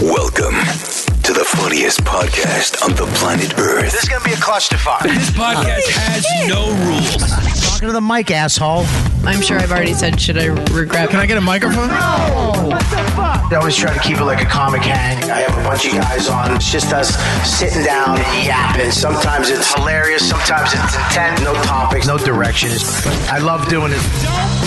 Welcome to the funniest podcast on the planet Earth. This is gonna be a clusterfuck. This podcast has no rules. Talking to the mic, asshole. I'm sure I've already said, should I regret? Can I get a microphone? I always try to keep it like a comic hang. I have a bunch of guys on. It's just us sitting down and yapping. Sometimes it's hilarious. Sometimes it's intent. No topics. No directions. I love doing it.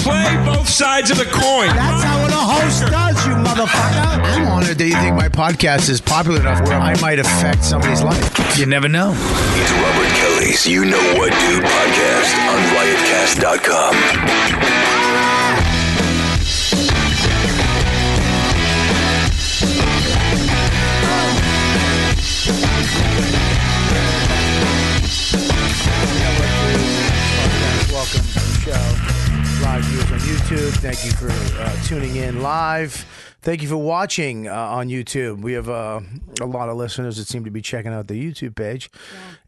Play both sides of the coin. That's how a host does, you motherfucker. I'm honored that you think my podcast is popular enough where I might affect somebody's life. You never know. It's Robert Kelly's You Know What Dude podcast on riotcast.com. Welcome to the show. Live viewers on YouTube. Thank you for uh, tuning in live. Thank you for watching uh, on YouTube. We have uh, a lot of listeners that seem to be checking out the YouTube page.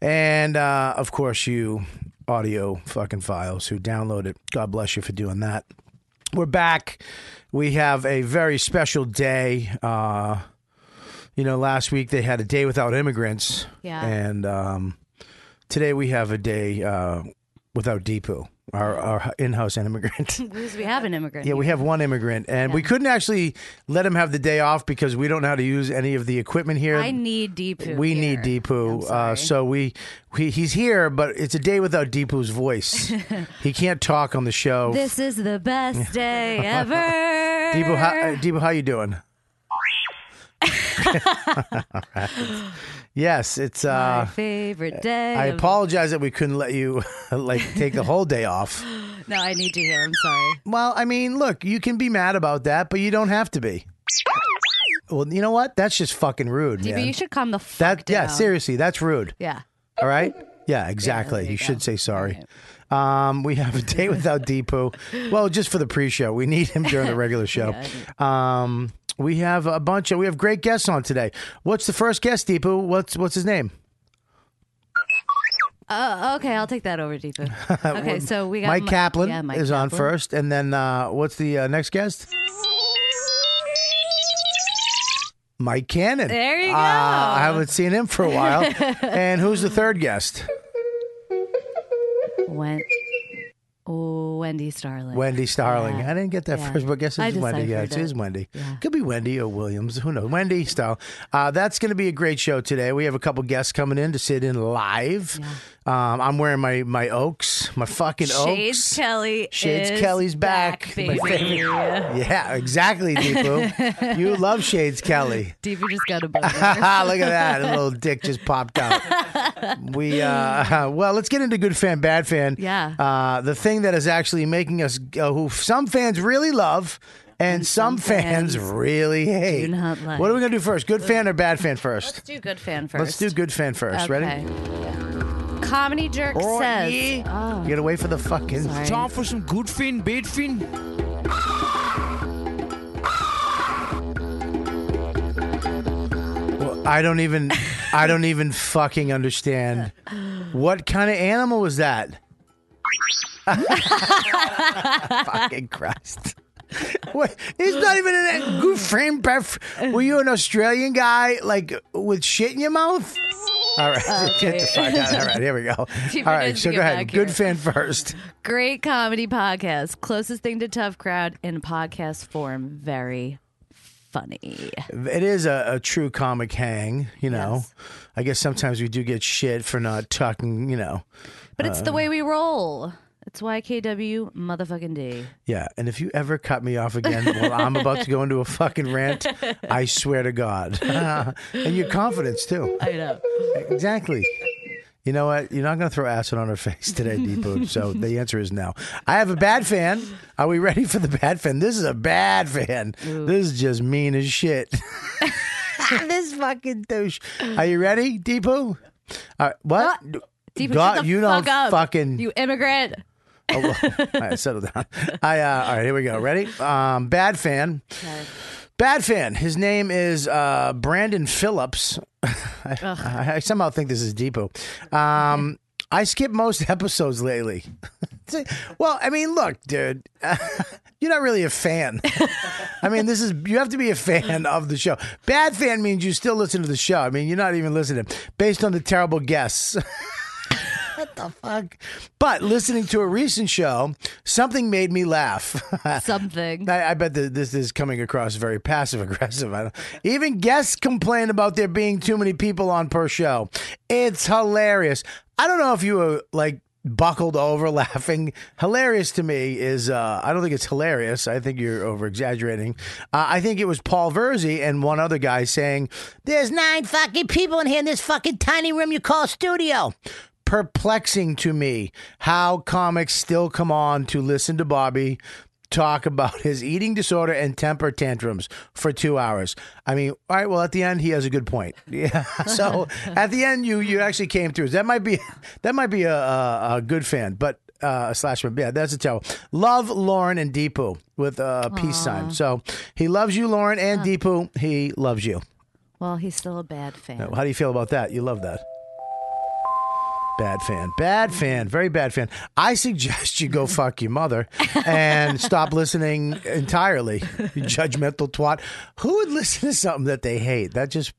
And uh, of course, you audio fucking files who download it. God bless you for doing that. We're back. We have a very special day. Uh, you know, last week they had a day without immigrants. Yeah. And um, today we have a day uh, without Deepu, our, our in house immigrant. Because we have an immigrant. yeah, we have one immigrant, and we couldn't actually let him have the day off because we don't know how to use any of the equipment here. I need Deepu. we here. need I'm Deepu. sorry. Uh, so we, we he's here, but it's a day without Deepu's voice. he can't talk on the show. this is the best day ever. Deepu, how, uh, Deepu, how you doing? Alright. Yes, it's. My Uh, favorite day. I of- apologize that we couldn't let you like take the whole day off. No, I need you here. I'm sorry. Well, I mean, look, you can be mad about that, but you don't have to be. Well, you know what? That's just fucking rude, Deepu, man. you should calm the fuck that down. yeah, seriously, that's rude. Yeah. All right? Yeah, exactly. you should say sorry. Um, we have a day without Deepu. Well, just for the pre-show, we need him during the regular show. um, we have a bunch of we have great guests on today. What's the first guest, Deepu? What's what's his name? Uh, okay, I'll take that over, Deepu. Okay, so we got Mike Mi- Kaplan yeah, Mike is on Kaplan. first, and then uh, what's the uh, next guest? Mike Cannon. There you Uh, I haven't seen him for a while. and who's the third guest? Wen- oh, Wendy Starling. Wendy Starling. I didn't get that Yeah. first, but I guess I it's Wendy. Yeah, it deciphered is it. Wendy. Yeah. Could be Wendy or Williams. Who knows? Wendy Starling. Uh, that's going to be a great show today. We have a couple guests coming in to sit in live. Um, I'm wearing my my Oaks, my fucking Shades Oaks. Kelly. Shades is Kelly's back. baby. My favorite. Yeah, exactly, Deepu. you love Shades Kelly. Deepu just got a boner. Ah, Look at that. A little dick just popped out. We uh well, let's get into good fan, bad fan. Yeah. Uh the thing that is actually making us uh, who some fans really love and, some, fans, really hate. not like. What are we gonna do first? Good fan or bad fan 1st Let's do good fan 1st Let's do good fan first. Ready? Comedy Jerk Oh, says. "Ah, yeah. Get away for the fucking Sorry. Time for some good fin, bad fin. Well, I don't even I don't even fucking understand. What kind of animal was that? fucking Christ. What? He's not even an goof frame breath. Were you an Australian guy like with shit in your mouth? All right, get the fuck out. All right, here we go. All Keep your right, nose so to go get ahead. back Good here. fan first. Great comedy podcast. Closest thing to tough crowd in podcast form. Very funny. It is a, a true comic hang, you know. Yes. I guess sometimes we do get shit for not talking, you know. But it's the Uh. way we roll. It's YKW motherfucking D. Yeah, and if you ever cut me off again while I'm about to go into a fucking rant, I swear to God. and your confidence too. I know. Exactly. You know what? You're not going to throw acid on her face today, Deepu. so the answer is no. I have a bad fan. Are we ready for the bad fan? This is a bad fan. This is just mean as shit. this fucking douche. Are you ready, Deepu? Uh, what? Deepu, God, shut the you fuck don't up. fucking. You immigrant. Oh, well, all right, settle down. I uh, all right, here we go. Ready? Um, bad fan. Bad fan. His name is uh, Brandon Phillips. I, I somehow think this is Depot. Um, I skip most episodes lately. Well, I mean, look, dude, you're not really a fan. I mean, this is you have to be a fan of the show. Bad fan means you still listen to the show. I mean, you're not even listening based on the terrible guests. what the fuck? But listening to a recent show, something made me laugh. Something. I, I bet that this is coming across very passive aggressive. I don't, even guests complain about there being too many people on per show. It's hilarious. I don't know if you were like buckled over laughing. Hilarious to me is uh, I don't think it's hilarious. I think you're over exaggerating. Uh, I think it was Paul Verzi and one other guy saying, "There's nine fucking people in here in this fucking tiny room you call a studio." Perplexing to me how comics still come on to listen to Bobby talk about his eating disorder and temper tantrums for two hours. I mean, all right, well, at the end, he has a good point. Yeah. So at the end, you you actually came through. That might be that might be a, a, a good fan, but uh, slash, but yeah, that's a terrible. Love Lauren and Deepu with a peace sign. So he loves you, Lauren and Deepu. He loves you. Well, he's still a bad fan. How do you feel about that? You love that. Bad fan. Bad fan. Very bad fan. I suggest you go fuck your mother and stop listening entirely. You judgmental twat. Who would listen to something that they hate? That just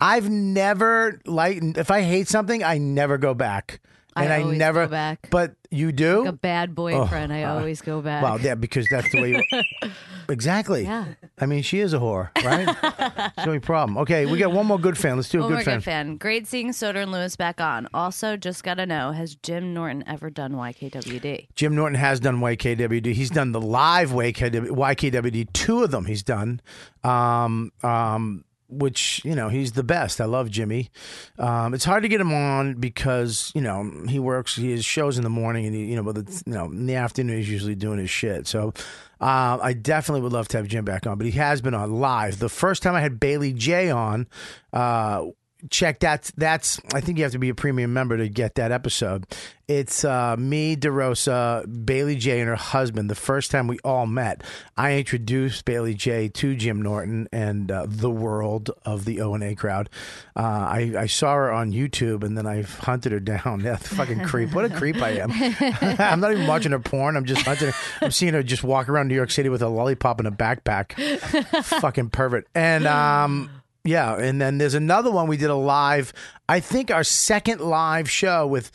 I've never like if I hate something, I never go back. I And I, always never go back. But you do? a bad boyfriend. I always go back. Well, Oh, uh, yeah, because that's the way you. exactly. Yeah. I mean, she is a whore, right? it's the only problem. Okay, we got one more good fan. Let's do a One good more fan. good Oh fan. Great seeing Soder and Lewis back on. Also, just gotta know, has Jim Norton ever done YKWd? Jim Norton has done YKWD. He's done the live YKW, YKWD. Two of them he's done, um, um, which you know he's the best. I love Jimmy. Um, it's hard to get him on because you know he works. He has shows in the morning, and he, you know, but it's, you know in the afternoon he's usually doing his shit. So. Uh, I definitely would love to have Jim back on, but he has been on live. The first time I had Bailey J on, uh, check that that's i think you have to be a premium member to get that episode it's uh, me derosa bailey j and her husband the first time we all met i introduced bailey j to jim norton and uh, the world of the o&a crowd uh, I, I saw her on youtube and then i hunted her down that fucking creep what a creep i am i'm not even watching her porn i'm just hunting her. i'm seeing her just walk around new york city with a lollipop in a backpack fucking pervert and um yeah, and then there's another one we did a live. I think our second live show with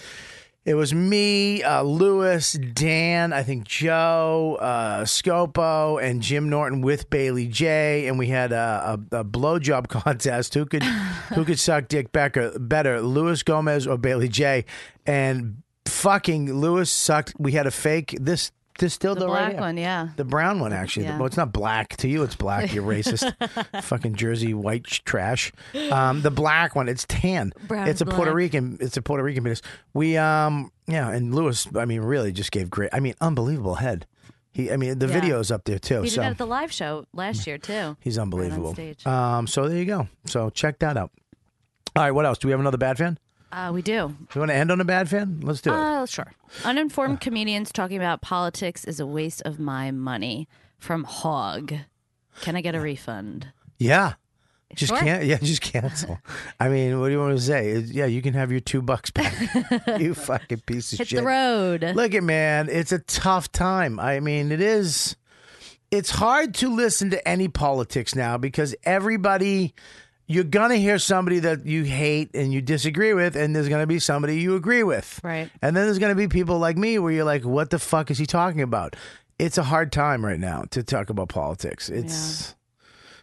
it was me, uh, Lewis, Dan, I think Joe, uh, Scopo, and Jim Norton with Bailey J, and we had a, a, a blowjob contest. Who could who could suck Dick Becker better, Lewis Gomez or Bailey J? And fucking Lewis sucked. We had a fake this this still The black one, yeah. the brown one, actually. Yeah. Well, it's not black. To you, it's black. You racist. Fucking Jersey white sh- trash. Um, the black one, it's tan. Brown it's a and Puerto black. Rican. It's a Puerto Rican penis. We, um, yeah, and Lewis. I mean, really, just gave great. I mean, unbelievable head. He. I mean, the Yeah. video's up there too. He did so that at the live show last year too. he's unbelievable. stage. um, so there you go. So check that out. All right, what else? Do we have another bad fan? Uh, we do. Do you want to end on a bad fan? Let's do it. Uh, sure. Ah. Uninformed comedians talking about politics is a waste of my money. From Hog. Can I get a refund? Yeah. Just Sure. can't. Yeah, just cancel. I mean, what do you want to say? It- Yeah, you can have your two bucks back. you fucking piece of Hit shit. the road. Look at man, it's a tough time. I mean, it is. It's hard to listen to any politics now because everybody. You're gonna hear somebody that you hate and you disagree with, and there's gonna be somebody you agree with. Right. And then there's going to be people like me where you're like, what the fuck is he talking about? It's a hard time right now to talk about politics. It's,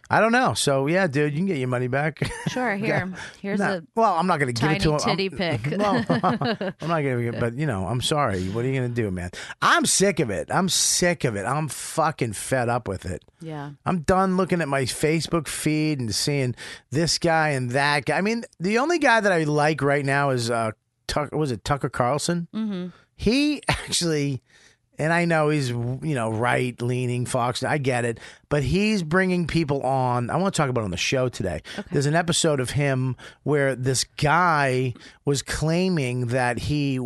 I don't know. So, yeah, dude, you can get your money back. Sure, here. Here's Nah, a well, I'm not going to give it to him. tiny titty pic. Well, I'm not going to, but you know, I'm sorry. What are you going to do, man? I'm sick of it. I'm sick of it. I'm fucking fed up with it. Yeah. I'm done looking at my Facebook feed and seeing this guy and that guy. I mean, the only guy that I like right now is uh, Tucker. Was it Tucker Carlson? Mm-hmm. He actually, and I know he's you know right leaning Fox. I get it, but he's bringing people on. I want to talk about it on the show today. There's an episode of him where this guy was claiming that he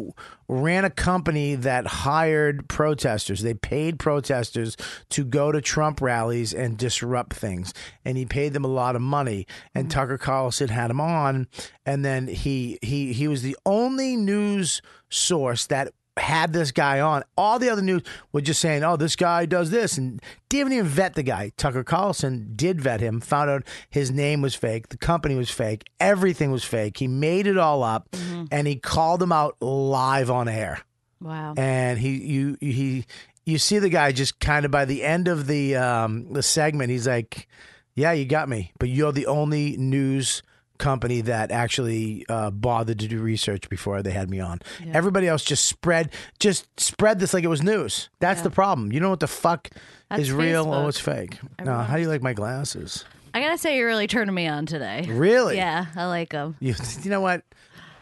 ran a company that hired protesters. They paid protesters to go to Trump rallies and disrupt things. And he paid them a lot of money. And Tucker Carlson had him on. And then he he he was the only news source that had this guy on. All the other news were just saying, "Oh, this guy does this," and didn't even vet the guy. Tucker Carlson did vet him. Found out his name was fake, the company was fake, everything was fake. He made it all up, and he called him out live on air Wow. and he you he you see the guy just kind of by the end of the um the segment he's like yeah you got me but you're the only news company that actually uh, bothered to do research before they had me on everybody else just spread just spread this like it was news that's the problem you know what the fuck That's is real or Facebook. what's fake no how do you like my glasses I gotta say, you're really turning me on today. really Yeah, I like them. you, you know what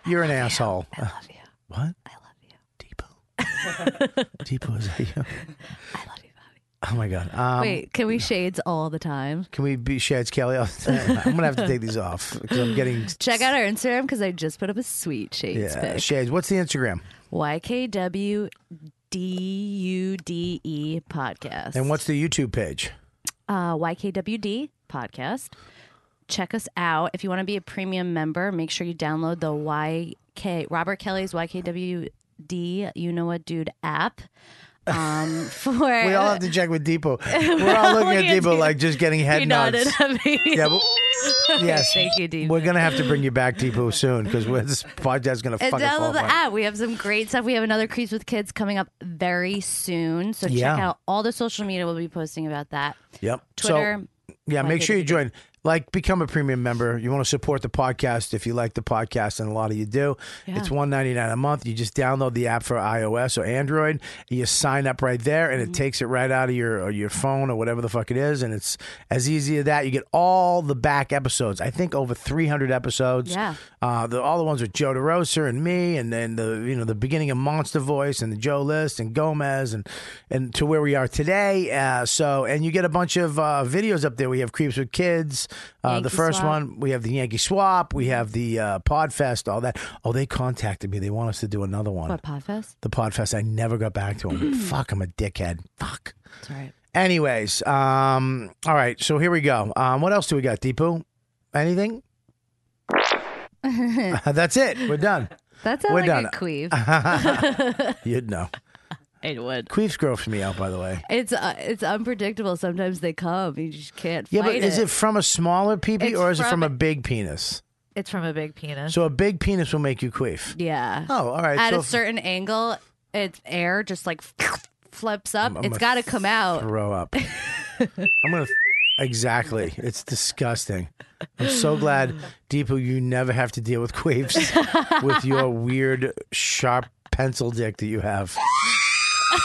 you're an asshole I love you. what I love you. Deepu Deepu is that you I love you, Bobby. oh my god um, Wait, can we shades all the time? Can we be Shads Kelly? all the time? I'm gonna have to take these off because I'm getting Check out our Instagram because I just put up a sweet shades yeah, pic. Shads. What's the Instagram YKWDUDE E podcast. and what's the YouTube page? uh, YKWD podcast. Check us out. If you want to be a premium member, make sure you download the YK Robert Kelly's YKWD You Know What Dude app. Um, for We all have to check with Depot. We're all looking at Depot like just getting head he nodded nods. at me. Yeah, but, yes. Thank you, Deepu. We're gonna have to bring you back, Depot, soon because this podcast's gonna And fucking fall download the apart. app. We have some great stuff. We have another Creeps with Kids coming up very soon. So Yeah. check out all the social media we'll be posting about that. Yep. Twitter. So, yeah, make sure you join. Like, become a premium member. You want to support the podcast if you like the podcast, and a lot of you do. It's one ninety nine a month. You just download the app for iOS or Android. You sign up right there, and it takes it right out of your or your phone or whatever the fuck it is, and it's as easy as that. You get all the back episodes. I think over three hundred episodes. Yeah. Uh, the, all the ones with Joe DeRosa and me, and then the you know the beginning of Monster Voice and the Joe List and Gomez and and to where we are today. Uh, so and you get a bunch of uh, videos up there. We have Creeps with Kids, uh, the Yankee first Swap. one. We have the Yankee Swap. We have the uh, Podfest. All that. Oh, they contacted me. They want us to do another one. What Podfest? The Podfest. I never got back to them. Fuck, I'm a dickhead. Fuck. That's all right. Anyways, um, all right. So here we go. Um, what else do we got, Deepu? Anything? That's it. We're done. That sounds We're like done. a queef. You'd know. it would. Queefs gross me out, by the way. It's uh, it's unpredictable. Sometimes they come. You just can't. Yeah, but fight is it from a smaller peepee It's or is it from from- a big penis? It's from a big penis. So a big penis will make you queef. yeah. Oh, all right. At so a certain angle, it's air just like flips up. I'm it's a got to come out. throw up. I'm gonna. Exactly. It's disgusting. I'm so glad, Deepu, you never have to deal with queefs with your weird sharp pencil dick that you have.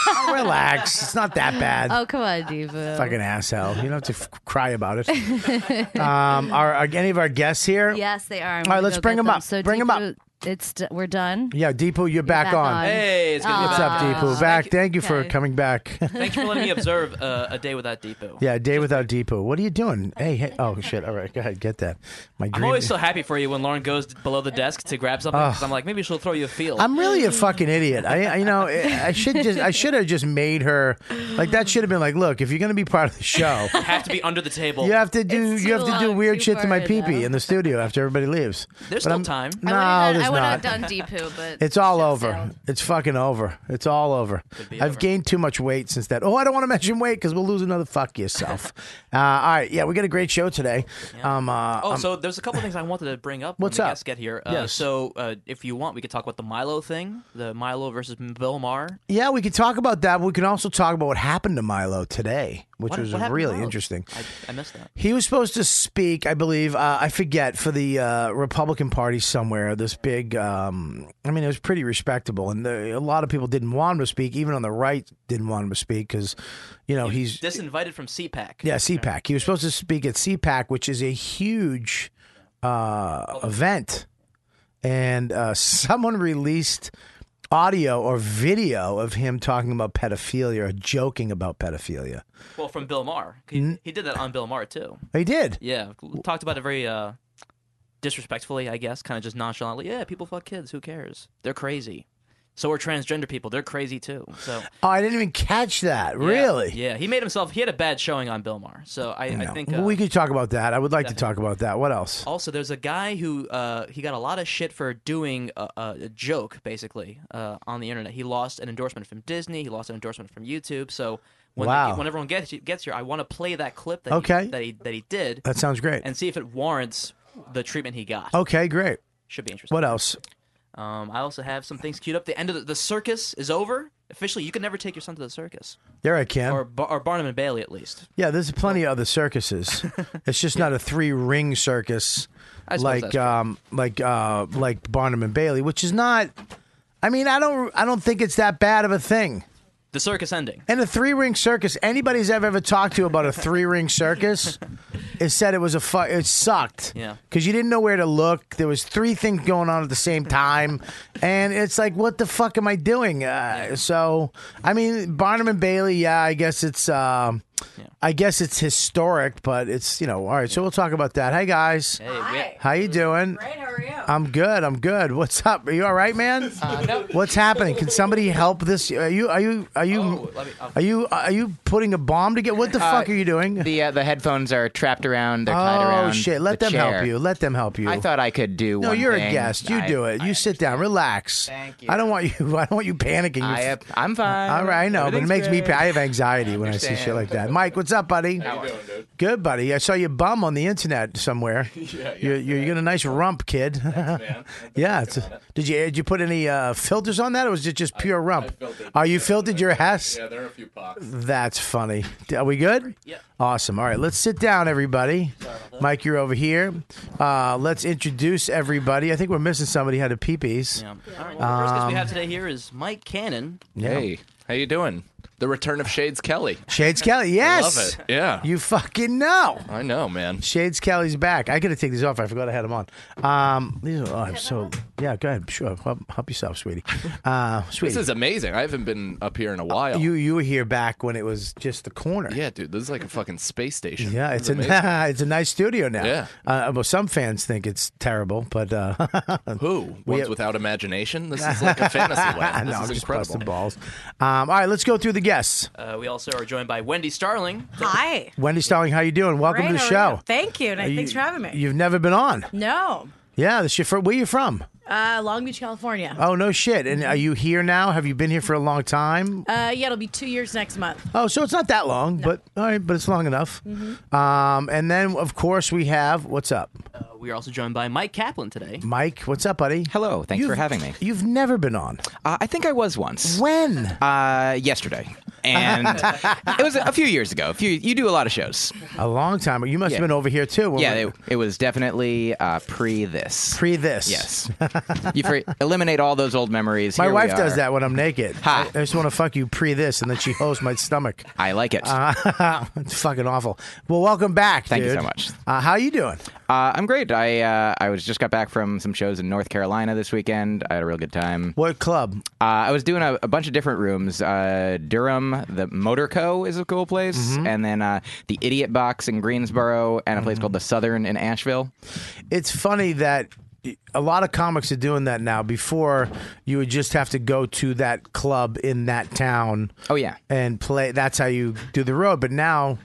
Oh, Relax. It's not that bad. Oh come on, Diva. Fucking asshole. You don't have to f- cry about it. Um, are, are any of our guests here? Yes, they are. I'm All right, gonna let's go bring get 'em up. So Bring 'em up. Deepu, It's d- we're done. Yeah, Deepu, you're back, back on. on. Hey, it's good to What's be up, back. Deepu? Back. Thank you for Okay. coming back. Thank you for letting me observe uh, a day without Depot. yeah, day without Deepu. What are you doing? Hey, hey. Oh shit. All right, go ahead. Get that. My I'm green. always so happy for you when Lauren goes below the desk to grab something 'cause I'm like, maybe she'll throw you a field. I'm really a fucking idiot. I, I- you know, I I should just, I should have just made her like that. Should have been like, look, if you're gonna be part of the show, have to be under the table. you have to do, It's you have too to do long, weird too shit to my far, pee pee though. in the studio after everybody leaves. There's But still I'm- time. No, I there's would have not. done Deepu, but It's all ship over. sailed. It's fucking over. It's all over. I've gained too much weight since that. Oh, I don't want to mention weight because we'll lose another fuck yourself. uh, all right. Yeah, we got a great show today. Um, uh, Oh, so there's a couple things I wanted to bring up What's when up? the guests get here. Uh, Yes. So uh, if you want, we could talk about the Milo thing, the Milo versus Bill Maher. yeah, we can talk about that. But we can also talk about what happened to Milo today, which What- was what happened to really Milo? interesting. I, I missed that. He was supposed to speak, I believe. Uh, I forget for the uh, Republican Party somewhere. This big, um, I mean, it was pretty respectable, and the, a lot of people didn't want him to speak. Even on the right, didn't want him to speak because, you know, he's Disinvited from CPAC. Yeah, CPAC. He was supposed to speak at CPAC, which is a huge uh, event, and uh, someone released audio or video of him talking about pedophilia or joking about pedophilia. Well, from Bill Maher. He, he did that on Bill Maher, too. He did. Yeah. Talked about it very uh, disrespectfully, I guess, kind of just nonchalantly. Yeah, people fuck kids. Who cares? They're crazy. So are transgender people. They're crazy too. So Oh, I didn't even catch that. yeah, Really? yeah. He made himself. He had a bad showing on Bill Maher. So I, I No. think Well, uh, we could talk about that. I would like to talk about that. What else? Also, there's a guy who uh, he got a lot of shit for doing a, a, a joke, basically, uh, on the internet. He lost an endorsement from Disney. He lost an endorsement from YouTube. So when, Wow. when everyone gets gets here, I want to play that clip that Okay. he, that he that he did That sounds great. Oh. and see if it warrants the treatment he got. Okay, great. Should be interesting. What else? Um, I also have some things queued up. The end of the, the circus is over officially. You can never take your son to the circus There I can. or Bar- or Barnum and Bailey at least. yeah, there's plenty of other circuses. it's just not a three ring circus I suppose that's like true. um like uh like Barnum and Bailey, which is not I mean, I don't I don't think it's that bad of a thing. The circus ending. And a three ring circus, anybody's ever ever talked to about a three ring circus it said it was a fu- it sucked. Yeah. Cuz you didn't know where to look. There was three things going on at the same time and it's like what the fuck am I doing? Uh, so I mean Barnum and Bailey, yeah, I guess it's um I guess it's historic, but it's, you know, all right. So we'll talk about that. Hey guys. Hey, we- How you doing? how are you? I'm good. I'm good. What's up? Are you all right, man? Uh, What's happening? Can somebody help this? Are you are you are you Oh, let me- uh, I'll- are you are you putting a bomb together? What the fuck are you doing? The uh, the headphones are trapped around. They're tied oh around. shit! Let the them help chair. you. Let them help you. I thought I could do. no, one you're a thing. guest. You I- do it. You I sit down. Relax. Thank you. I don't want you. I don't want you panicking. You I f- have, I'm fine. all right, I know, but it Everything's makes me. good. pa- I have anxiety when I see shit Understand. like that. Mike, what's up, buddy? How you doing, dude? Good, buddy. I saw you bum on the internet somewhere. yeah, You're, you're, you got a nice rump, kid. yeah. It's did you did you put any uh, filters on that, or was it just pure rump? Are you filtered your ass? there are a few pops. That's funny. Are we good? Yeah. Awesome. All right, let's sit down, everybody. Mike, you're over here. Uh, let's introduce everybody. I think we're missing somebody who had a peepees. Yeah. All right, well, the first guest we Um, have today here is Mike Cannon. Hey, how you doing? The return of Shades Kelly. Shades Kelly. Yes. Love it. Yeah. You fucking know. I know, man. Shades Kelly's back. I gotta take these off. I forgot I had them on. Um, these are oh, I'm so yeah. Go ahead. Sure. Help, help yourself, sweetie. Uh, sweetie, This is amazing. I haven't been up here in a while. Uh, you you were here back when it was just the corner. yeah, dude. This is like a fucking space station. Yeah, it's amazing. a it's a nice studio now. Yeah. Uh, well, some fans think it's terrible, but uh, Who? We- Ones without imagination? This is like a fantasy land. no, This I'm is just busting incredible. balls. Um, all right, let's go through the guests. Uh, we also are joined by Wendy Starling. Hi. Wendy Starling, how you doing? Welcome Great, to the how are show. you? Thank you, and Are you- thanks for having me. You've never been on. No, Yeah, this your fir- where you from? uh, Long Beach, California. Oh no shit! And are you here now? Have you been here for a long time? Uh, yeah, it'll be two years next month. Oh, so it's not that long, but all right, but it's long enough. Mm-hmm. Um, and then, of course, we have what's up, Uh, we are also joined by Mike Kaplan today. Mike? What's up, buddy? Hello. Thanks for You've- having me. You've never been on. Uh, I think I was once. When? Uh, yesterday. And it was a few years ago. A few. You do a lot of shows. A long time. You must Yeah. have been over here too. when Yeah. we- It, it was definitely uh, pre this. pre this. Yes. you for- eliminate all those old memories. My Here we wife does are. that when I'm naked. Ha. I I just want to fuck you pre this, and then she holds my stomach. I like it. Uh, Uh, it's fucking awful. Well, welcome back. Thank you dude. so much. Uh, how you doing? I'm great. I uh, I was just got back from some shows in North Carolina this weekend. I had a real good time. What club? Uh, I was doing a, a bunch of different rooms. Uh, Durham, the Motor Co. is a cool place, Mm-hmm. and then uh, the Idiot Box in Greensboro, and a place called the Southern in Asheville. It's funny that a lot of comics are doing that now. Before, you would just have to go to that club in that town. Oh yeah, and play. That's how you do the road. But now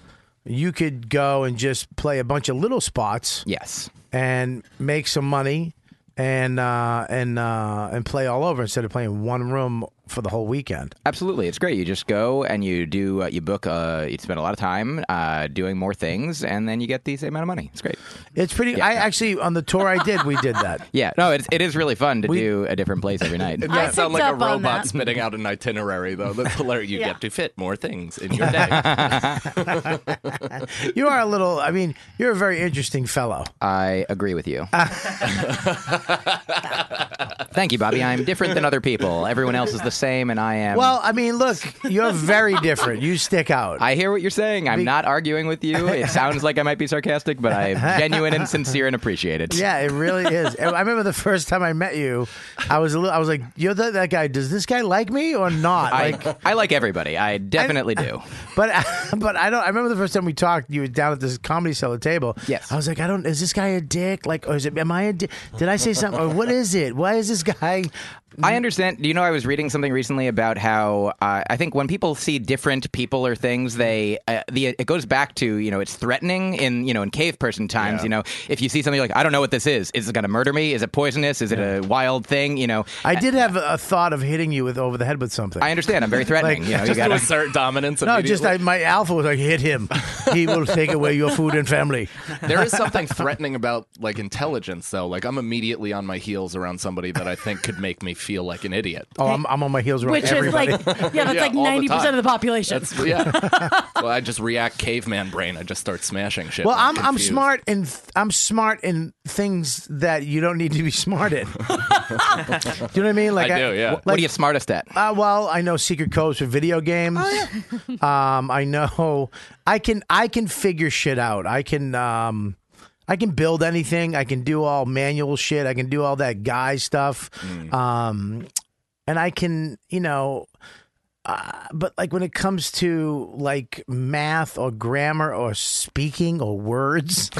you could go and just play a bunch of little spots yes, and make some money and uh, and uh, and play all over instead of playing one room for the whole weekend. absolutely. It's great. You just go and you do uh, you book. Uh, you spend a lot of time uh, doing more things, and then you get the same amount of money. It's great. It's pretty. I actually on the tour I did, we did that. Yeah, no, it's, it is really fun to We- do a different place every night. It I does sound picked like a up on robot that. spitting out an itinerary, though. That's hilarious. You get to fit more things in your day. You are a little. I mean, you're a very interesting fellow. Uh, I agree with you. Thank you, Bobby. I'm different than other people. Everyone else is the same, and I am. Well, I mean, look, you're very different. You stick out. I hear what you're saying. I'm not arguing with you. It sounds like I might be sarcastic, but I'm genuine and sincere and appreciate it. Yeah, it really is. And I remember the first time I met you, I was a little, I was like, "You're the, that guy. Does this guy like me or not?" I, Like, I like everybody. I definitely do. But but I don't. I remember the first time we talked. You were down at this comedy cellar table. Yes. I was like, I don't. Is this guy a dick? Like, or is it? Am I a dick? Did I say something? Or what is it? Why is this guy? I understand. Do you know I was reading something recently about how uh, I think when people see different people or things, they uh, the it goes back to you know it's threatening in you know in cave person times. Yeah. You know if you see something you're like I don't know what this is. Is it going to murder me? Is it poisonous? Is it a wild thing? You know. I did have a thought of hitting you with over the head with something. I understand. I'm very threatening. you know, you just to gotta, assert dominance. No, just I, immediately. my alpha was like, hit him. He will take away your food and family. there is something threatening about like intelligence, though. Like I'm immediately on my heels around somebody that I think could make me feel like an idiot. Oh, I'm, I'm on my heels around Which is everybody. like- yeah, that's like all the 90% time. of the population. That's, yeah. well, I just react caveman brain. I just start smashing shit. well, when I'm I'm confused. smart and I'm smart in things that you don't need to be smart in. do you know what I mean? I do, yeah. What are you smartest at? Uh, well, I know secret codes for video games. um, I know I can I can figure shit out. I can um, I can build anything. I can do all manual shit. I can do all that guy stuff. Mm. Um, and I can you know. Uh, but like when it comes to like math or grammar or speaking or words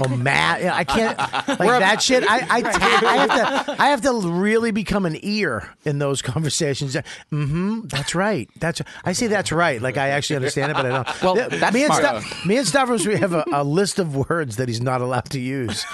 or math, I can't like We're up- that shit. I I, ta- I have to I have to really become an ear in those conversations. Mm-hmm. That's right. That's I say that's right. Like I actually understand it, but I don't. Well, Th- that's me and smart. Stav- me and Stavros, we have a, a list of words that he's not allowed to use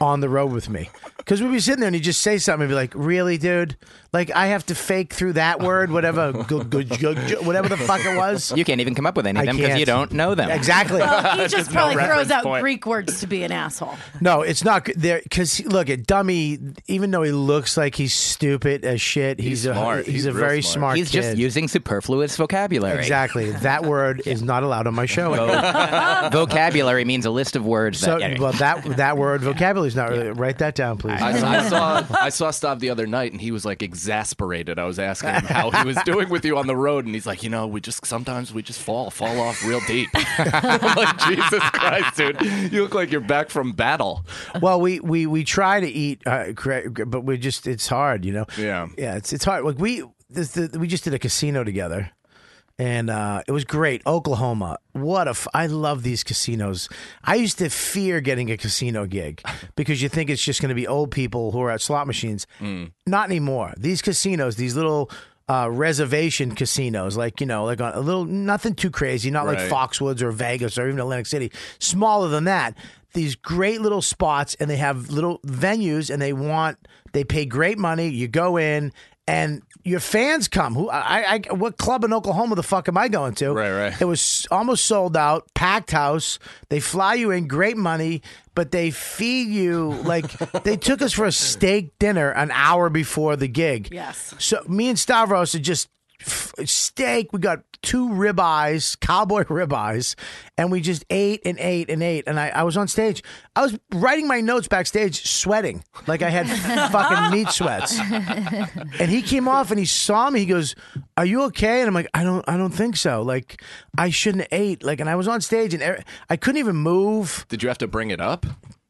on the road with me. Because we'd be sitting there and he'd just say something and be like, really, dude? Like, I have to fake through that word, whatever, gu- gu- gu- gu- whatever the fuck it was. You can't even come up with any I of them because you can't. don't know them. Exactly. Well, he just probably throws reference out point. Greek words to be an asshole. No, it's not good there because look at dummy. Even though he looks like he's stupid as shit, he's, a he's, a very smart. He's just kid. using superfluous vocabulary. Exactly. That word is not allowed on my show. Vo- vocabulary means a list of words. so, that, well, that that word vocabulary is not. really Write that down, please. I, saw- I saw I saw Stav the other night, and he was like exasperated. I was asking him how he was doing with you on the road, and he's like, you know, we just sometimes we just fall fall off real deep. I'm like Jesus Christ, dude, you look like you're back from battle. well, we, we we try to eat, uh, cra- but we just it's hard, you know. Yeah. yeah, it's it's hard. Like we this, the, we just did a casino together, and uh, it was great. Oklahoma, what a f- I love these casinos. I used to fear getting a casino gig because you think it's just going to be old people who are at slot machines. Not anymore. These casinos, these little. Uh, reservation casinos, like you know, like on a little nothing too crazy, not like Right. Fox. Foxwoods or Vegas or even Atlantic City, smaller than that. These great little spots, and they have little venues, and they want they pay great money. You go in, and your fans come. Who I, I what club in Oklahoma the fuck am I going to? Right, right. It was almost sold out, packed house. They fly you in, great money, but they feed you like they took us for a steak dinner an hour before the gig. Yes. So me and Stavros are just f- steak. We got two ribeyes, cowboy ribeyes, and we just ate and ate and ate. And I, I was on stage. I was writing my notes backstage, sweating like I had fucking meat sweats. And he came off and he saw me. He goes, "Are you okay?" And I'm like, "I don't, I don't think so. Like I shouldn't have ate. Like." And I was on stage and er- I couldn't even move. Did you have to bring it up?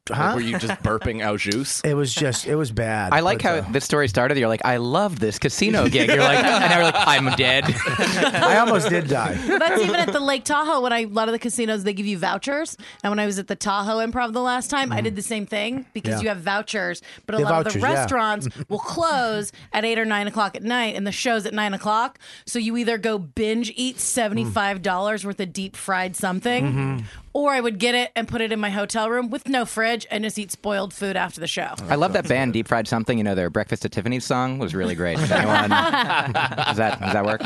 Like, Huh? were you just burping out juice? It was just, it was bad. I like But, how uh, this story started. You're like, I love this casino gig. You're like, and now you're like, I'm dead. I almost did die. Well, that's even at the Lake Tahoe. When I, a lot of the casinos, they give you vouchers. And when I was at the Tahoe Improv the last time, I did the same thing because Yeah. you have vouchers. But a They have lot of vouchers, the yeah. restaurants will close at eight or nine o'clock at night, and the show's at nine o'clock. So you either go binge eat seventy five dollars worth of deep fried something, Mhm. or I would get it and put it in my hotel room with no fridge and just eat spoiled food after the show. I love that band, Deep Fried Something. You know, their Breakfast at Tiffany's song was really great. Does, anyone, does that does that work?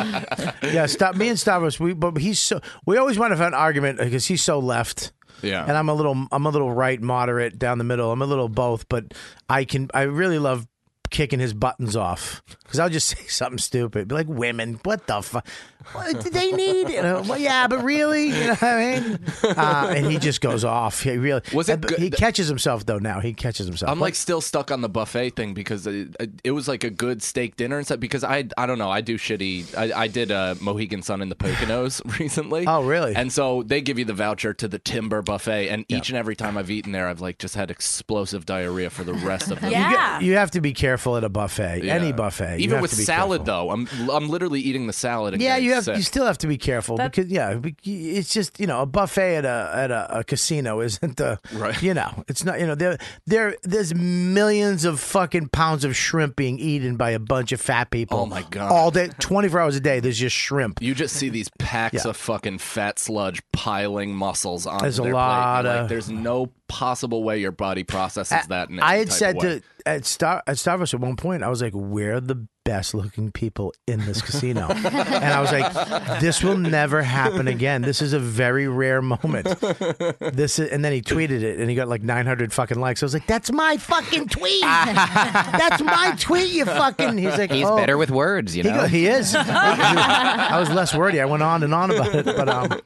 yeah, stop. Me and Stavros, we but he's so we always want to have an argument because he's so left. Yeah. and I'm a little I'm a little right, moderate, down the middle. I'm a little both, but I can I really love kicking his buttons off because I'll just say something stupid, be like, "Women, what the fuck? What do they need?" You know, well, yeah, but really, you know what I mean? Uh, and he just goes off. He really Was it and- good- He catches himself though. Now he catches himself. I'm like still stuck on the buffet thing because it, it was like a good steak dinner and stuff. Because I I don't know I do shitty I, I did a Mohegan Sun in the Poconos recently. Oh, really? And so they give you the voucher to the Timber Buffet, and each and every time I've eaten there, I've like just had explosive diarrhea for the rest of the You, get- you have to be careful at a buffet, any buffet. You Even have with to be salad, though, I'm I'm literally eating the salad. And Yeah, getting you have sick. you still have to be careful That- because yeah, be- it's just you know a buffet at a at a, a casino isn't the right. You know, it's not you know there there there's millions of fucking pounds of shrimp being eaten by a bunch of fat people. Oh, my God. All day, twenty four hours a day, there's just shrimp. You just see these packs of fucking fat sludge piling muscles on. There's a their lot plate. and, of- Like, there's no possible way your body processes I- that. In I any had type said of way. to at Star at Starbucks at one point, I was like, "We're the best looking people in this casino," and I was like, "This will never happen again. This is a very rare moment." This is, and then he tweeted it, and he got like 900 fucking likes. I was like, "That's my fucking tweet. That's my tweet. You fucking." He's like, he's "Oh." better with words, you He know. go- he is. I was less wordy. I went on and on about it, but um.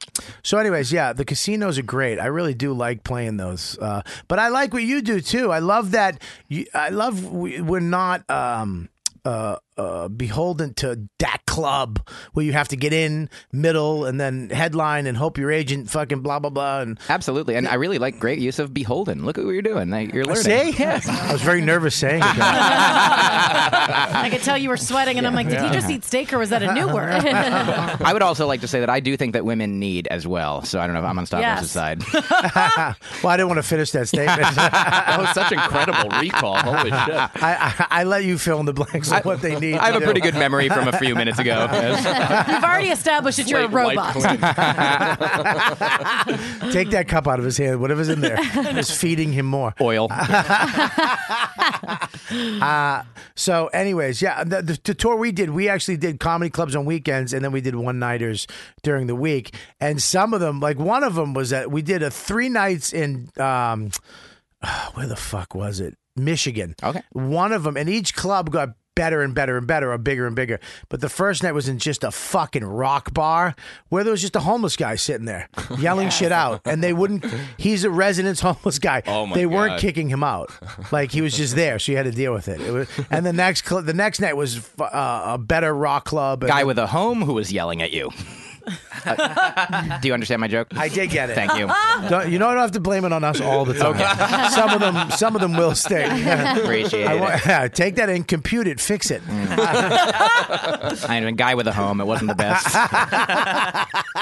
So, anyways, yeah, the casinos are great. I really do like playing those. Uh, but I like what you do too. I love that. You, I love we, we're not. Um, uh, uh, beholden to that club where you have to get in middle and then headline and hope your agent fucking blah blah blah and absolutely and I really like great use of beholden. Look at what you're doing. Like, you're learning. see I was very nervous saying it. I could tell you were sweating, and I'm like, did Yeah. he just eat steak or was that a new word? I would also like to say that I do think that women need as well. So I don't know if I'm on Stavros' Yes. side. well, I didn't want to finish that statement. that was such incredible recall. Holy shit. I, I, I let you fill in the blanks on what they need. I have to a do. pretty good memory from a few minutes ago. You've already established that you're a Slate robot. Take that cup out of his hand. Whatever's in there is feeding him more oil. uh, so, anyways, yeah, the, the, the tour we did, we actually did comedy clubs on weekends, and then we did one nighters during the week. And some of them, like one of them, was that we did a three nights in. Um, where the fuck was it? Michigan. Okay. One of them, and each club got better and better and better, or bigger and bigger. But the first night was in just a fucking rock bar where there was just a homeless guy sitting there yelling shit out, and they wouldn't. He's a residence homeless guy. Oh, my They weren't God. kicking him out. Like he was just there, so you had to deal with it. It was, and the next cl- the next night was f- uh, a better rock club. and- Guy with a home who was yelling at you. Uh, do you understand my joke? I did get it. Thank you. Don't, you don't have to blame it on us all the time. Some of them, some of them will stay. Appreciate I it. Mm. take that and compute it, fix it. I am a guy with a home. It wasn't the best.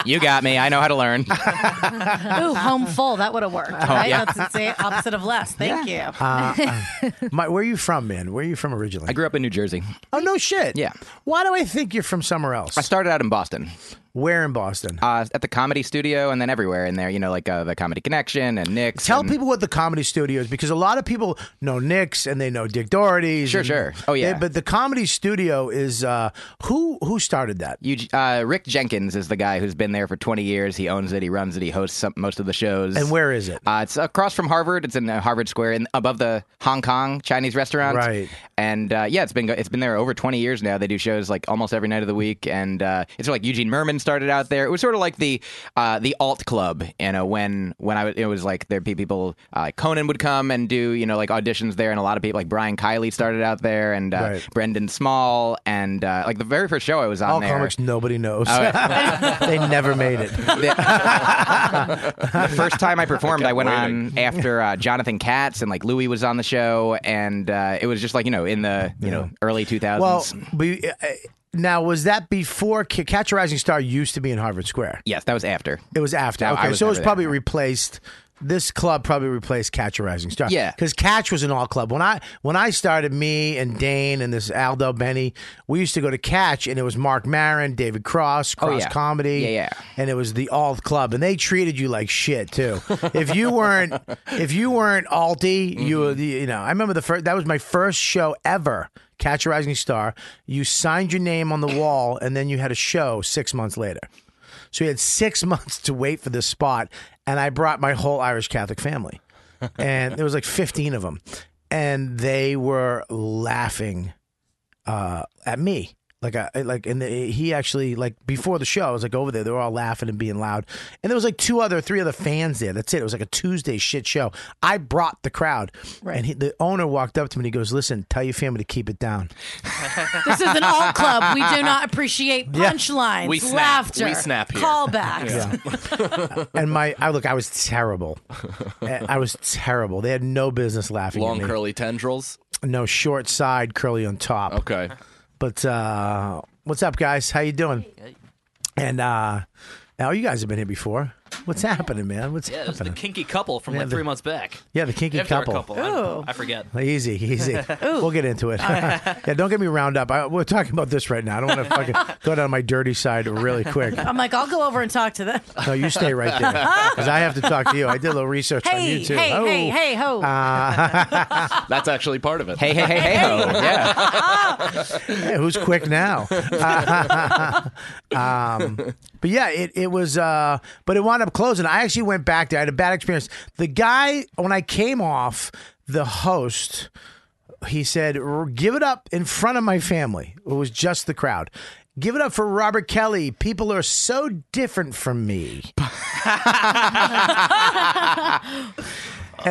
you got me. I know how to learn. Ooh, home full. That would have worked. Oh, right? yeah. That's the same- opposite of less. Thank you. Uh, uh, my, where are you from, man? Where are you from originally? I grew up in New Jersey. Oh no shit. Yeah. Why do I think you're from somewhere else? I started out in Boston. Where in Boston? Uh, at the Comedy Studio, and then everywhere in there. You know, like uh, the Comedy Connection and Nick's. Tell people what the comedy studio is because a lot of people know Nick's and they know Dick Doherty's. Sure, and- sure. Oh, yeah. but the comedy studio is uh, who who started that? You, uh, Rick Jenkins is the guy who's been there for 20 years. He owns it. He runs it. He hosts some, most of the shows. And where is it? Uh, it's across from Harvard. It's in uh, Harvard Square, in, above the Hong Kong Chinese restaurant. Right. And uh, yeah, it's been go- it's been there over 20 years now. They do shows like almost every night of the week. And uh, it's sort of like Eugene Merman started out there. It was sort of like the uh, the alt club. You know, when when I was, it was like there'd be people. Uh, Conan would come and do you know like auditions there, and a lot of people like Brian Kiley started out there, and uh, Right. Brendan Small, and uh, like the very first show I was on All there. Oh, comics nobody knows. All right. they never made it. the first time I performed, I, went on after uh, Jonathan Katz and like Louis was on the show, and uh, it was just like you know in the you know early two Well, thousands. we, uh, now was that before Ca- Catch a Rising Star used to be in Harvard Square? yes, that was after. It was after. No, okay, I so it never was there. probably replaced. This club probably replaced Catch a Rising Star. Yeah. because Catch was an all club. When I when I started, me and Dane and this Aldo Benny, we used to go to Catch, and it was Mark Maron, David Cross, Oh, Cross yeah. Comedy, Yeah, yeah. and it was the alt club, and they treated you like shit too. if you weren't if you weren't alty, you were the- you know. I remember the first that was my first show ever. Catch a Rising Star. You signed your name on the wall, and then you had a show six months later. So we had six months to wait for this spot, and I brought my whole Irish Catholic family, and there was like fifteen of them, and they were laughing uh, at me. Like I like, and the, he actually like before the show, I was like over there. They were all laughing and being loud, and there was like two other, three other fans there. That's it. It was like a Tuesday shit show. I brought the crowd, and he, the owner walked up to me and he goes, "Listen, tell your family to keep it down." This is an alt club. We do not appreciate Yeah. punchlines, We snap. laughter, We snap here. callbacks. and my, I look, I was terrible. I was terrible. They had no business laughing Long at me. curly tendrils. No short side, curly on top. Okay. But uh, what's up, guys? How you doing? And uh, Al, you guys have been here before. What's happening, man? What's Yeah, it was the happening? kinky couple from Yeah, like the- three months back. Yeah, the kinky If they were a couple. I don't know. Ooh. I forget. Easy, easy. we'll get into it. yeah, don't get me round up. I, we're talking about this right now. I don't want to fucking go down my dirty side really quick. I'm like, I'll go over and talk to them. No, you stay right there because I have to talk to you. I did a little research on Hey, you too. hey, Oh. hey, hey, ho. Uh, That's actually part of it. Hey, hey, hey, hey, ho. Yeah. Yeah, who's quick now? um, but yeah, it, it was, uh, but it wound up closing. I actually went back there. I had a bad experience. The guy, when I came off the host, he said, "R- Give it up in front of my family. It was just the crowd. Give it up for Robert Kelly. People are so different from me. and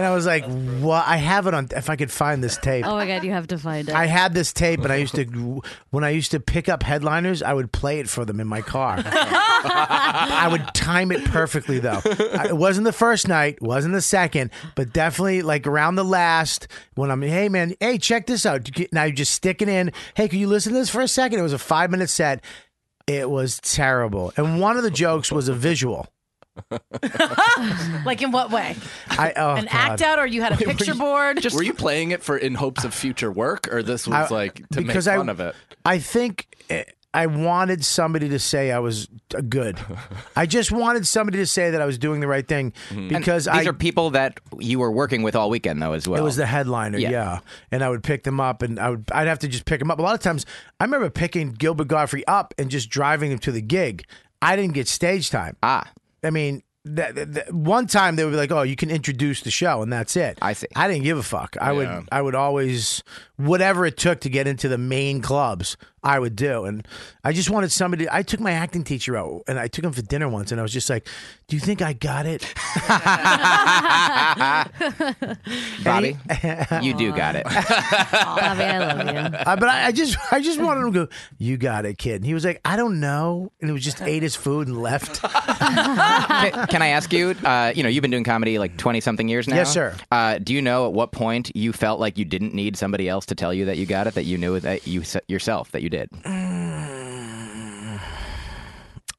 I was like, What? I have it on, if I could find this tape. Oh my god, you have to find it. I had this tape, and I used to, when I used to pick up headliners, I would play it for them in my car. I would time it perfectly, though. I- It wasn't the first night, wasn't the second, but definitely like around the last when I'm, hey man, hey, check this out. You get- Now you're just sticking in. Hey, can you listen to this for a second? It was a five minute set. It was terrible, and one of the jokes was a visual. like, in what way? I Uh, oh, An God. act out, or you had a picture board? Just were you playing it for in hopes of future work, or this was I- like to make because I- fun of it? I think eh, I wanted somebody to say I was uh, good. I just wanted somebody to say that I was doing the right thing because Mm-hmm. And I these are people that you were working with all weekend though as well. it was the headliner, yeah. Yeah. And I would pick them up, and I would I'd have to just pick them up. A lot of times, I remember picking Gilbert Godfrey up and just driving him to the gig. I didn't get stage time. Ah, I mean. That, that- that- one time they would be like, "Oh, you can introduce the show, and that's it." I see. I didn't give a fuck. I Yeah. would, I would always, whatever it took to get into the main clubs, I would do. And I just wanted somebody. I took my acting teacher out, and I took him for dinner once, and I was just like, "Do you think I got it?" Bobby, you do got it. Bobby, I love you. Uh, but I, I just I just wanted him to go, you got it, kid. And he was like, I don't know. And he was just ate his food and left. can, can I ask you? Uh, you know, you've been doing comedy like twenty something years now. Yes, sir. Uh, do you know at what point you felt like you didn't need somebody else to tell you that you got it? That you knew that you s- yourself that you did.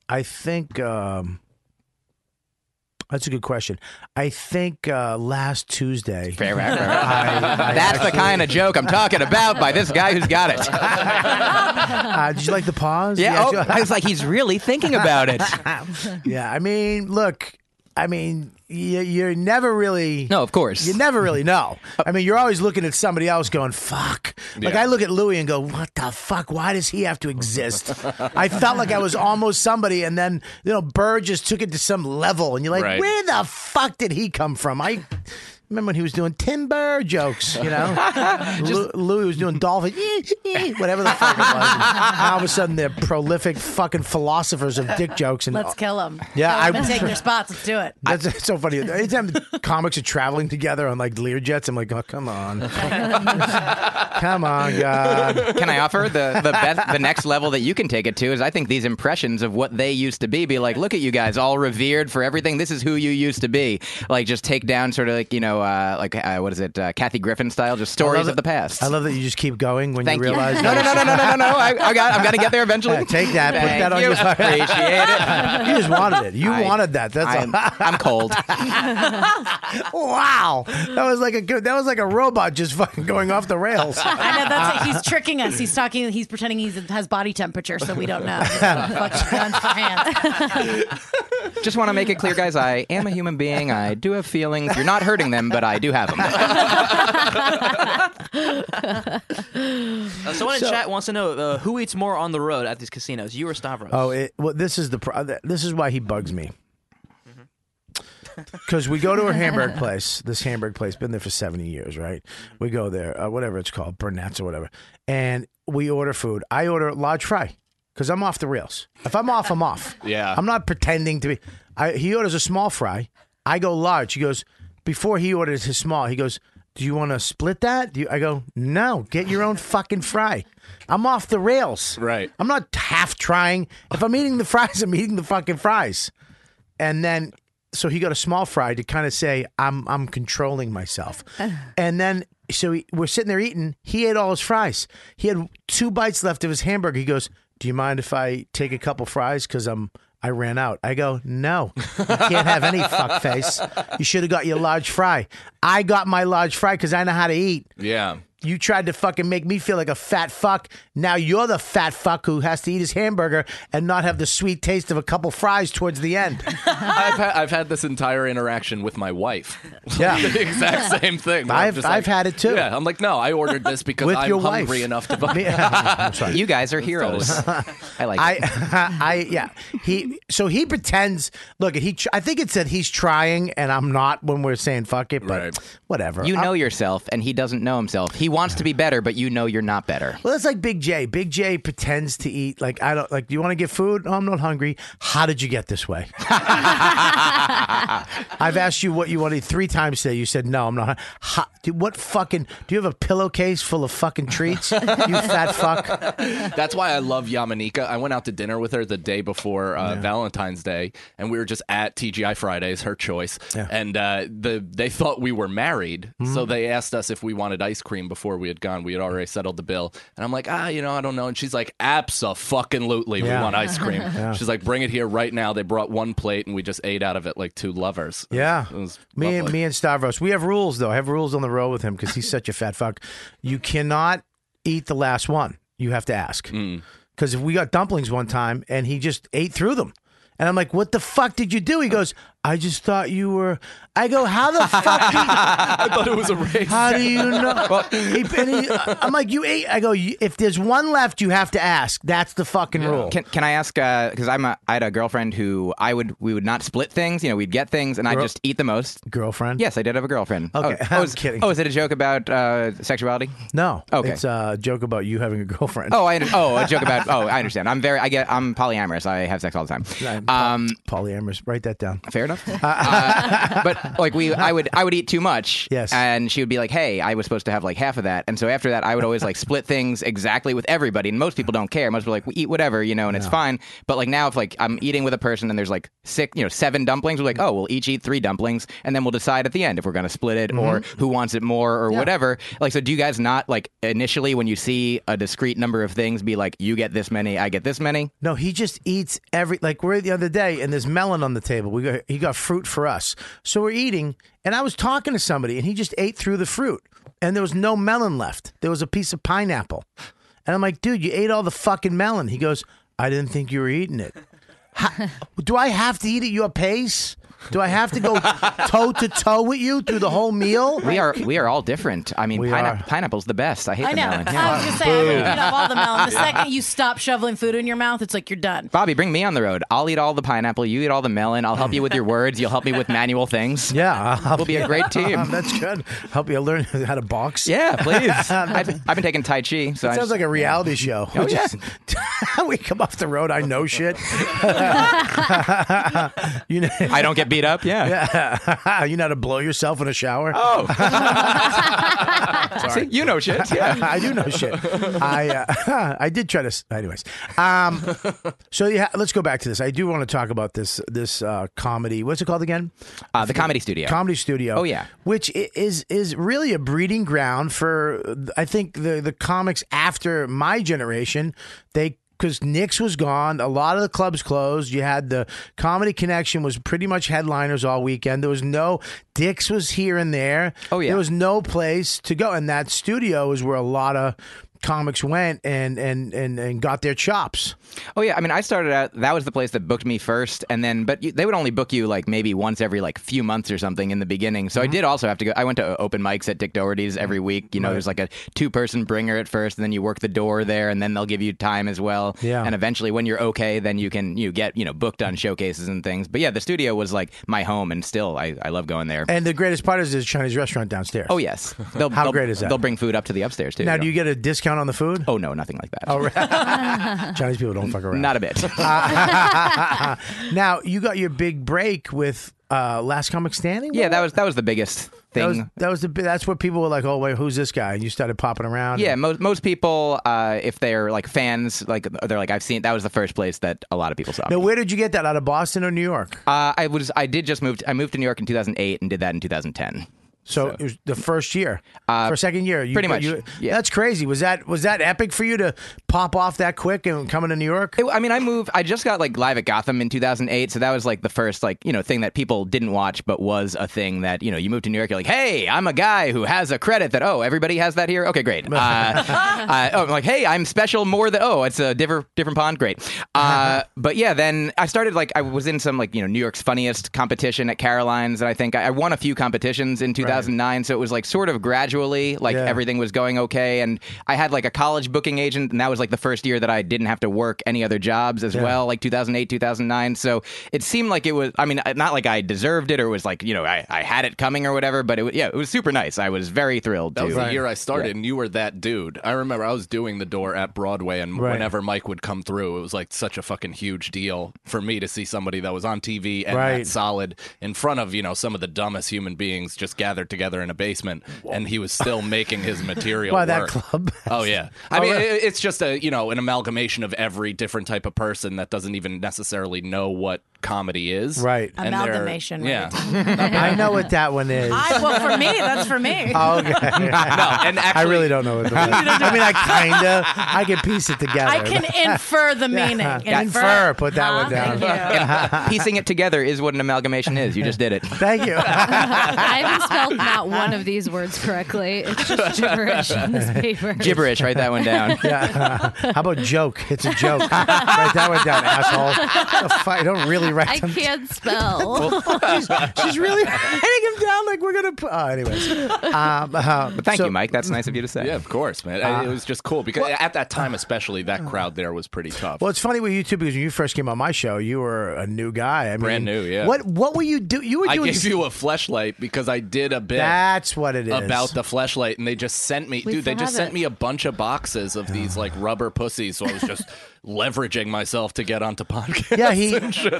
I think um, that's a good question. I think uh, last Tuesday. Fair, fair, fair. I- I That's the actually- kind of joke I'm talking about by this guy who's got it. Uh, did you like the pause? Yeah, oh, sure. I was like, he's really thinking about it. yeah, I mean, look, I mean, you, you're never really. No, of course. You never really know. I mean, you're always looking at somebody else going, fuck. Like, Yeah. I look at Louis and go, what the fuck? Why does he have to exist? I felt like I was almost somebody, and then, you know, Burr just took it to some level, and you're like, Right. where the fuck did he come from? I. Remember when he was doing Tim Burr jokes, you know? Lou- Louis was doing dolphin, whatever the fuck it was. And all of a sudden, they're prolific fucking philosophers of dick jokes. And Let's kill them. Yeah, I- I've been taking their spots. Let's do it. that's it's so funny. Anytime comics are traveling together on like Lear jets, I'm like, oh, come on. come on, God. Can I offer the the best, the next level that you can take it to is I think these impressions of what they used to be be like look at you guys all revered for everything this is who you used to be like just take down sort of like you know uh, like uh, what is it uh, Kathy Griffin style just I stories love of the that- past. I love that you just keep going when Thank you you. realize. No, no, no, no, no, no, no, no. I, I got. I'm gonna get there eventually. Yeah, take that. Put Thank that on you. your- Appreciate it. You just wanted it. You I- wanted that. That's I'm, I'm cold. wow. That was like a good. That was like a robot just fucking going off the rails. I know that's it. He's tricking us. He's talking. He's pretending he's has body temperature, so we don't know. Just want to make it clear, guys. I am a human being. I do have feelings. You're not hurting them, but I do have them. Uh, someone in chat wants to know uh, who eats more on the road at these casinos, you or Stavros? Oh, it, well, this is the pro- th- this is why he bugs me. Mm-hmm. Because we go to a Hamburg place, this Hamburg place, been there for seventy years, right? We go there, uh, whatever it's called, Burnett's or whatever, and we order food. I order large fry because I'm off the rails. If I'm off, I'm off. Yeah. I'm not pretending to be. I, he orders a small fry. I go large. He goes before he orders his small. He goes, "Do you want to split that?" Do you, I go, "No, get your own fucking fry." I'm off the rails. Right. I'm not half trying. If I'm eating the fries, I'm eating the fucking fries. And then, so he got a small fry to kind of say, "I'm I'm controlling myself." and then so he, we're sitting there eating. He ate all his fries. He had two bites left of his hamburger. He goes, "Do you mind if I take a couple fries? Because I'm." I ran out. I go, no, you can't have any fuck face. You should have got your large fry. I got my large fry because I know how to eat. Yeah. You tried to fucking make me feel like a fat fuck. Now you're the fat fuck who has to eat his hamburger and not have the sweet taste of a couple fries towards the end. I've, ha- I've had this entire interaction with my wife. Yeah. the exact same thing. where I'm I've- just I've had it too. Yeah, I'm like, no, I ordered this because With I'm your wife. hungry enough to buy. Me- I'm You guys are That's heroes. dope. I like I, it. I, yeah. He, so he pretends. Look, he. tr- I think it's that he's trying, and I'm not when we're saying fuck it. But whatever. You I'm- know yourself, and he doesn't know himself. He wants to be better, but you know you're not better. Well, that's like Big J. Big J pretends to eat. Like I don't like. Do you want to get food? No, I'm not hungry. How did you get this way? I've asked you what you wanted three times today. You said no. I'm not. How, dude, what fucking? Do you have a pillowcase full of fucking treats? you fat fuck. That's why I love Yamanika. I went out to dinner with her the day before uh, Valentine's Day, and we were just at TGI Fridays, her choice. And uh, the they thought we were married, Hmm. so they asked us if we wanted ice cream before we had gone. We had already settled the bill, and I'm like, ah, you know, I don't know. And she's like, abso-fucking-lutely, Yeah. we want ice cream. Yeah. She's like, bring it here right now. They brought one plate, and we just ate out of it like two lovers. Yeah. It was Me and lovely. me and Stavros, we have rules though. I have rules on the road with him because he's such a fat fuck. You cannot eat the last one. You have to ask. Mm. Because if we got dumplings one time and he just ate through them, and I'm like, "What the fuck did you do?" He goes, "I just thought you were." I go, "How the fuck?" do you- I thought it was a race. How do you know? He- and he- I'm like, "You ate." I go, "You- "If there's one left, you have to ask. That's the fucking rule." Can, can I ask? Because I'm a, I had a girlfriend who I would we would not split things. You know, we'd get things, and I Girl- just eat the most. Girlfriend? Yes, I did have a girlfriend. Okay, oh, I'm oh, is, kidding. Oh, is it a joke about uh, sexuality? No. Okay. It's uh, a joke about you having a girlfriend. Oh, I under- oh a joke about oh I understand. I'm very I get I'm polyamorous. I have sex all the time. Um, polyamorous. Write that down. Fair enough. Uh, but like we, I would I would eat too much. Yes. And she would be like, "Hey, I was supposed to have like half of that." And so after that, I would always like split things exactly with everybody. And most people don't care. Most people are like, "We eat whatever," you know, and it's fine. But like now, if like I'm eating with a person and there's like six, you know, seven dumplings, we're like, "Oh, we'll each eat three dumplings, and then we'll decide at the end if we're gonna split it or who wants it more or whatever." Like, so do you guys not like initially when you see a discrete number of things, be like, "You get this many, I get this many." No, he just eats every like we're the other day and there's melon on the table. We got he got fruit for us. So we're eating and I was talking to somebody and he just ate through the fruit and there was no melon left. There was a piece of pineapple. And I'm like, "Dude, you ate all the fucking melon." He goes, "I didn't think you were eating it." Ha- do I have to eat at your pace? Do I have to go toe to toe with you through the whole meal? We are we are all different. I mean, are. pineapple pineapple's the best. I hate I the know. melon. I was gonna say I would Boo. eat up all the melon. The second you stop shoveling food in your mouth, it's like you're done. Bobby, bring me on the road. I'll eat all the pineapple. You eat all the melon. I'll help you with your words. You'll help me with manual things. Yeah, we'll be a great team. That's good. Help you learn how to box. Yeah, please. I've, I've been taking tai chi. So It I sounds just- like a reality show. Oh, Which yeah. is- we come off the road, I know shit. you know, I don't get beat up. Yeah. yeah. you know how to blow yourself in a shower? Oh. See, you know shit. Yeah. I do know shit. I uh, I did try to. s- Anyways, um, so yeah, let's go back to this. I do want to talk about this this uh, comedy. What's it called again? Uh, the comedy studio. Comedy studio. Oh, yeah. which i- is is really a breeding ground for uh, I think the the comics after my generation. They because Nick's was gone, a lot of the clubs closed. You had the comedy connection was pretty much headliners all weekend. There was no Dick's was here and there. Oh yeah, there was no place to go, and that studio is where a lot of comics went and and and and got their chops. Oh yeah, I mean, I started out. That was the place that booked me first, and then, but you, they would only book you like maybe once every like few months or something in the beginning. Mm-hmm. So I did also have to go. I went to open mics at Dick Doherty's every week. You know, there's like a two person bringer at first, and then you work the door there, and then they'll give you time as well. Yeah. And eventually, when you're okay, then you can you get you know booked on showcases and things. But yeah, the studio was like my home, and still I, I love going there. And the greatest part is there's a Chinese restaurant downstairs. oh yes, they'll, How they'll- great is that? They'll bring food up to the upstairs too. Now, do you get a discount on the food? Oh no, nothing like that. Oh, right. Chinese people don't fuck around. Not a bit. now you got your big break with uh, Last Comic Standing. yeah, that was that was the biggest thing. That was, that was the bi- that's what people were like. Oh wait, who's this guy? And you started popping around. Yeah, most most people, uh, if they're like fans, like they're like I've seen that was the first place that a lot of people saw. me. Now where did you get that? Out of Boston or New York? Uh, I was I did just move. I moved to New York in 2008 and did that in 2010. So, it was the first year, for second year, you, Uh, pretty much, You, That's crazy. Was that was that epic for you to pop off that quick and coming to New York? I mean, I moved. I just got like live at Gotham in 2008, so that was like the first like you know thing that people didn't watch, but was a thing that you know you moved to New York. You're like, hey, I'm a guy who has a credit that oh everybody has that here. Okay, great. Uh, uh, oh, I'm like hey, I'm special more than oh it's a different different pond. Great. Uh, but yeah, then I started like I was in some like you know New York's funniest competition at Caroline's, and I think I, I won a few competitions in 2009. So it was like sort of gradually like Yeah. everything everything was going okay and i had like a college booking agent and that was like the first year that i didn't have to work any other jobs as Yeah. well like 2008 2009 so it seemed like it was i mean not like i deserved it or was like you know i, I had it coming or whatever but it was yeah it was super nice i was very thrilled That was to- the year I started, Yeah. and you were that dude. I remember I was doing the door at Broadway, and Right. whenever Mike would come through, it was like such a fucking huge deal for me to see somebody that was on TV and Right. that solid in front of you know some of the dumbest human beings just gathered together in a basement, and he was still making his material. Why, that work. club? Oh yeah, I mean it, it's just a you know an amalgamation of every different type of person that doesn't even necessarily know what comedy is. Right. And they're- Amalgamation, Yeah. I know what that one is. I, well, for me, that's for me. Oh, okay. and I really don't know what the word. I mean, I kinda, I can piece it together. I can infer the meaning. Yeah. Infer. Put that one down. And piecing it together is what an amalgamation is you just did it thank you I haven't spelled not one of these words correctly. It's just gibberish in this paper. gibberish write that one down yeah how about joke it's a joke write that one down asshole The fu- I don't really write I them can't spell. Well, she's, she's really writing him down like we're gonna. pu- Oh, anyways, um, uh, but thank so- Uh, you mike that's nice of you to say Yeah, of course, man. it was just cool because at that time, especially, that crowd there was pretty tough. Well, it's funny with you too because when you first came on my show, you were a new guy. I mean, Brand new, yeah. What What were you do? You were I doing. gave you a fleshlight because I did a bit. That's what it is. About the fleshlight, and they just sent me, We Uh. dude. They still just have sent it. me a bunch of boxes of these like rubber pussies. So I was just leveraging myself to get onto podcasts. Yeah, he- and shit.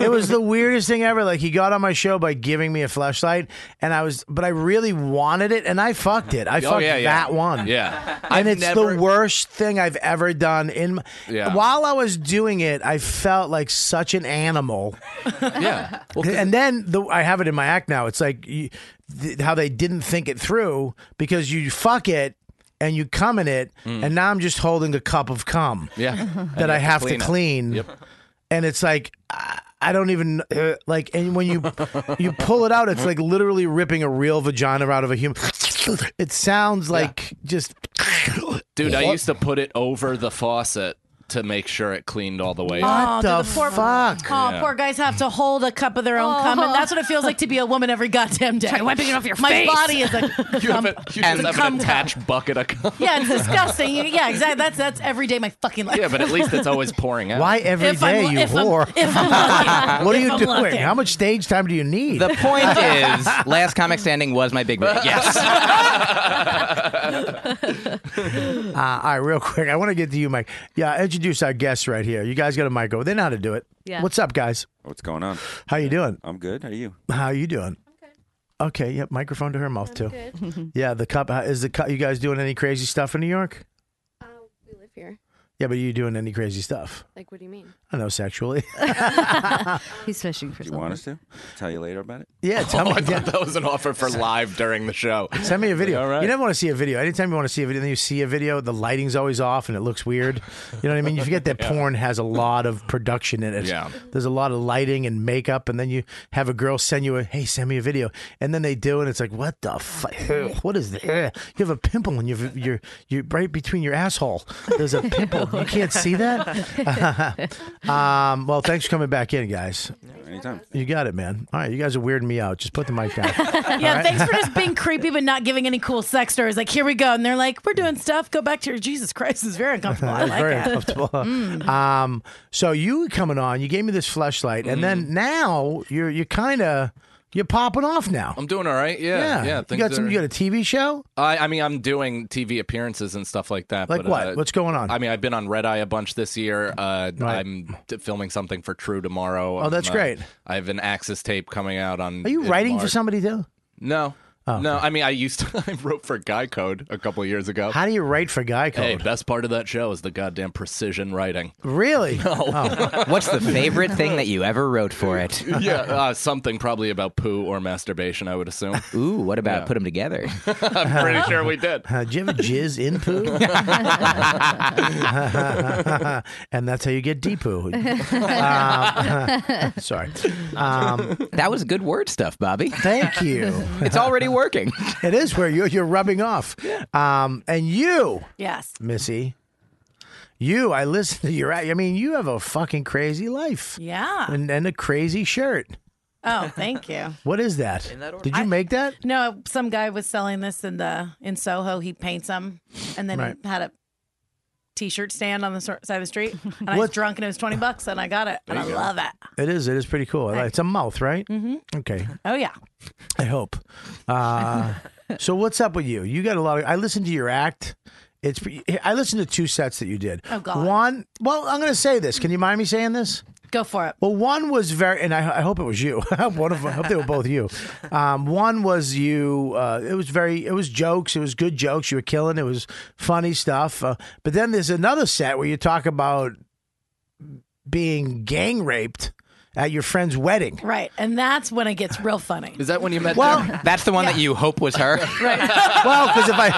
it was the weirdest thing ever. Like he got on my show by giving me a flashlight, and I was, but I really wanted it, and I fucked it. I Oh, fucked yeah, yeah. that one. Yeah, and it's the worst thing I've ever done. In my, Yeah. while I was doing it, I felt like such an animal. yeah. and then the, I have it in my act now. It's like you, th- how they didn't think it through because you fuck it and you cum in it, Mm. and now I'm just holding a cup of cum. Yeah. that I have to clean. Yep. And it's like I I don't even uh, like. And when you you pull it out, it's like literally ripping a real vagina out of a human. It sounds like just Dude, I used to put it over the faucet to make sure it cleaned all the way. Oh, up. do the, poor, fuck? Oh, Yeah. poor guys have to hold a cup of their own cum, and that's what it feels like to be a woman every goddamn day. Oh. wiping it off your My face. body is a You have, cum. a, you And just have cum an attached bucket of cum. Yeah, it's disgusting. You- Yeah, exactly. That's that's every day of my fucking life. Yeah, but at least it's always pouring out. why every If I'm day, lu- you if I'm- whore? if I'm lucky. what are If you I'm doing? lucky. How much stage time do you need? the point is last comic standing was my big break yes Uh, all right, real quick, I want to get to you, Mike. Yeah, introduce our guests right here. You guys got a mic over. They know how to do it. Yeah. What's up, guys? What's going on? How you doing? I'm good. How are you? How you doing? Okay. Yep. Microphone to her mouth too. Yeah. The cup how- is the cup. You guys doing any crazy stuff in New York? We live here. Yeah, but are you doing any crazy stuff? Like, what do you mean? I know sexually. He's fishing for Do you want us to? Tell you later about it. Yeah, tell oh, me- I thought that was an offer for live during the show. Send me a video. All right. You never want to see a video. Anytime you want to see a video, then you see a video, the lighting's always off and it looks weird. You know what I mean? You forget that porn has a lot of production in it. Yeah. There's a lot of lighting and makeup, and then you have a girl send you a, hey, send me a video. And then they do, and it's like, what the fuck? What is this? Ugh. You have a pimple and you've, you're, you're right between your asshole. There's a pimple. You can't see that? um, well, thanks for coming back in, guys. Anytime. You got it, man. All right. You guys are weirding me out. Just put the mic down. Yeah, thanks for just being creepy but not giving any cool sex stories. Like, here we go. And they're like, we're doing stuff. Go back to your Jesus Christ. It's very uncomfortable. I It's like very that. Mm. uncomfortable. Um, so you coming on? You gave me this flashlight, and Mm. then now you're you're kind of you're popping off now. I'm doing all right. Yeah. Yeah. you things got some. are- You got a TV show? I, I mean, I'm doing TV appearances and stuff like that. Like but, what? Uh, What's going on? I mean, I've been on Red Eye a bunch this year. Uh, Right. I'm t- filming something for True tomorrow. Oh, that's I'm, uh, great. I have an Axis tape coming out on. Are you in writing for Oh, March. somebody too? No. no, I mean I used to I wrote for Guy Code a couple of years ago. How do you write for Guy Code? Hey, best part of that show is the goddamn precision writing. Really? Oh. What's the favorite thing that you ever wrote for it? yeah, uh, something probably about poo or masturbation, I would assume. Ooh, what about put them together? I'm pretty sure we did. Uh, do you have a jizz in poo? and that's how you get deep poo. Um, sorry. Um, that was good word stuff, Bobby. Thank you. It's already working. it is where you're, you're rubbing off. Um, and you, Yes. Missy, you, I listen to your. I mean, you have a fucking crazy life. Yeah. And, and a crazy shirt. Oh, thank you. What is that? In that order. Did you I- make that? No, some guy was selling this in the in Soho. He paints them, and then Right. he had a t-shirt stand on the sor- side of the street. And I was What- drunk, and it was twenty bucks, and I got it, and I love it. It is. It is pretty cool. I like- It's a mouth, right? Mhm. Okay. Oh yeah. I hope. Uh, so what's up with you? You got a lot of. I listened to your act. It's. pre- I listened to two sets that you did. Oh, God. One. Well, I'm going to say this. Can you mind me saying this? Go for it. Well, one was very, and I, I hope it was you. one of, I hope they were both you. Um, one was you. Uh, it was very. It was jokes. It was good jokes. You were killing. It was funny stuff. Uh, but then there's another set where you talk about being gang raped at your friend's wedding. Right, and that's when it gets real funny. Is that when you met? Well- that's the one that you hope was her. Well, because if I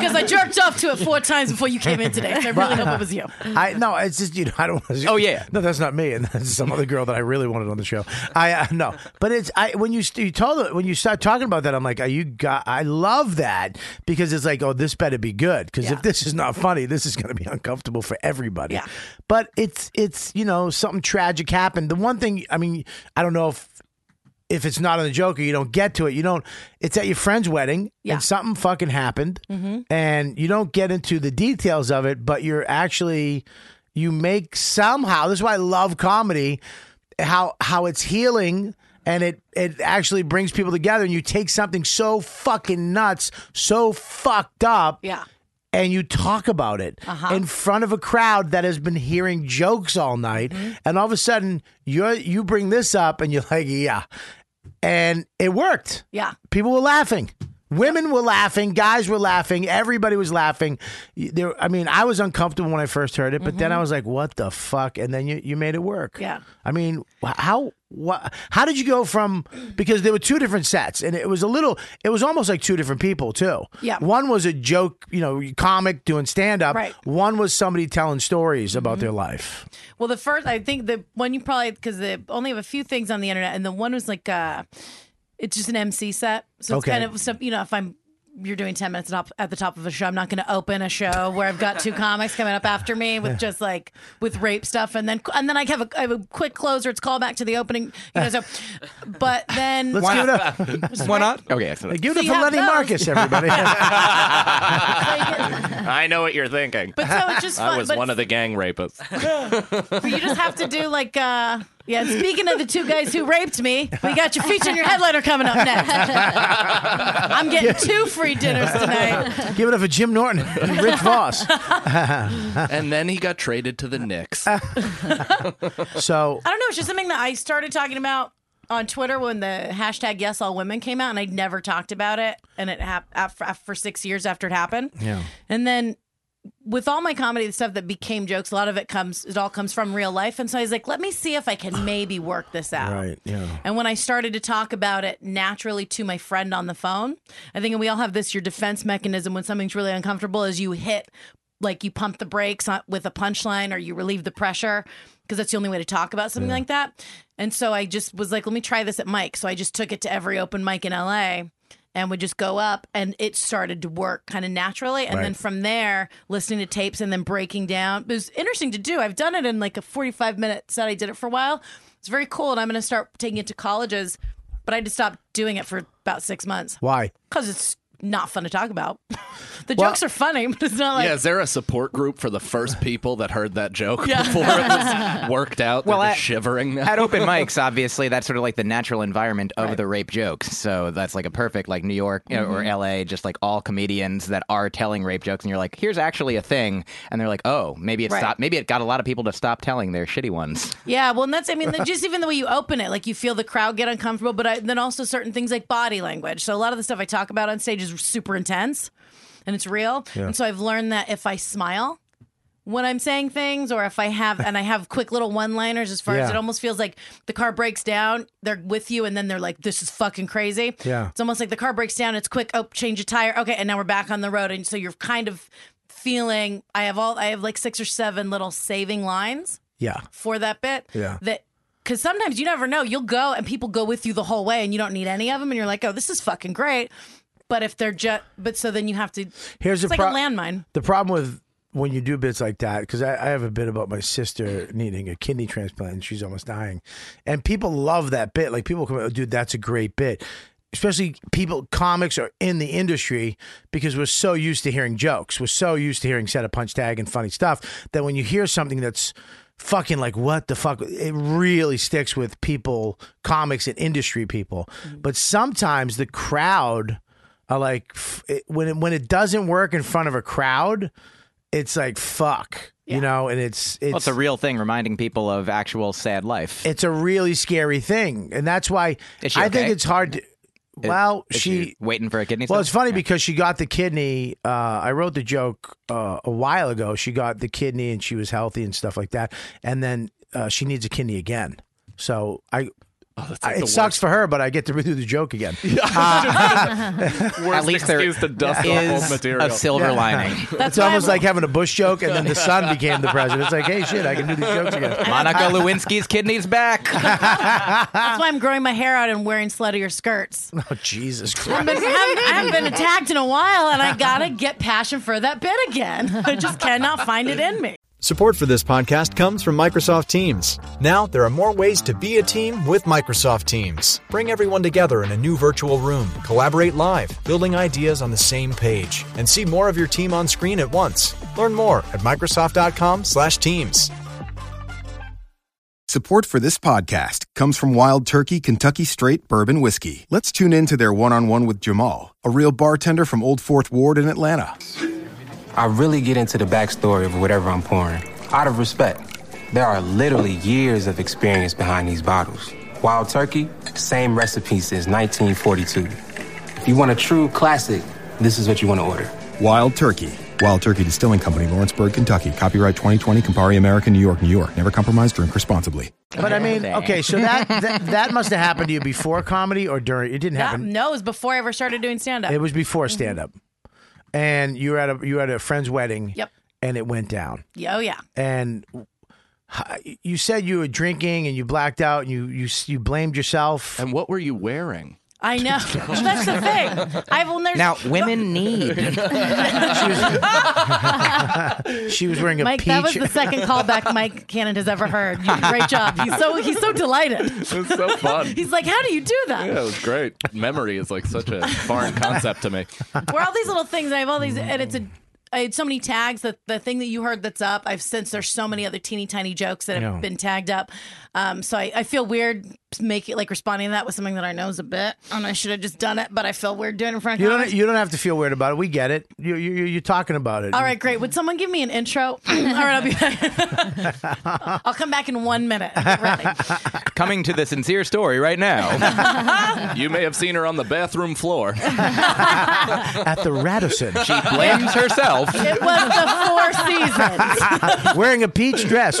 Because I jerked off to it four times before you came in today. So I really hope it was you. I no, it's just you know I don't. Oh, yeah. no, that's not me, and that's some other girl that I really wanted on the show. I uh, no, but it's I when you st- you told it when you start talking about that, I'm like, are you got? I love that because it's like, oh, this better be good because if this is not funny, this is going to be uncomfortable for everybody. Yeah. But it's it's you know something tragic happened. The one thing I mean, I don't know if. If it's not on the joke or you don't get to it, you don't. It's at your friend's wedding Yeah. and something fucking happened Mhm. and you don't get into the details of it, but you're actually you make somehow. This is why I love comedy, how how it's healing and it it actually brings people together. And you take something so fucking nuts, so fucked up, Yeah. and you talk about it Uh-huh. in front of a crowd that has been hearing jokes all night, Mm-hmm. and all of a sudden you are you bring this up, and you're like, yeah, and it worked Yeah. people were laughing. Women were laughing, guys were laughing, everybody was laughing. Y- There, I mean, I was uncomfortable when I first heard it, but then I was like, "What the fuck?" And then you, you made it work. Mm-hmm. Yeah. I mean, wh- how what, how did you go from because there were two different sets, and it was a little, it was almost like two different people too. Yeah. One was a joke, you know, comic doing stand up. Right. One was somebody telling stories about their life. Well, the first, I think the one you probably, because they only have a few things on the internet, and the one was like, uh it's just an MC set. So it's Okay. kind of, so, you know, if I'm, you're doing 10 minutes at top- at the top of a show. I'm not going to open a show where I've got two comics coming up after me with just like with rape stuff. And then, and then I have a, I have a quick closer. It's call back to the opening. You know, so, but then Let's give it up. Why not? Okay, that's what I- Give So it up you for have Lenny those. Marcus, everybody. I know what you're thinking. But so it's just I fun, was but one of the gang rapists. But you just have to do like, uh, yeah. Speaking of the two guys who raped me, we got your feature and your headliner coming up next. I'm getting two free dinners tonight. Give it up for Jim Norton, and Rich Voss. and then he got traded to the Knicks. So I don't know. It's just something that I started talking about on Twitter when the hashtag Yes All Women came out, and I'd never talked about it. And it happened for, for six years after it happened. Yeah. And then with all my comedy, the stuff that became jokes, a lot of it comes, it all comes from real life. And so I was like, let me see if I can maybe work this out. Right. Yeah. And when I started to talk about it naturally to my friend on the phone, I think we all have this your defense mechanism when something's really uncomfortable is you hit, like you pump the brakes on- with a punchline or you relieve the pressure because that's the only way to talk about something like that. And so I just was like, let me try this at Mike. So I just took it to every open mic in LA and would just go up and it started to work kind of naturally and then Right. from there listening to tapes and then breaking down it was interesting to do i've done it in like a 45 minute set i did it for a while it's very cool and i'm going to start taking it to colleges but i had to stop doing it for about six months Why? because it's not fun to talk about. the jokes are funny, but it's not like yeah, is there a support group for the first people that heard that joke Yeah. before it was worked out? They're Well, just at- shivering now. At open mics, obviously, that's sort of like the natural environment of the rape jokes. So that's like a perfect, like New York you know, or Mm-hmm. Mhm. LA, just like all comedians that are telling rape jokes, and you're like, here's actually a thing, and they're like, oh, maybe it Right. stopped, maybe it got a lot of people to stop telling their shitty ones. Yeah, well, and that's, I mean, the- just even the way you open it, like you feel the crowd get uncomfortable, but I, then also certain things like body language. So a lot of the stuff I talk about on stage is super intense and it's real. Yeah. And so I've learned that if I smile when I'm saying things or if I have, and I have quick little one liners as far as Yeah. it almost feels like the car breaks down, they're with you, and then they're like, this is fucking crazy. Yeah. It's almost like the car breaks down, it's quick, oh, change a tire. Okay, and now we're back on the road. And so you're kind of feeling, I have all, I have like six or seven little saving lines Yeah. for that bit. Yeah. That because sometimes you never know. You'll go and people go with you the whole way, and you don't need any of them, and you're like, oh, this is fucking great. But if they're just, but so then you have to. Here's it's like the a pro- landmine. The problem with when you do bits like that, because I, I have a bit about my sister needing a kidney transplant and she's almost dying, and people love that bit. Like people come, oh, dude, that's a great bit. Especially people, comics are in the industry because we're so used to hearing jokes. We're so used to hearing set a punch tag and funny stuff that when you hear something that's fucking like what the fuck it really sticks with people comics and industry people Mm. but sometimes the crowd are like f- it, when it, when it doesn't work in front of a crowd it's like fuck you know and it's it's Well, it's a real thing, reminding people of actual sad life. it's a really scary thing and that's why Is she i think okay? it's hard to well Is she waiting for a kidney. well, stone? it's funny Yeah. because she got the kidney. Uh, I wrote the joke uh, a while ago. She got the kidney and she was healthy and stuff like that. And then uh, she needs a kidney again. So I. I- Oh, like it the sucks for her, but I get to redo the joke again. Uh, Worst least there excuse to dust off old is material. a silver lining. it's That's why almost I'm- like having a Bush joke, and then the son became the president. It's like, hey, shit, I can do these jokes again. Monica Lewinsky's kidneys back. That's why I'm growing my hair out and wearing sluttier skirts. Oh, Jesus I Christ. haven't, been, I haven't- I haven't been attacked in a while, and I gotta get passion for that bit again. I just cannot find it in me. Support for this podcast comes from Microsoft Teams. Now, there are more ways to be a team with Microsoft Teams. Bring everyone together in a new virtual room, collaborate live, building ideas on the same page, and see more of your team on screen at once. Learn more at microsoft.com/teams. Support for this podcast comes from Wild Turkey Kentucky Straight Bourbon Whiskey. Let's tune in to their one on one with Jamal, a real bartender from Old Fourth Ward in Atlanta. I really get into the backstory of whatever I'm pouring out of respect. There are literally years of experience behind these bottles. Wild Turkey, same recipe since 1942. If you want a true classic, this is what you want to order. Wild Turkey. Wild Turkey Distilling Company, Lawrenceburg, Kentucky. Copyright 2020, Campari America, New York, New York. Never compromise, drink responsibly. But I mean, okay, so that, that that must have happened to you before comedy or during. It didn't That, mm-hmm. happen. no, it was before I ever started doing stand up. It was before stand up, and you were at a you were at a friend's wedding. Yep. And it went down, Oh yeah. and h- you said you were drinking and you blacked out and you you s- you blamed yourself. And what were you wearing? I know. Well, that's the thing. I've well, there's Now, women need. Oh she was wearing a Mike, peach. that was the second callback Mike Cannon has ever heard. You- Great job. He's so he's so delighted. It was so fun. He's like, how do you do that? Yeah, it was great. Memory is like such a foreign concept to me. Where all these little things, and I have all these, and it's a, I had so many tags that the thing that you heard that's up. I've since there's so many other teeny tiny jokes that have Yeah. been tagged up. Um, so I, I feel weird making like responding to that with something that I know is a bit, and I should have just done it, but I feel weird doing it in front of You comics. don't you don't have to feel weird about it. We get it. You you you- you're talking about it. All right, great. Would someone give me an intro? All right, I'll be back. I'll come back in one minute. Coming to the sincere story right now. You may have seen her on the bathroom floor. At the Radisson, she blames herself. It was the Four Seasons. wearing a peach dress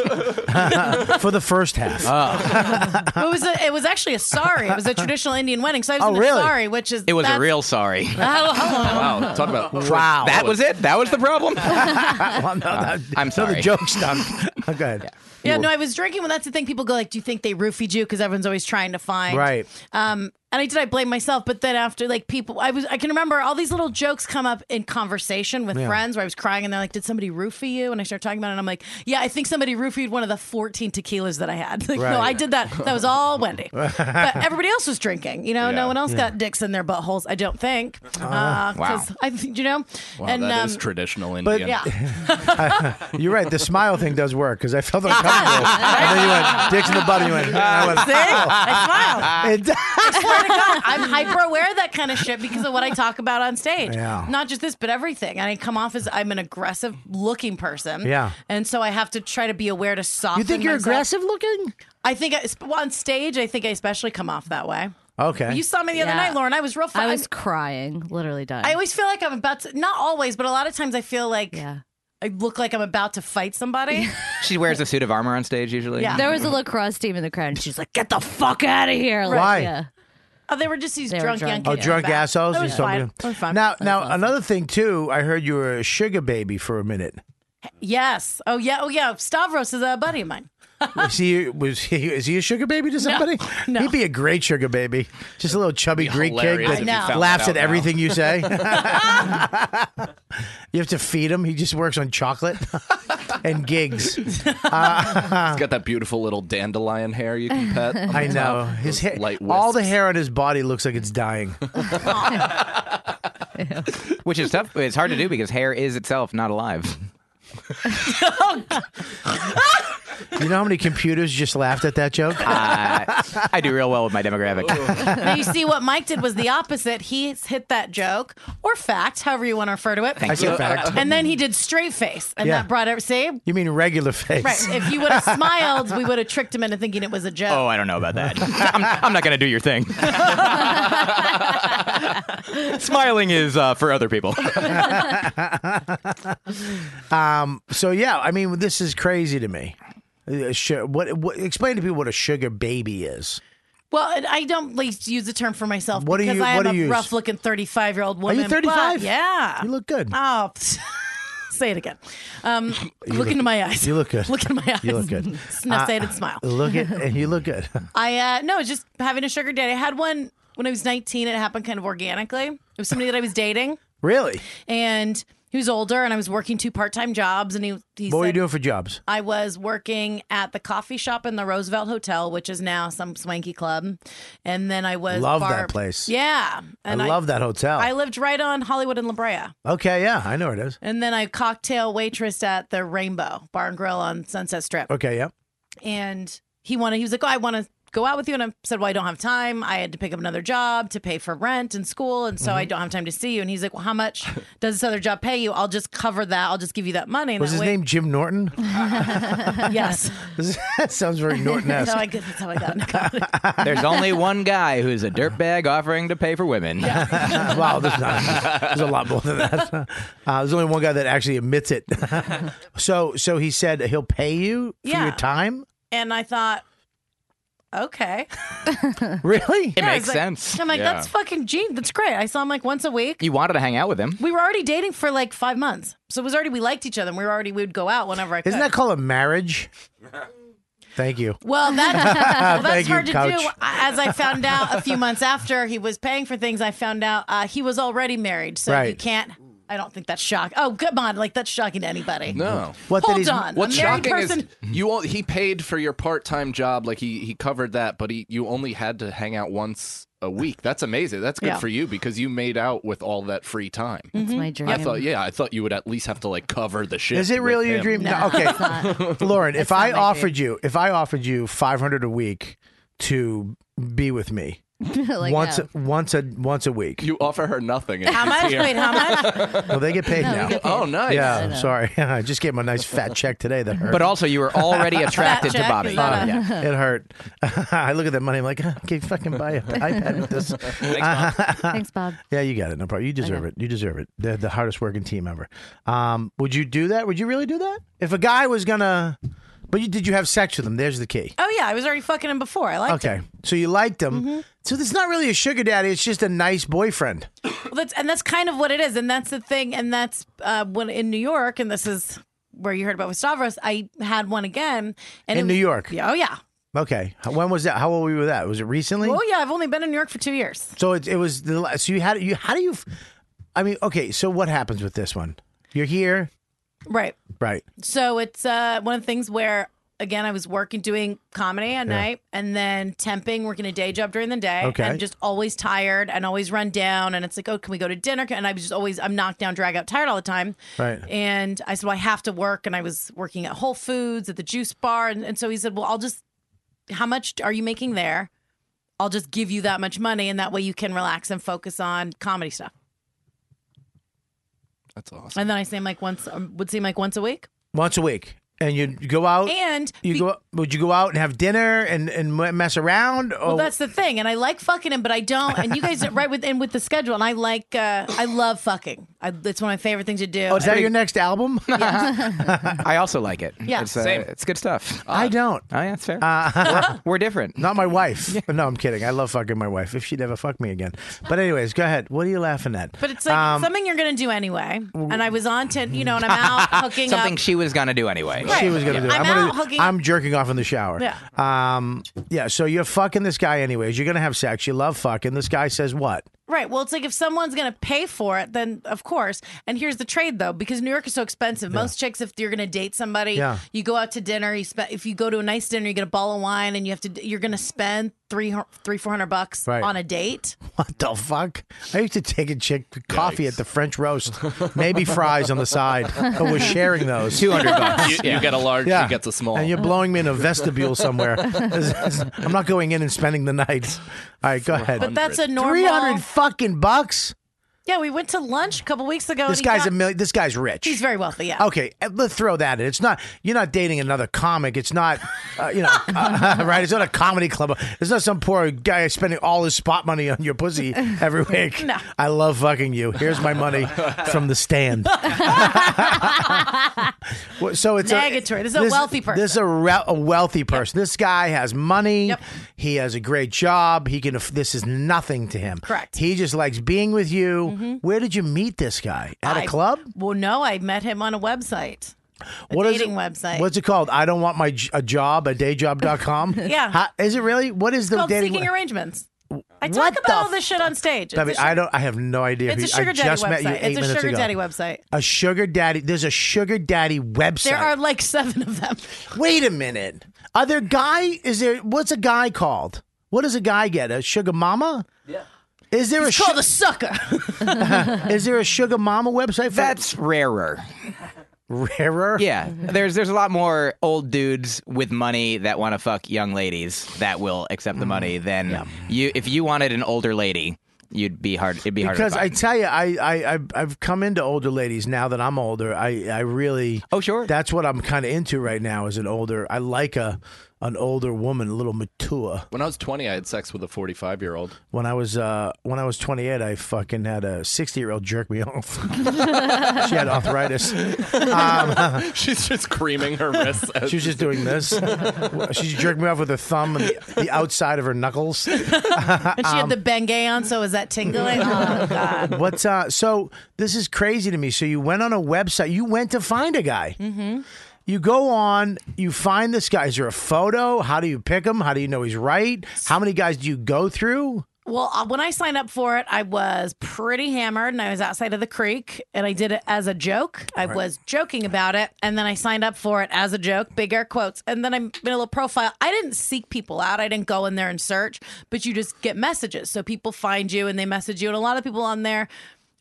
for the first half. Ah. It was a, it was actually a sari. It was a traditional Indian wedding. So I was Oh, in a really? sari, which is It was a that's- real sorry. Wow, talk about wow. That was it. That was the problem. Uh, Well, no, that- I'm No, sorry. the joke stunk. Oh, go ahead. Yeah, no, I was drinking. Well, that's the thing. People go like, "Do you think they roofied you?" Because everyone's always trying to find Right. Um, and I did. I blame myself, but then after like people, I was I can remember all these little jokes come up in conversation with Yeah. friends where I was crying and they're like, "Did somebody roofie you?" And I start talking about it, and I'm like, "Yeah, I think somebody roofied one of the 14 tequilas that I had." Like, Right. no, I did that. That was all Wendy. but um, everybody else was drinking. You know, Yeah. no one else Yeah. got dicks in their buttholes. I don't think. Uh-huh. Uh, Ah. Wow. 'cause I, think- you know, Wow, and that um, is traditional Indian. but- yeah. You're right. The smile thing does work because I felt uncomfortable. and then you went, dicks in the butt, and you went, and Ah. I went, "Oh." See? I smiled. It does. I swear to God, I'm hyper aware of that kind of shit because of what I talk about on stage. Yeah. Not just this, but everything. And I come off as I'm an aggressive looking person. Yeah. And so I have to try to be aware to soften. You think you're myself. aggressive looking? I think I, well, on stage, I think I especially come off that way. Okay. You saw me the other Yeah. night, Lauren. I was real. Fun. I was crying, literally dying. I always feel like I'm about to. Not always, but a lot of times I feel like I look like I'm about to fight somebody. She wears a suit of armor on stage usually. There was a lacrosse team in the crowd, and she's like, "Get the fuck out of here!" Like, Why? Yeah. Oh, they were just these drunk, young Oh, kids. drunk That assholes. was You saw me- fine. That was fine. Now, now another thing too. I heard you were a sugar baby for a minute. Yes. Oh yeah. Oh yeah. Stavros is a buddy of mine. Was he? Was he? Is he a sugar baby to somebody? No, He'd be a great sugar baby. Just a little chubby Greek kid hilarious if that you found that laughs at out now. everything you say. you have to feed him. He just works on chocolate and gigs. He's got that beautiful little dandelion hair you can pet. on the I know top, his those hair. light wisps. All the hair on his body looks like it's dying. Which is tough. It's hard to do because hair is itself not alive. You know how many computers just laughed at that joke? Uh, I do real well with my demographic. now you see what Mike did was the opposite. He hit that joke or fact, however you want to refer to it. Thank I said you. fact. And then he did straight face, and Yeah. that brought it. See, You mean regular face? right? If you would have smiled, we would have tricked him into thinking it was a joke. Oh, I don't know about that. I'm, I'm not going to do your thing. Smiling is uh, for other people. um, so yeah, I mean, this is crazy to me. Uh, su- What, what? Explain to people what a sugar baby is. Well, and I don't like use the term for myself What do because you- I am what do a you use? rough-looking thirty-five-year-old Are woman. you but- 35? Yeah. You look good. Oh, say it again. Um, look, look- into my eyes. You look good. Look in my eyes. You look good. now Uh, say it and smile. Look at and you look good. I uh no, just having a sugar daddy. I had one when I was 19. It happened kind of organically. It was somebody that I was dating, Really? and he was older, and I was working two part-time jobs, and he he what were you said- doing for jobs? I was working at the coffee shop in the Roosevelt Hotel, which is now some swanky club, and then I was Love that bar- place. Yeah, I love that hotel. I lived right on Hollywood and La Brea. Okay, yeah, I know where it is. And then I cocktail waitress at the Rainbow Bar and Grill on Sunset Strip. Okay, yeah. and he wanted he was like oh i want to go out with you and i said well i don't have time i had to pick up another job to pay for rent and school and so Mm-hmm. i don't have time to see you and he's like well how much does this other job pay you i'll just cover that i'll just give you that money and Was that his way- name Jim Norton? yes that sounds very that's Norton-esque. how i get that's how i got There's only one guy who's a dirtbag offering to pay for women. wow, there's, not, there's a lot more than that. Uh, there's only one guy that actually admits it. so, so he said he'll pay you for Yeah. your time. and i thought okay Really? It makes I was like- sense. i'm like Yeah. that's fucking gene that's great i saw him like once a week You wanted to hang out with him. we were already dating for like five months so it was already we liked each other and we were already we would go out whenever i could Isn't that called a marriage? Thank you. Well, that, well, Thank that's you, hard to do. Couch. As I found out a few months after he was paying for things, I found out uh, he was already married. So you Right. can't. I don't think that's shock. Oh, come on! Like that's shocking to anybody. No. What, that Hold he's- on. What's a married shocking person. is you. all- He paid for your part-time job, like he he covered that, but he you only had to hang out once a week. That's amazing. That's good Yeah. for you because you made out with all that free time. That's my dream. I thought, yeah, I thought you would at least have to like cover the shit. Is it with really your him. dream? No, okay, Lauren. if I offered you, if I offered you five hundred a week to be with me Like, once, no. once a once a week. You offer her nothing. and How she's much? here. Wait, how much? Well, they get paid No, we now. get paid. Oh, nice. Yeah, I know. sorry. I just gave him a nice fat check today. That hurt. But also, you were already attracted to check, Bobby. is that Yeah. it hurt. I look at that money. I'm like, I can fucking buy an iPad with this. Thanks, Bob. yeah, you got it. No problem. You deserve it. You deserve it. They're the hardest working team ever. Um, would you do that? Would you really do that? If a guy was gonna, but you, did you have sex with him? There's the key. Oh yeah, I was already fucking him Mm-hmm. before. I liked Okay, so you liked him. So it's not really a sugar daddy. It's just a nice boyfriend. Well, that's and that's kind of what it is, and that's the thing, and that's uh, when in New York, and this is where you heard about with Stavros, I had one again. In it was- New York? Yeah, Oh, yeah. Okay. How- When was that? How old were you with that? Was it recently? Oh, yeah. I've only been in New York for two years. So it, it was the la- so you how do you how do you f- I mean okay so what happens with this one? You're here, Right. right? So it's uh, one of the things where, again, I was working doing comedy at Yeah. night and then temping, working a day job during the day. Okay. And just always tired and always run down. And it's like, oh, can we go to dinner? And I was just always, I'm knocked down, drag out, tired all the time. Right. And I said, well, I have to work. And I was working at Whole Foods, at the juice bar. And, and so he said, well, I'll just, how much are you making there? I'll just give you that much money. And that way you can relax and focus on comedy stuff. That's awesome. And then I seem like once, um, would seem like once a week. Once a week, and you go out And you go would you go out and have dinner and and m- mess around? Oh, Well, that's the thing, and I like fucking him, but I don't. And you guys are right with and with the schedule, and I like, uh, I love fucking. I, it's one of my favorite things to do. Oh, is that your next album? I also like it. Yeah. it's, uh, Same. Uh, it's good stuff. I don't. Oh yeah, that's fair. Uh, we're, we're different. Not my wife. No, I'm kidding. I love fucking my wife. If she'd ever fuck me again. But anyways, go ahead. What are you laughing at? But it's like Um, something you're gonna do anyway. And I was on to you know, and I'm out hooking Something up. she was gonna do anyway. She was gonna do. It. I'm gonna- out hooking I'm jerking off in the shower. Yeah. Um. Yeah. So you're fucking this guy anyways. You're gonna have sex. You love fucking. This guy says what? Right. Well, it's like if someone's going to pay for it, then of course. And here's the trade though, because New York is so expensive. Most chicks, if you're going to date somebody, Yeah. you go out to dinner. You spend if you go to a nice dinner, you get a bottle of wine, and you have to you're going to spend three three four hundred bucks Right. on a date. What the fuck? I used to take a chick to coffee at the French roast, maybe fries on the side, but we're sharing those. 200 bucks. You- you get a large, she yeah. gets a small. And you're blowing me in a vestibule somewhere. I'm not going in and spending the night. All right, go ahead. But that's a normal. 300 fucking bucks? Yeah, we went to lunch a couple weeks ago. and This he guy's got- a million. This guy's rich. He's very wealthy. Yeah. Okay, uh, let's throw that in. It's not you're not dating another comic. It's not uh, you know uh, right. It's not a comedy club. It's not some poor guy spending all his spot money on your pussy every week. No. I love fucking you. Here's my money from the stand. Well, so it's Negatory. A, This is a wealthy person. This is a, re- a wealthy person. This guy has money. He has a great job. He can. aff- This is nothing to him. Correct. Mm-hmm. He just likes being with you. Where did you meet this guy? At a I- club? Well, no, I met him on a website. A What is dating it- website. What's it called? I don't want my j- a job, a dayjob.com. Yeah. How, is it really? What is the called dating? Seeking web- Arrangements. I talk What about the all this shit on stage. It's I a mean, sugar- I don't. I have no idea. It's a who you- sugar I daddy just met you website. eight It's a minutes sugar ago. daddy website. A sugar daddy. There's a sugar daddy website. There are like seven of them. Wait a minute. Are there guy? Is there? What's a guy called? What does a guy get? A sugar mama? Yeah. Is there It's a called sugar? a sucker. is there a sugar mama website? For- That's rarer. rarer. Yeah, there's there's a lot more old dudes with money that want to fuck young ladies that will accept Mm. the money than you. If you wanted an older lady, you'd be hard. It'd be hard Because I tell you, I, I I've, I've come into older ladies now that I'm older. I I really oh sure that's what I'm kind of into right now as an older. I like a an older woman, a little mature. When I was 20, I had sex with a 45 year old. When I was uh when I was 28, I fucking had a 60 year old jerk me off. she had arthritis. Um, She's just creaming her wrists. as- She was just doing this. She jerked me off with her thumb and the, the outside of her knuckles. and she had Um, the Bengay on, so was that tingling? Oh, God. What's uh? So this is crazy to me. So you went on a website. You went to find a guy. Mm-hmm. You go on. You find this guy. Is there a photo? How do you pick him? How do you know he's right? How many guys do you go through? Well, uh, when I signed up for it, I was pretty hammered and I was outside of the creek and I did it as a joke. I Right. was joking about it. And then I signed up for it as a joke, big air quotes. And then I made a little profile. I didn't seek people out, I didn't go in there and search, but you just get messages. So people find you and they message you. And a lot of people on there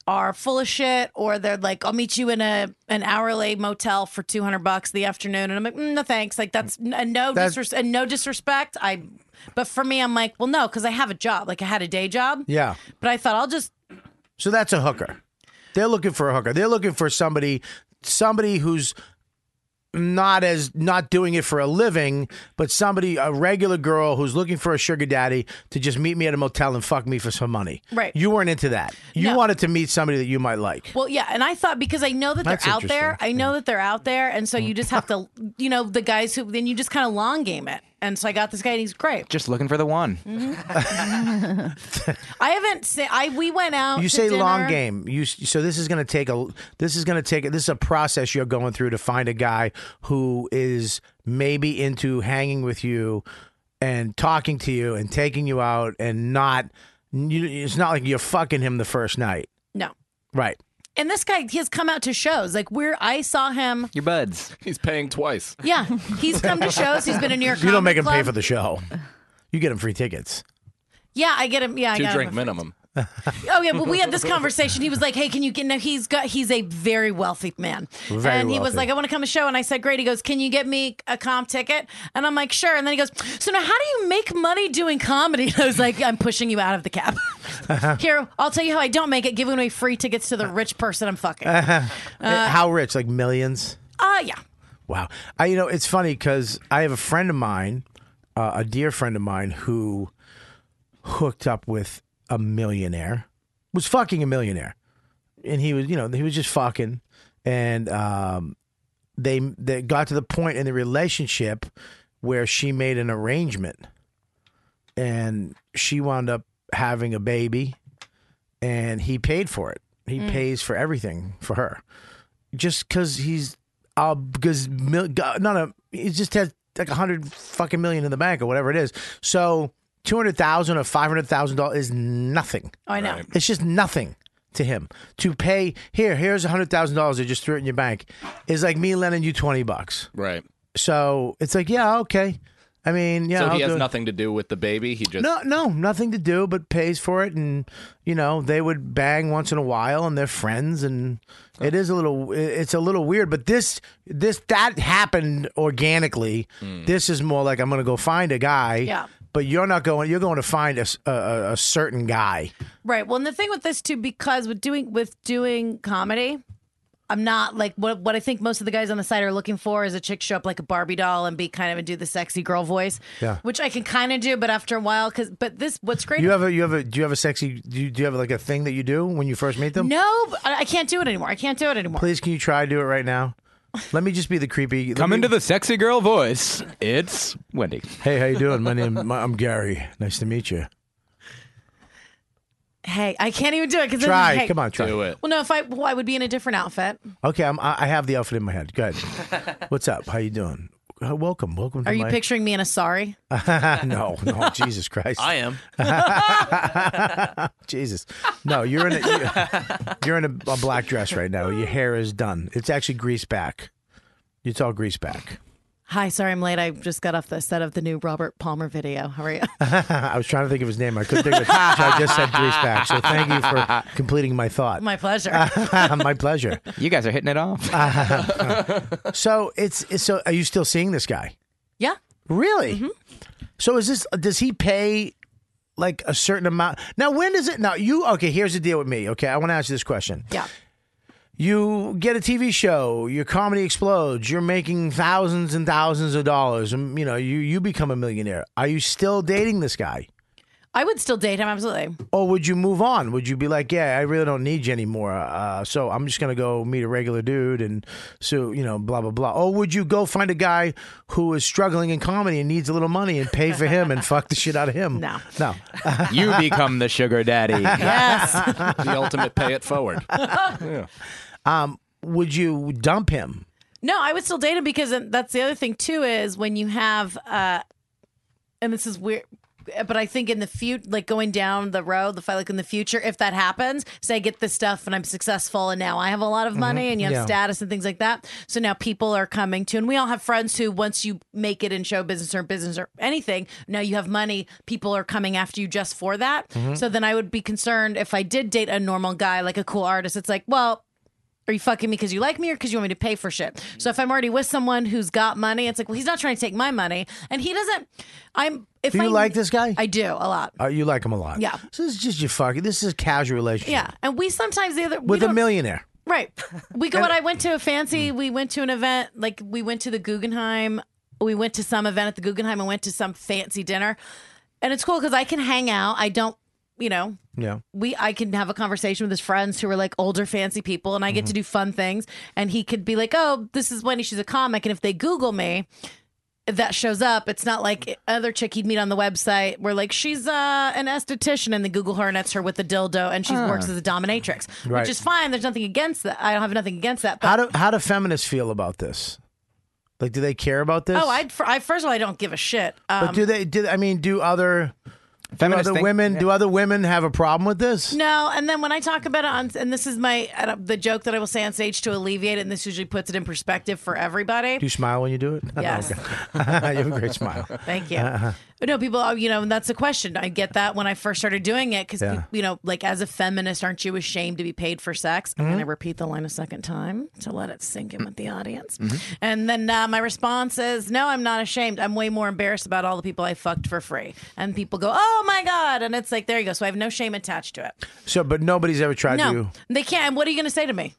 are full of shit or they're like i'll meet you in a an hourly motel for 200 bucks the afternoon and i'm like mm, no thanks like that's and no That's- disres- and no disrespect i but for me i'm like well no because i have a job like i had a day job Yeah. but i thought i'll just So that's a hooker. They're looking for a hooker. They're looking for somebody, somebody who's not as not doing it for a living, but somebody, a regular girl who's looking for a sugar daddy to just meet me at a motel and fuck me for some money. Right. You weren't into that. You No. wanted to meet somebody that you might like. well yeah and i thought because i know that That's they're out there interesting. i know that they're out there and so you just have to you know the guys who then you just kind of long game it And so I got this guy, and he's great. Just looking for the one. Mm-hmm. I haven't. Say, I we went out. You to say long dinner. game. You s- so this is going to take a this is going to take this is a process you're going through to find a guy who is maybe into hanging with you and talking to you and taking you out and not you, it's not like you're fucking him the first night. No. Right. And this guy, he has come out to shows. Like where I saw him. Your buds. He's paying twice. Yeah, he's come to shows. He's been in New York. You don't make Comedy him pay Club. for the show. You get him free tickets. Yeah, I get him. Yeah, I Two got drink him. minimum. Oh yeah, but we had this conversation. He was like, "Hey, can you get?" Now he's got he's a very wealthy man, Very and he was wealthy. like, "I want to come to a show." And I said, "Great." He goes, "Can you get me a comp ticket?" And I'm like, "Sure." And then he goes, "So now, how do you make money doing comedy?" And I was like, "I'm pushing you out of the cab." Here, I'll tell you how I don't make it: giving away free tickets to the rich person I'm fucking. Uh, How rich? Like millions? yeah. Wow. I, you know, it's funny because I have a friend of mine, uh, a dear friend of mine, who hooked up with a millionaire, was fucking a millionaire. And he was, you know, he was just fucking. And um, they, they got to the point in the relationship where she made an arrangement and she wound up having a baby and he paid for it. He Mm. pays for everything for her just because he's uh, because mil- go- not a he just has like a hundred fucking million in the bank or whatever it is. So two hundred thousand or five hundred thousand dollars is nothing. Oh, I know. Right. It's just nothing to him to pay here. Here's a hundred thousand dollars. They just threw it in your bank. Is like me lending you twenty bucks. Right. So it's like yeah okay. I mean yeah. so I'll he has do it. nothing to do with the baby. He just No, no, nothing to do, but pays for it, and you know they would bang once in a while, and they're friends, and it is a little, it's a little weird. But this, this, that happened organically. This is more like I'm going to go find a guy. Yeah. But you're not going. You're going to find a s- a- a- a certain guy. Right. Well, and the thing with this too, because with doing with doing comedy, I'm not like what what I think most of the guys on the side are looking for is a chick show up like a Barbie doll and be kind of and do the sexy girl voice. Yeah. Which I can kind of do, but after a while, because but this what's great. You have a, you have a, do you have a sexy? Do you, do you have like a thing that you do when you first meet them? no, but I I can't do it anymore. I can't do it anymore. Please, can you try to do it right now? Let me just be the creepy. let Come me- into the sexy girl voice. It's Wendy. Hey, how you doing? My name, my, I'm Gary. Nice to meet you. Hey, I can't even do it because Try. Come on, try. Do it. Well, no, if I well, I would be in a different outfit. Okay, I'm, I I have the outfit in my head. Good. What's up? How you doing? Uh, welcome, welcome. Are to you my... picturing me in a sorry? no, no, Jesus Christ. I am. Jesus, no, you're in a you're in a, a black dress right now. Your hair is done. It's actually greased back. It's all greased back. Hi, sorry I'm late. I just got off the set of the new Robert Palmer video. How are you? I was trying to think of his name. I couldn't think of it. So I just said greased back. So thank you for completing my thought. My pleasure. Uh, my pleasure. You guys are hitting it off. so it's it's- so. Are you still seeing this guy? Yeah. Mm-hmm. Really? So is this? Does he pay like a certain amount? Now when does it? Now you okay? Here's the deal with me. Okay, I want to ask you this question. Yeah. You get a TV show, your comedy explodes, you're making thousands and thousands of dollars, and you know you you become a millionaire. Are you still dating this guy? I would still date him, absolutely. Or would you move on? Would you be like, yeah, I really don't need you anymore. Uh, so I'm just gonna go meet a regular dude, and so you know, blah blah blah. Or would you go find a guy who is struggling in comedy and needs a little money and pay for him and fuck the shit out of him? No, no. you become the sugar daddy. Yes. the ultimate pay it forward. Um, would you dump him? No, I would still date him because that's the other thing too is when you have, uh, and this is weird, but I think in the future, like going down the road, the fi- like in the future, if that happens, say I get this stuff and I'm successful and now I have a lot of money Mhm. and you have Yeah. status and things like that. So now people are coming to, and we all have friends who once you make it in show business or business or anything, now you have money, people are coming after you just for that. Mhm. So then I would be concerned if I did date a normal guy, like a cool artist. It's like, well, are you fucking me because you like me or because you want me to pay for shit? So if I'm already with someone who's got money, it's like, well, he's not trying to take my money, and he doesn't. I'm. If Do you I, like this guy? I do a lot. Uh, you like him a lot. Yeah. So this is just your fucking. This is a casual relationship Yeah, and we sometimes the other we with a don't- millionaire. Right. We go out. I went to a fancy, we went to an event, like we went to the Guggenheim. We went to some event at the Guggenheim and went to some fancy dinner. And it's cool because I can hang out. I don't, you know, Yeah. we I can have a conversation with his friends who are like older fancy people and I Mm-hmm. get to do fun things and he could be like, "Oh, this is Wendy, she's a comic." And if they google me, that shows up. It's not like other chick he'd meet on the website where like she's uh, an esthetician and they Google her and it's her with a dildo and she Ah. works as a dominatrix, Right. which is fine. There's nothing against that. I don't have nothing against that. But How do how do feminists feel about this? Like, do they care about this? oh, I'd, fir- I first of all I don't give a shit. Um, but do they? Do I mean, do other do Feminists other think- women do yeah. other women have a problem with this? No, and then when I talk about it on, and this is my uh, the joke that I will say on stage to alleviate it, and this usually puts it in perspective for everybody. Do you smile when you do it? Yes. Okay. you have a great smile. Thank you. Uh-huh. No, people, uh, you know, and that's the question. I get that when I first started doing it because, Yeah. you know, like as a feminist, aren't you ashamed to be paid for sex? I'm Mhm. going to repeat the line a second time to let it sink in with the audience. Mm-hmm. And then uh, my response is, no, I'm not ashamed. I'm way more embarrassed about all the people I fucked for free. And people go, oh my God. And it's like, there you go. So I have no shame attached to it. So, but nobody's ever tried no, to. they can't. And what are you going to say to me?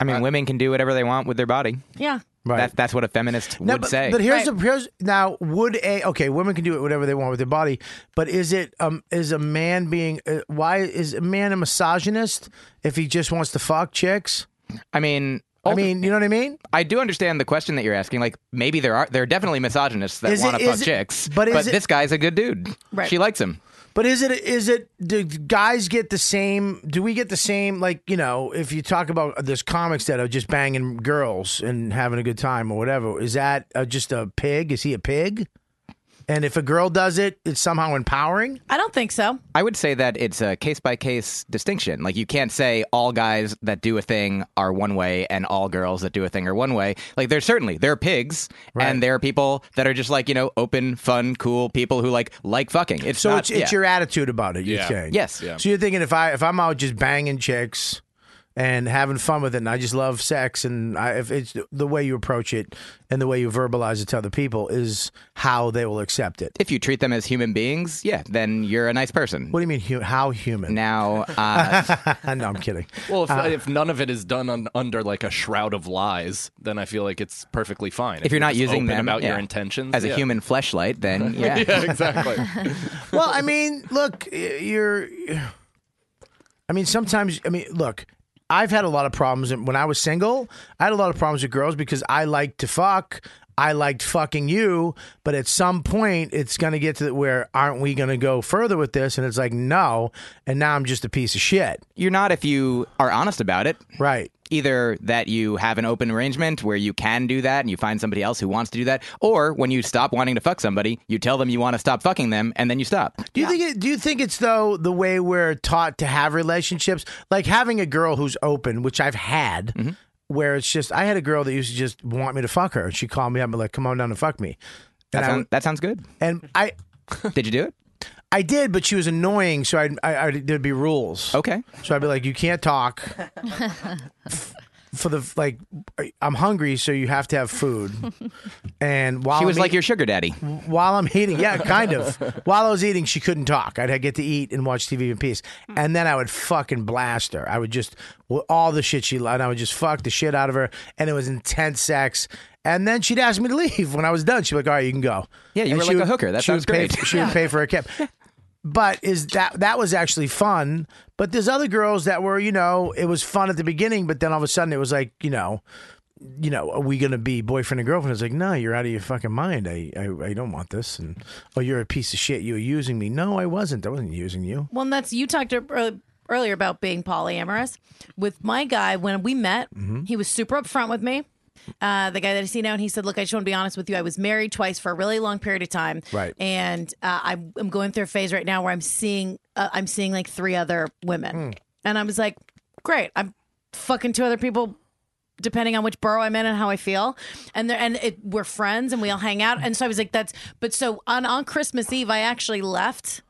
I mean, women can do whatever they want with their body. Yeah. Uh, Right. That, that's what a feminist No, would but, say. but here's the here's now would a okay women can do it whatever they want with their body, but is it um is a man being uh, why is a man a misogynist if he just wants to fuck chicks? I mean, I mean, you know what I mean? I do understand the question that you're asking. Like, maybe there are there are definitely misogynists that Is it- want to fuck is it- chicks, but but, is it- this guy's a good dude. Right. She likes him. But is it is it do guys get the same? Do we get the same? Like you know, if you talk about there's comics that are just banging girls and having a good time or whatever, is that uh, just a pig? Is he a pig? And if a girl does it, it's somehow empowering. I don't think so. I would say that it's a case by case distinction. Like, you can't say all guys that do a thing are one way and all girls that do a thing are one way. Like, there's certainly there are pigs and there are people that are just like you know open, fun, cool people who like like fucking. It's So not, it's, it's yeah. your attitude about it. You're Yeah. saying Yes. Yeah. So you're thinking if I if I'm out just banging chicks and having fun with it, and I just love sex, and I, if it's the way you approach it and the way you verbalize it to other people is how they will accept it. if you treat them as human beings, yeah, then you're a nice person. What do you mean, hu- how human? Now, uh, no, I'm kidding. Well, if, Uh, if none of it is done un, under like a shroud of lies, then I feel like it's perfectly fine. if you're not just using open them about yeah, your intentions as a yeah. human fleshlight, then yeah, Yeah, exactly. well, I mean, look, y- you're. I mean, sometimes, I mean, look, I've had a lot of problems and when I was single. I had a lot of problems with girls because I liked to fuck. I liked fucking you, but at some point, it's going to get to the, where aren't we going to go further with this? And it's like, no. And now I'm just a piece of shit. You're not if you are honest about it. Right. Either that you have an open arrangement where you can do that and you find somebody else who wants to do that, or when you stop wanting to fuck somebody, you tell them you want to stop fucking them and then you stop. Do you think it, do you think it's though the way we're taught to have relationships, like having a girl who's open, which I've had, Mm-hmm. where it's just I had a girl that used to just want me to fuck her, and she called me up and like, "Come on down and fuck me." That, And I sound- would- that sounds good. and I Did you do it? I did, but she was annoying, so I, I, I there'd be rules. Okay, so I'd be like, "You can't talk for the like, I'm hungry, so you have to have food." And while she was I'm like eat- your sugar daddy. while I'm eating, yeah, kind of. While I was eating, she couldn't talk. I'd get to eat and watch TV in peace, and then I would fucking blast her. I would just well, all the shit she loved. I would just fuck the shit out of her, and it was intense sex. And then she'd ask me to leave when I was done. She'd be like, "All right, you can go." Yeah, you And were she like a would- hooker. That she would sounds pay- great. she would Yeah. pay for a cab. But is that that was actually fun? But there's other girls that were, you know, it was fun at the beginning, but then all of a sudden it was like, you know, you know, are we going to be boyfriend and girlfriend? It's like, no, you're out of your fucking mind. I, I, I don't want this. And, oh, you're a piece of shit. You were using me. No, I wasn't. I wasn't using you. Well, and that's you talked ear- earlier about being polyamorous. With my guy, when we met, Mhm. he was super upfront with me. Uh, the guy that I see now, and he said, "Look, I just want to be honest with you. I was married twice for a really long period of time, Right. And uh, I'm, I'm going through a phase right now where I'm seeing, uh, I'm seeing like three other women, and I was like, great, I'm fucking two other people." Depending on which borough I'm in and how I feel, and there, and it, we're friends and we all hang out, and so I was like, "That's." But so on on Christmas Eve, I actually left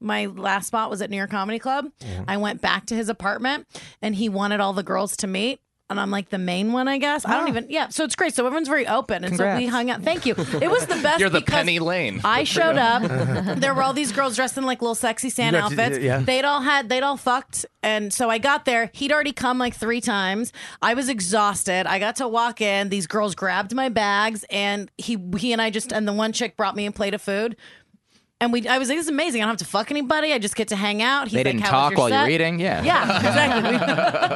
my last spot was at New York Comedy Club. Mhm. I went back to his apartment and he wanted all the girls to meet. And I'm like the main one, I guess. I don't even, yeah. So it's great. So everyone's very open. And so we Congrats. hung out. Thank you. It was the best. You're the because Penny Lane. I Good for showed you. up. there were all these girls dressed in like little sexy Santa You got to- outfits. yeah. They'd all had, they'd all fucked. And so I got there. He'd already come like three times. I was exhausted. I got to walk in. These girls grabbed my bags and he, he and I just, and the one chick brought me a plate of food. And we, I was like, this is amazing. I don't have to fuck anybody. I just get to hang out. He's They like, didn't "How was talk your while you were set?" eating? Yeah. Yeah, exactly. We-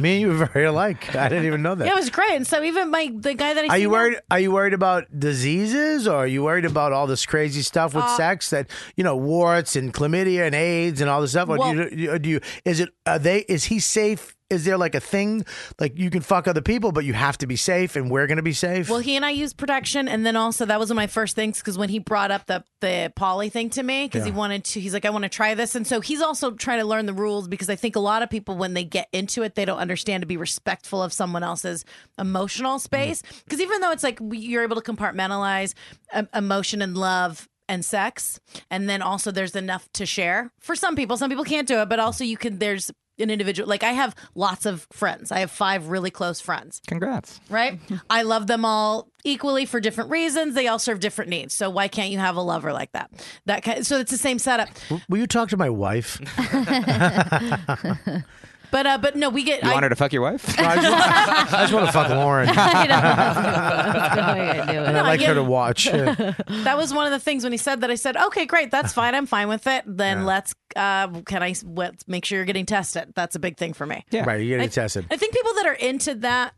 Me and you were very alike. I didn't even know that. yeah, it was great. And so even my the guy that I Are see you now- worried? Are you worried about diseases, or are you worried about all this crazy stuff with Uh, sex that you know warts and chlamydia and AIDS and all this stuff? Or do, you, Well- do you- do you? Is it? Are they? Is he safe? Is there like a thing like you can fuck other people, but you have to be safe, and we're gonna be safe? Well, he and I used protection, and then also that was one of my first things because when he brought up the the poly thing to me, because he Yeah. wanted to, he's like, I want to try this, and so he's also trying to learn the rules because I think a lot of people when they get into it, they don't understand to be respectful of someone else's emotional space. Because even though it's like we- you're able to compartmentalize um, emotion and love. And sex, and then also there's enough to share for some people. Some people can't do it, but also you can. There's an individual. Like I have lots of friends. I have five really close friends Congrats. right? I love them all equally for different reasons. They all serve different needs. So why can't you have a lover like that? That kind, so it's the same setup. W- Will you talk to my wife? But uh, but no, we get. You I- want her to fuck your wife? I just want to fuck Lauren. I And I'd No, I like her get- to watch. that was one of the things when he said that. I said, "Okay, great, that's fine. I'm fine with it. Then let's. Uh, can I s- let's make sure you're getting tested? That's a big thing for me. Right, you're getting I- tested. I think people that are into that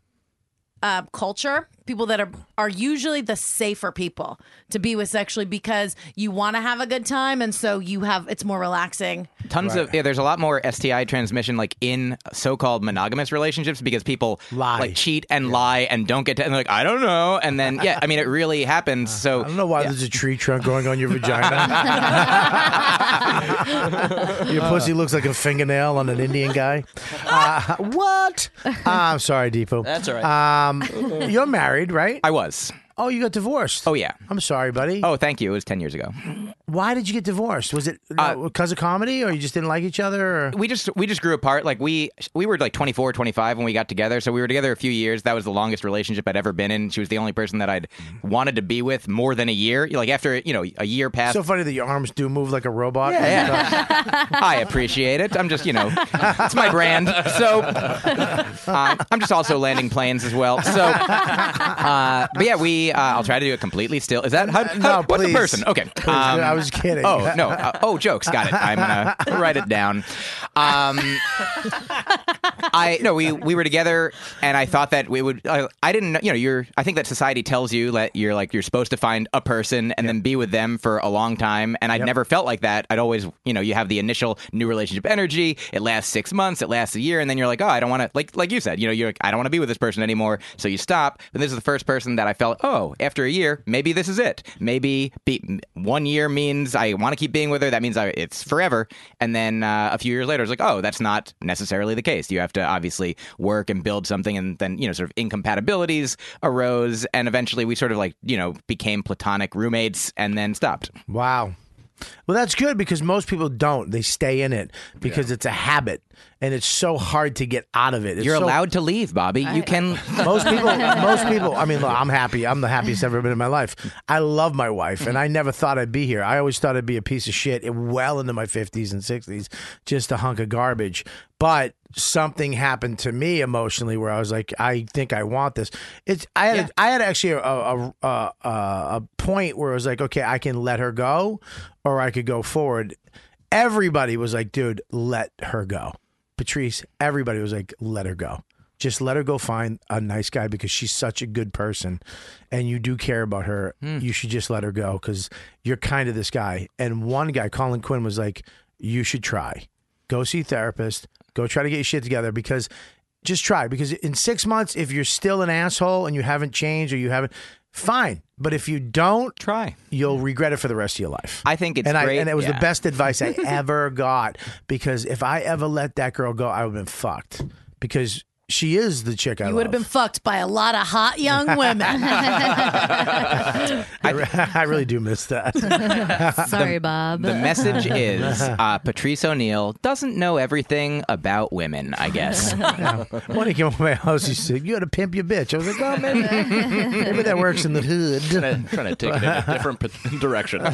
uh, culture, people that are are usually the safer people to be with sexually because you want to have a good time, and so you have it's more relaxing. Tons of yeah. There's a lot more STI transmission like in so-called monogamous relationships because people lie, like cheat and lie and don't get. To, and they're like, I don't know. And then yeah, I mean, it really happens. So I don't know why there's a tree trunk going on your vagina. Your pussy looks like a fingernail on an Indian guy. Uh, what? Uh, I'm sorry, Deepu. That's all right. Um, you're married, right? I was. Oh, you got divorced. Oh yeah. I'm sorry, buddy. Oh, thank you. It was ten years ago. Why did you get divorced? Was it Uh, because of comedy, or you just didn't like each other? Or? we just we just grew apart like we we were like 24 25 when we got together so we were together a few years that was the longest relationship i'd ever been in she was the only person that i'd wanted to be with more than a year like after you know a year passed So funny that your arms do move like a robot. Yeah, i appreciate it i'm just you know it's my brand so uh, i'm just also landing planes as well so uh, but yeah we uh, i'll try to do it completely still is that how, how, what's the please. person okay Please, I was kidding. oh no uh, oh jokes got it i'm gonna write it down um I no, we we were together, and I thought that we would. I, I didn't know, you know, you're. I think that society tells you that you're like you're supposed to find a person and then be with them for a long time, and I'd never felt like that. I'd always, you know, you have the initial new relationship energy. It lasts six months, it lasts a year, and then you're like, oh, I don't want to. Like like you said, you know, you're like, I don't want to be with this person anymore, so you stop. And this is the first person that I felt, oh, after a year, maybe this is it. Maybe be, one year means I want to keep being with her. That means I, it's forever. And then uh, a few years later, it's like, oh, that's not necessarily the case. You have to obviously work and build something, and then you know, sort of incompatibilities arose, and eventually we sort of like you know became platonic roommates, and then stopped. Wow. Well, that's good because most people don't. They stay in it because it's a habit, and it's so hard to get out of it. It's You're so- allowed to leave, Bobby. you can. Most people, most people. I mean, look, I'm happy. I'm the happiest I've ever been in my life. I love my wife, and I never thought I'd be here. I always thought I'd be a piece of shit, and well into my 50s and 60s, just a hunk of garbage. But something happened to me emotionally where I was like, I think I want this. It's I had I had actually a a, a a a point where I was like, okay, I can let her go, or I could go forward. Everybody was like, dude, let her go. Patrice, everybody was like, let her go. Just let her go find a nice guy because she's such a good person and you do care about her. You should just let her go because you're kind of this guy. And one guy, Colin Quinn, was like, you should try. Go see a therapist. Go try to get your shit together because just try. Because in six months, if you're still an asshole and you haven't changed or you haven't, fine. But if you don't try, you'll regret it for the rest of your life. I think it's and great. I, and it was the Yeah. best advice I ever got because if I ever let that girl go, I would have been fucked because she is the chick I You love. would have been fucked by a lot of hot young women. I, re- I really do miss that. Sorry, Bob. The message is uh, Patrice O'Neill doesn't know everything about women. I guess. When he came over my house, he said, "You got to pimp your bitch." I was like, "Oh, maybe, maybe that works in the hood." trying to take it in a different p- direction.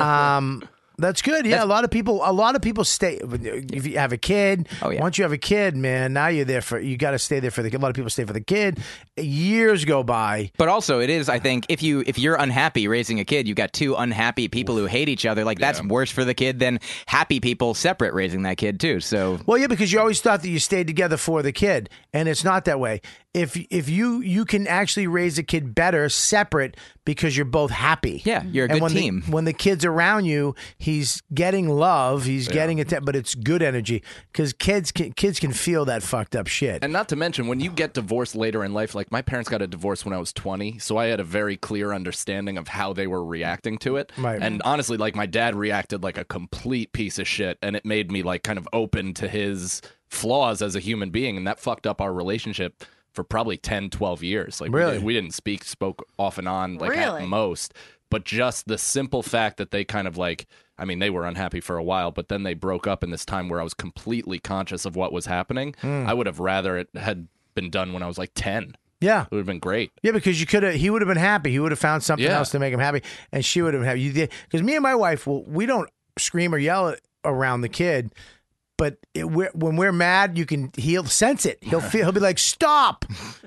um, That's good. Yeah, a lot of people. A lot of people stay. If you have a kid, Oh, once you have a kid, man, now you're there for. You got to stay there for the. kid. A lot of people stay for the kid. Years go by. But also, it is. I think if you if you're unhappy raising a kid, you've got two unhappy people who hate each other. Like that's worse for the kid than happy people separate raising that kid too. So Well, yeah, because you always thought that you stayed together for the kid, and it's not that way. If if you you can actually raise a kid better separate because you're both happy. Yeah, you're a and good when team. The, when the kid's around you, he's getting love, he's getting it, but it's good energy because kids can kids can feel that fucked up shit. And not to mention, when you get divorced later in life, like my parents got a divorce when I was 20, so I had a very clear understanding of how they were reacting to it. Right. And honestly, like my dad reacted like a complete piece of shit, and it made me like kind of open to his flaws as a human being, and that fucked up our relationship for probably 10, 12 years. Like, we Really? didn't- we didn't speak, spoke off and on, like Really? at most. But just the simple fact that they kind of like, I mean, they were unhappy for a while, but then they broke up in this time where I was completely conscious of what was happening. Mm. I would have rather it had been done when I was like 10. Yeah. It would have been great. Yeah, because you could have. He would have been happy. He would have found something Yeah. else to make him happy, and she would have been happy. You did because me and my wife, well, we don't scream or yell at- around the kid, but it, we're, when we're mad, you can he'll sense it. He'll feel. He'll be like, "Stop,"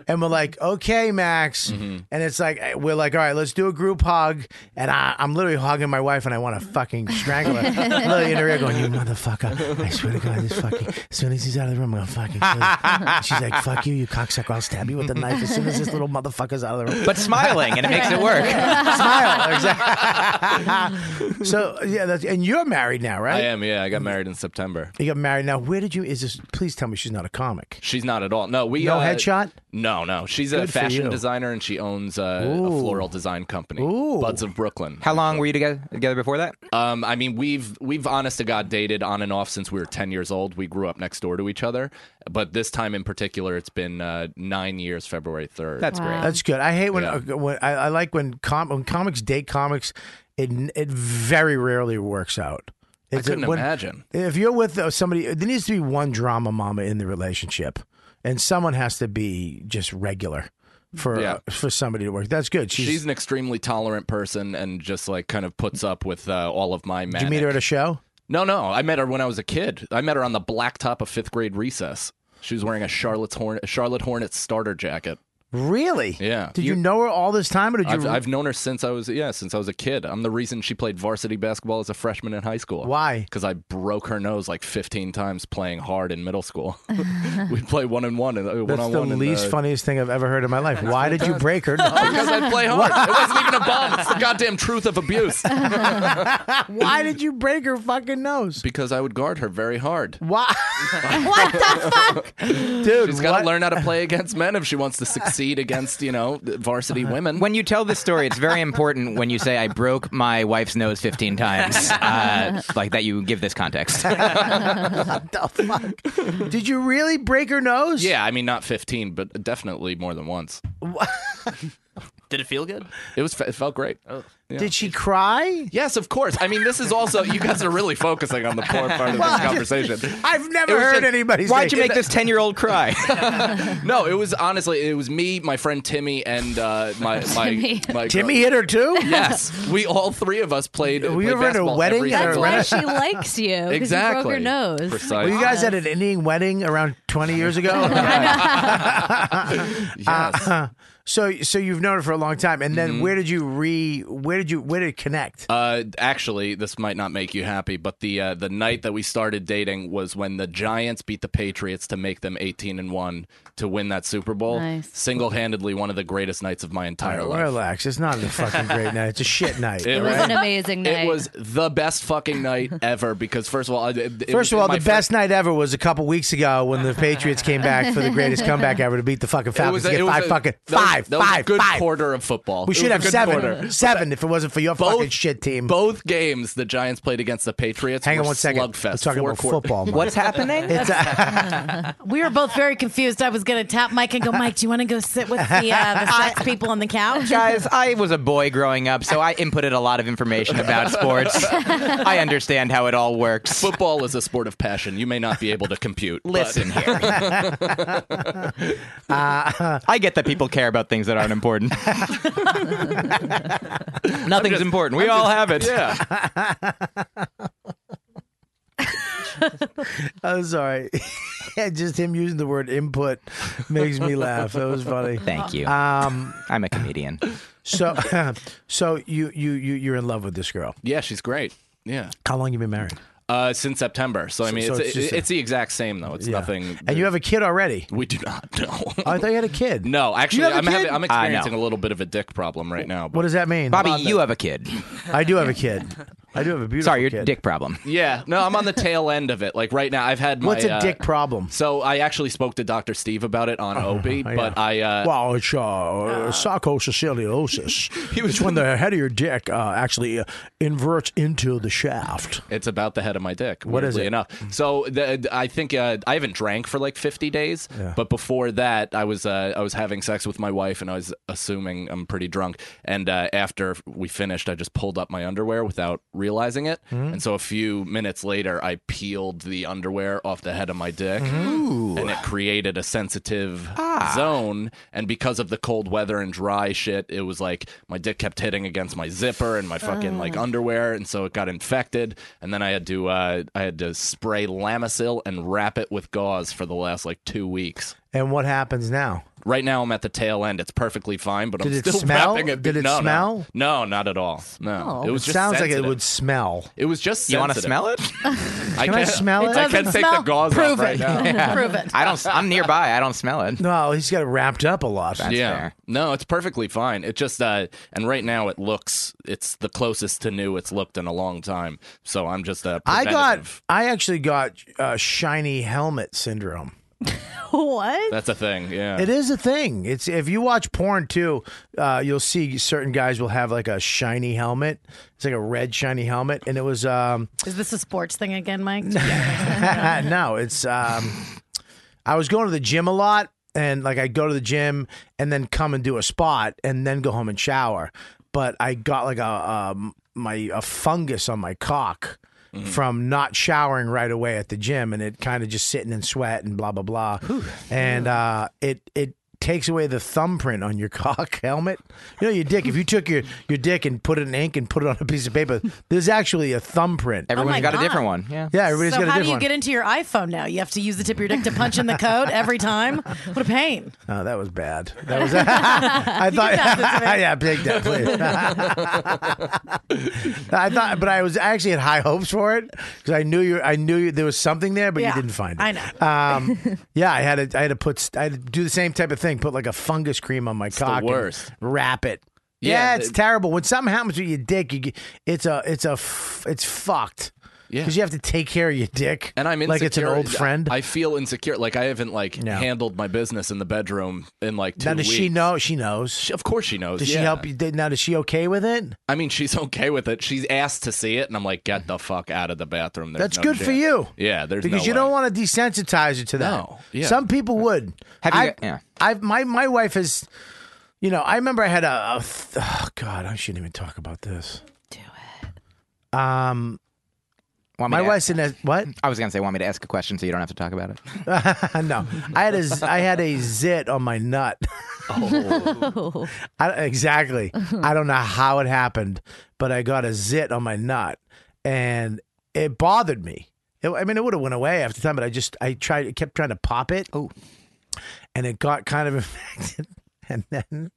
and we're like, "Okay, Max," Mm-hmm. and it's like eh, we're like, "All right, let's do a group hug," and I, I'm literally hugging my wife, and I want to fucking strangle her. literally in her ear, going, "You motherfucker! I swear to God, this fucking." As soon as he's out of the room, I'm gonna fucking. Kill you. She's like, "Fuck you, you cocksucker! I'll stab you with a knife as soon as this little motherfucker's out of the room." But smiling, and it makes it work. Smile, exactly. so yeah, that's, and you're married now, right? Hmm. I am, yeah. I got married in September. You got married now. Where did you? Is this? Please tell me she's not a comic. She's not at all. No, we No uh, headshot? No, no. She's Good a for fashion you. designer and she owns uh, a Ooh. floral design company, Ooh. Buds of Brooklyn. how long were you together together before that? Um, I mean, we've we've honest to god dated on and off since we were ten years old. We grew up next door to each other, but this time in particular, it's been uh, nine years. February third. That's good. I hate when, Yeah. uh, when I, I like when, com- when comics date comics. It it very rarely works out. I It's- couldn't when- imagine. If you're with uh, somebody, there needs to be one drama mama in the relationship, and someone has to be just regular for Yeah. uh, for somebody to work. That's good. She's, She's. an extremely tolerant person and just like kind of puts up with uh, all of my did you manic. meet her at a show? no, no. I met her when I was a kid. I met her on the blacktop of fifth grade recess. She was wearing a Charlotte's Horn- Charlotte Hornets starter jacket. Really? Yeah. Did you, know her all this time, or did you? I've, I've known her since I was yeah since I was a kid. I'm the reason she played varsity basketball as a freshman in high school. Why? Because I broke her nose like 15 times playing hard in middle school. We'd play one and one and uh, one That's on the one. least and, uh, funniest thing I've ever heard in my life. Why did you break her? Because I play hard. it wasn't even a bomb. It's the goddamn truth of abuse. Why did you break her fucking nose? Because I would guard her very hard. Why? what the fuck, dude? She's got what- to learn how to play against men if she wants to succeed against you know varsity women. Uh-huh. When you tell this story, it's very important when you say I broke my wife's nose 15 times, uh, like that you give this context. what the fuck? Mm-hmm. Did you really break her nose? Yeah, I mean not 15, but definitely more than once. Did it feel good? It was it felt great. Oh. Did she cry? Yes, of course. I mean, this is also you guys are really focusing on the poor part of Well, this conversation. I've never It was heard just- anybody. Why'd say you make this 10 year old cry? No, it was honestly it was me, my friend Timmy, and uh, my my Timmy. my Timmy hit her too. Yes, we all three of us played. Were played you ever at a basketball wedding every or- That's single why night. she likes you. Oh, 'cause You broke Exactly. her nose. Were Precisely. you guys at an Indian wedding around 20 years ago? Uh, so, so you've known her for a long time, and Mm-hmm. then where did you re? Where did you? Where did it connect? Uh, actually, this might not make you happy, but the uh, the night that we started dating was when the Giants beat the Patriots to make them eighteen and one to win that Super Bowl. Nice. Single handedly, one of the greatest nights of my entire life. Relax. It's not a fucking great night. It's a shit night. It was an amazing night. It was the best fucking night ever because first of all, it, it was First of all, the my best night ever was a couple weeks ago when the Patriots came back for the greatest comeback ever to beat the fucking It Falcons was to a- get it was five a- fucking that was- five, that was a five, good five. quarter of football. We It should was a have good seven, quarter. seven if it wasn't for your fucking shit team. Both games the Giants played against the Patriots. Hang on were one second. slugfest. We're talking Four about quarter- football, Mike. What's happening? It's we were both very confused. I was going to tap Mike and go, Mike, do you want to go sit with the, uh, the sex people on the couch? Guys, I was a boy growing up, so I inputted a lot of information about sports. I understand how it all works. Football is a sport of passion. You may not be able to compute. but- Listen here. Uh, I get that people care about things that aren't important. Nothing's important. We all have it. Yeah. I'm sorry. Just him using the word input makes me laugh. That was funny. Thank you. Um, I'm a comedian. so, so you you you you're in love with this girl. Yeah, she's great. Yeah. How long you been married? Uh, since September. So, I So- mean, so it's, it's it's, just a- the exact same though. It's nothing. And you have a kid already. Oh, We do not. No. I thought you had a kid. No, actually, have a I'm kid? having, I'm I experiencing know. a little bit of a dick problem right now. What does that mean, Bobby, you have a kid. I do have a kid. I do have a beautiful. Sorry, your kid. dick problem. Yeah, no, I'm on the tail end of it. Like right now, I've had my. What's a uh, dick problem? Oh, So I actually spoke to Dr. Steve about it on Opie, yeah. but I. Uh, Ah. well, it's uh, uh, sarcococyliosis. it's when the head of your dick uh, actually uh, inverts into the shaft. It's about the head of my dick. What is weirdly it? Enough. So the, I think uh, I haven't drank for like 50 days, Yeah. but before that, I was uh, I was having sex with my wife, and I was assuming I'm pretty drunk. And uh, after we finished, I just pulled up my underwear without realizing it, Mhm. and so a few minutes later, I peeled the underwear off the head of my dick, Hmm. and it created a sensitive Ah. zone. And because of the cold weather and dry shit, it was like my dick kept hitting against my zipper and my fucking like Oh. Ah. underwear, and so it got infected. And then I had to uh, I had to spray Lamisil and wrap it with gauze for the last like two weeks. And what happens now? Right now, I'm at the tail end. It's perfectly fine, but Did I'm it still smell? wrapping it. Did it no, no. smell? No, not at all. No, it was just sounds like sensitive. it would smell. It was just. You wanna sensitive. smell it? I Can I can't- smell it? I can't Doesn't take smell? the gauze Prove off right it. now. Yeah. Prove it. I don't. I'm nearby. I don't smell it. No, he's got it wrapped up a lot. yeah. No, it's perfectly fine. It just uh and right now it looks it's the closest to new it's looked in a long time. So I'm just uh I got. preventative. I actually got uh, shiny helmet syndrome. what? That's a thing. Yeah. It is a thing. It's if you watch porn too, uh, you'll see certain guys will have like a shiny helmet. It's like a red shiny helmet, and it was um, Is this a sports thing again, Mike? no, it's um, I was going to the gym a lot, and like I go to the gym and then come and do a spot, and then go home and shower. But I got like a um, my a fungus on my cock. From not showering right away at the gym and it kind of just sitting in sweat and blah blah blah, and uh, it it takes away the thumbprint on your cock helmet. You know your dick. If you took your your dick and put it in ink and put it on a piece of paper, there's actually a thumbprint. Everyone's Oh my got God. a different one. Yeah. Yeah, everybody's so got a how different do you one. get into your iPhone now? You have to use the tip of your dick to punch in the code every time. What a pain! Oh, that was bad. That was. I thought. yeah, take that, please. I thought, but I was I actually had high hopes for it because I knew you. I knew you, there was something there, but Yeah, you didn't find it. I know. Um, yeah, I had to. I had to put. st- I had to do the same type of thing. Put like a fungus cream on my the cock. and worst. Wrap it. Yeah, Yeah, it's the- terrible. When something happens with your dick, you get, it's a it's a f- it's fucked. Yeah. because you have to take care of your dick. and I'm insecure. like it's an old friend. I feel insecure. Like I haven't like handled my business in the bedroom in like two now does weeks. she know? She knows. Of course she knows. Does Oh, yeah. she help you? Now is she okay with it? I mean, she's okay with it. She's asked to see it, and I'm like, get the fuck out of the bathroom. There's That's no good for chance. you. Yeah, there's because no you way. don't want to desensitize it to that. No, yeah. Some people would. Have you- I, yeah. I've my my wife has. You know, I remember I had a. a th- oh God, I shouldn't even talk about this. Do it. Um, Want me my to- wife's in a what? I was gonna say, want me to ask a question so you don't have to talk about it. no, I had a z- I had a zit on my nut. Oh. Oh. I, exactly. I don't know how it happened, but I got a zit on my nut, and it bothered me. It- I mean, it would have went away after time, but I just I tried, I kept trying to pop it. Oh, and it got kind of infected, and then.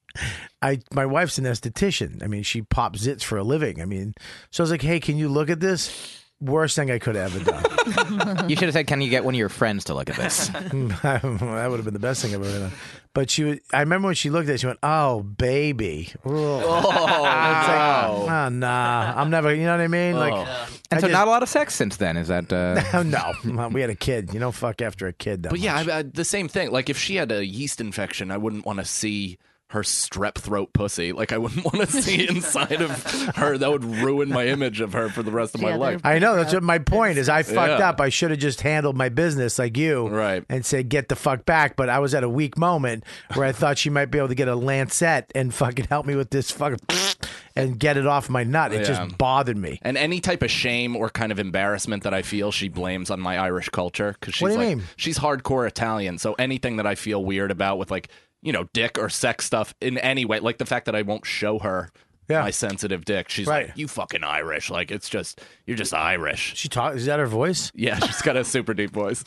I my wife's an esthetician. I mean, she pops zits for a living. I mean, so I was like, "Hey, can you look at this?" Worst thing I could have ever done. You should have said, "Can you get one of your friends to look at this?" that would have been the best thing I've ever done. But she, was, I remember when she looked at it, she went, "Oh, baby." Oh, wow. oh nah. I'm never. You know what I mean? Like, and I so just- not a lot of sex since then. Is that? Uh... no, we had a kid. You don't fuck after a kid. Though. But yeah, I, I, the same thing. Like if she had a yeast infection, I wouldn't want to see her strep throat pussy. Like I wouldn't want to see inside of her. That would ruin my image of her for the rest of my life. I know that's what my point is. I fucked Yeah. up. I should have just handled my business like you, Right. And said, "Get the fuck back." But I was at a weak moment where I thought she might be able to get a lancet and fucking help me with this fucking and get it off my nut. It Yeah. just bothered me. And any type of shame or kind of embarrassment that I feel, she blames on my Irish culture because she's What do you like mean? she's hardcore Italian. So anything that I feel weird about with like you know dick or sex stuff in any way, like the fact that I won't show her my sensitive dick. She's like, you fucking Irish. Like, it's just, you're just Irish. She talks. Is that her voice? Yeah, she's got a super deep voice.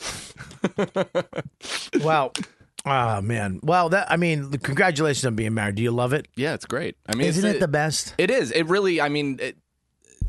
wow. Ah man. Well, that I mean, congratulations on being married. Do you love it? Yeah, it's great. I mean, isn't it's- it the best? It is. It really. I mean, it,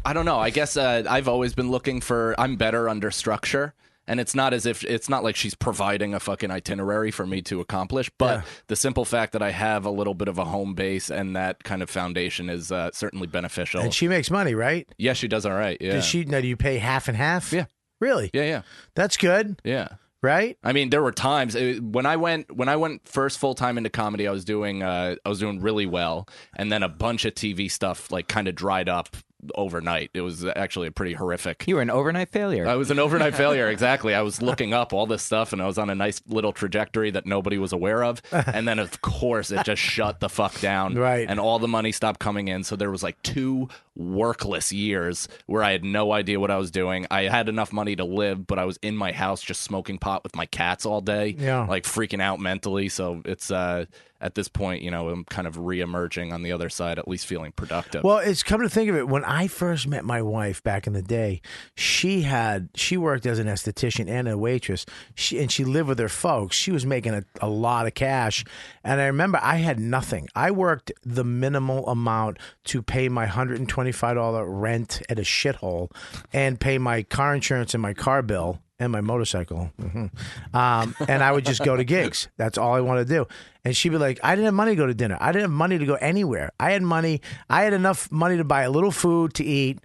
I don't know. I guess uh, I've always been looking for. I'm better under structure, and it's not as if it's not like she's providing a fucking itinerary for me to accomplish. But the simple fact that I have a little bit of a home base and that kind of foundation is uh, certainly beneficial. And she makes money, right? yeah, she does all right. Yeah, Does she? Now, do you pay half and half? Yeah. Really? Yeah, yeah. That's good. Yeah. Right? I mean, there were times uh, when I went when I went first full time into comedy, I was doing uh, I was doing really well, and then a bunch of TV stuff like kind of dried up overnight. It was actually a pretty horrific. You were an overnight failure. I was an overnight failure, exactly. I was looking up all this stuff, and I was on a nice little trajectory that nobody was aware of, and then of course it just shut the fuck down, Right. And all the money stopped coming in, so there was like two workless years where I had no idea what I was doing. I had enough money to live, but I was in my house just smoking pot with my cats all day, Yeah. like freaking out mentally. So it's uh, at this point, you know, I'm kind of reemerging on the other side, at least feeling productive. Well, it's come to think of it, when I first met my wife back in the day, she had she worked as an esthetician and a waitress. She and she lived with her folks. She was making a, a lot of cash. And I remember I had nothing. I worked the minimal amount to pay my hundred and twenty five dollar rent at a shithole and pay my car insurance and my car bill. And my motorcycle, Mhm. um, and I would just go to gigs. That's all I wanted to do. And she'd be like, I didn't have money to go to dinner. I didn't have money to go anywhere. I had money. I had enough money to buy a little food to eat.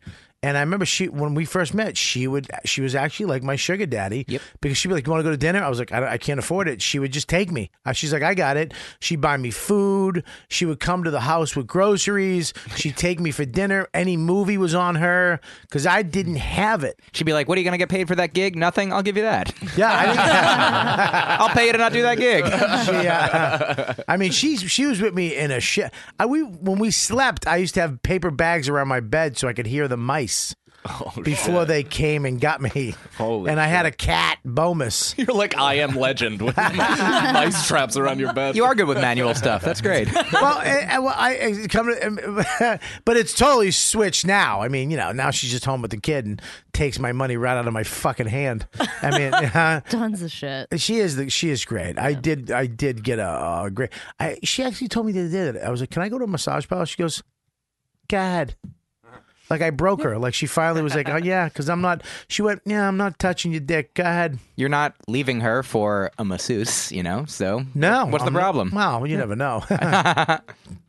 And I remember she when we first met, she would she was actually like my sugar daddy yep. because she'd be like, "You want to go to dinner?" I was like, I, don't- "I can't afford it." She would just take me. Uh, She's like, "I got it." She'd buy me food. She would come to the house with groceries. She'd take me for dinner. Any movie was on her because I didn't have it. She'd be like, "What are you going to get paid for that gig? Nothing. I'll give you that. Yeah, I I'll pay you to not do that gig." she, uh, I mean, she's she was with me in a shit. I we when we slept, I used to have paper bags around my bed so I could hear the mice before they came and got me. Holy and I had a cat, Bomus. You're like I am legend with mice traps around your bed. You are good with manual stuff. That's great. well, eh, eh, well, I eh, come to, but it's totally switched now. I mean, you know, now she's just home with the kid and takes my money right out of my fucking hand. I mean, Tons of shit. She is the, she is great. I did I did get a, a great. I, she actually told me the other day. I was like, "Can I go to a massage parlor?" She goes, "Go ahead." Like I broke her. Like she finally was like, "Oh yeah," because I'm not. She went, "Yeah, I'm not touching your dick." Go ahead. You're not leaving her for a masseuse, you know. So No, what's I'm the not- problem? Well, you never know.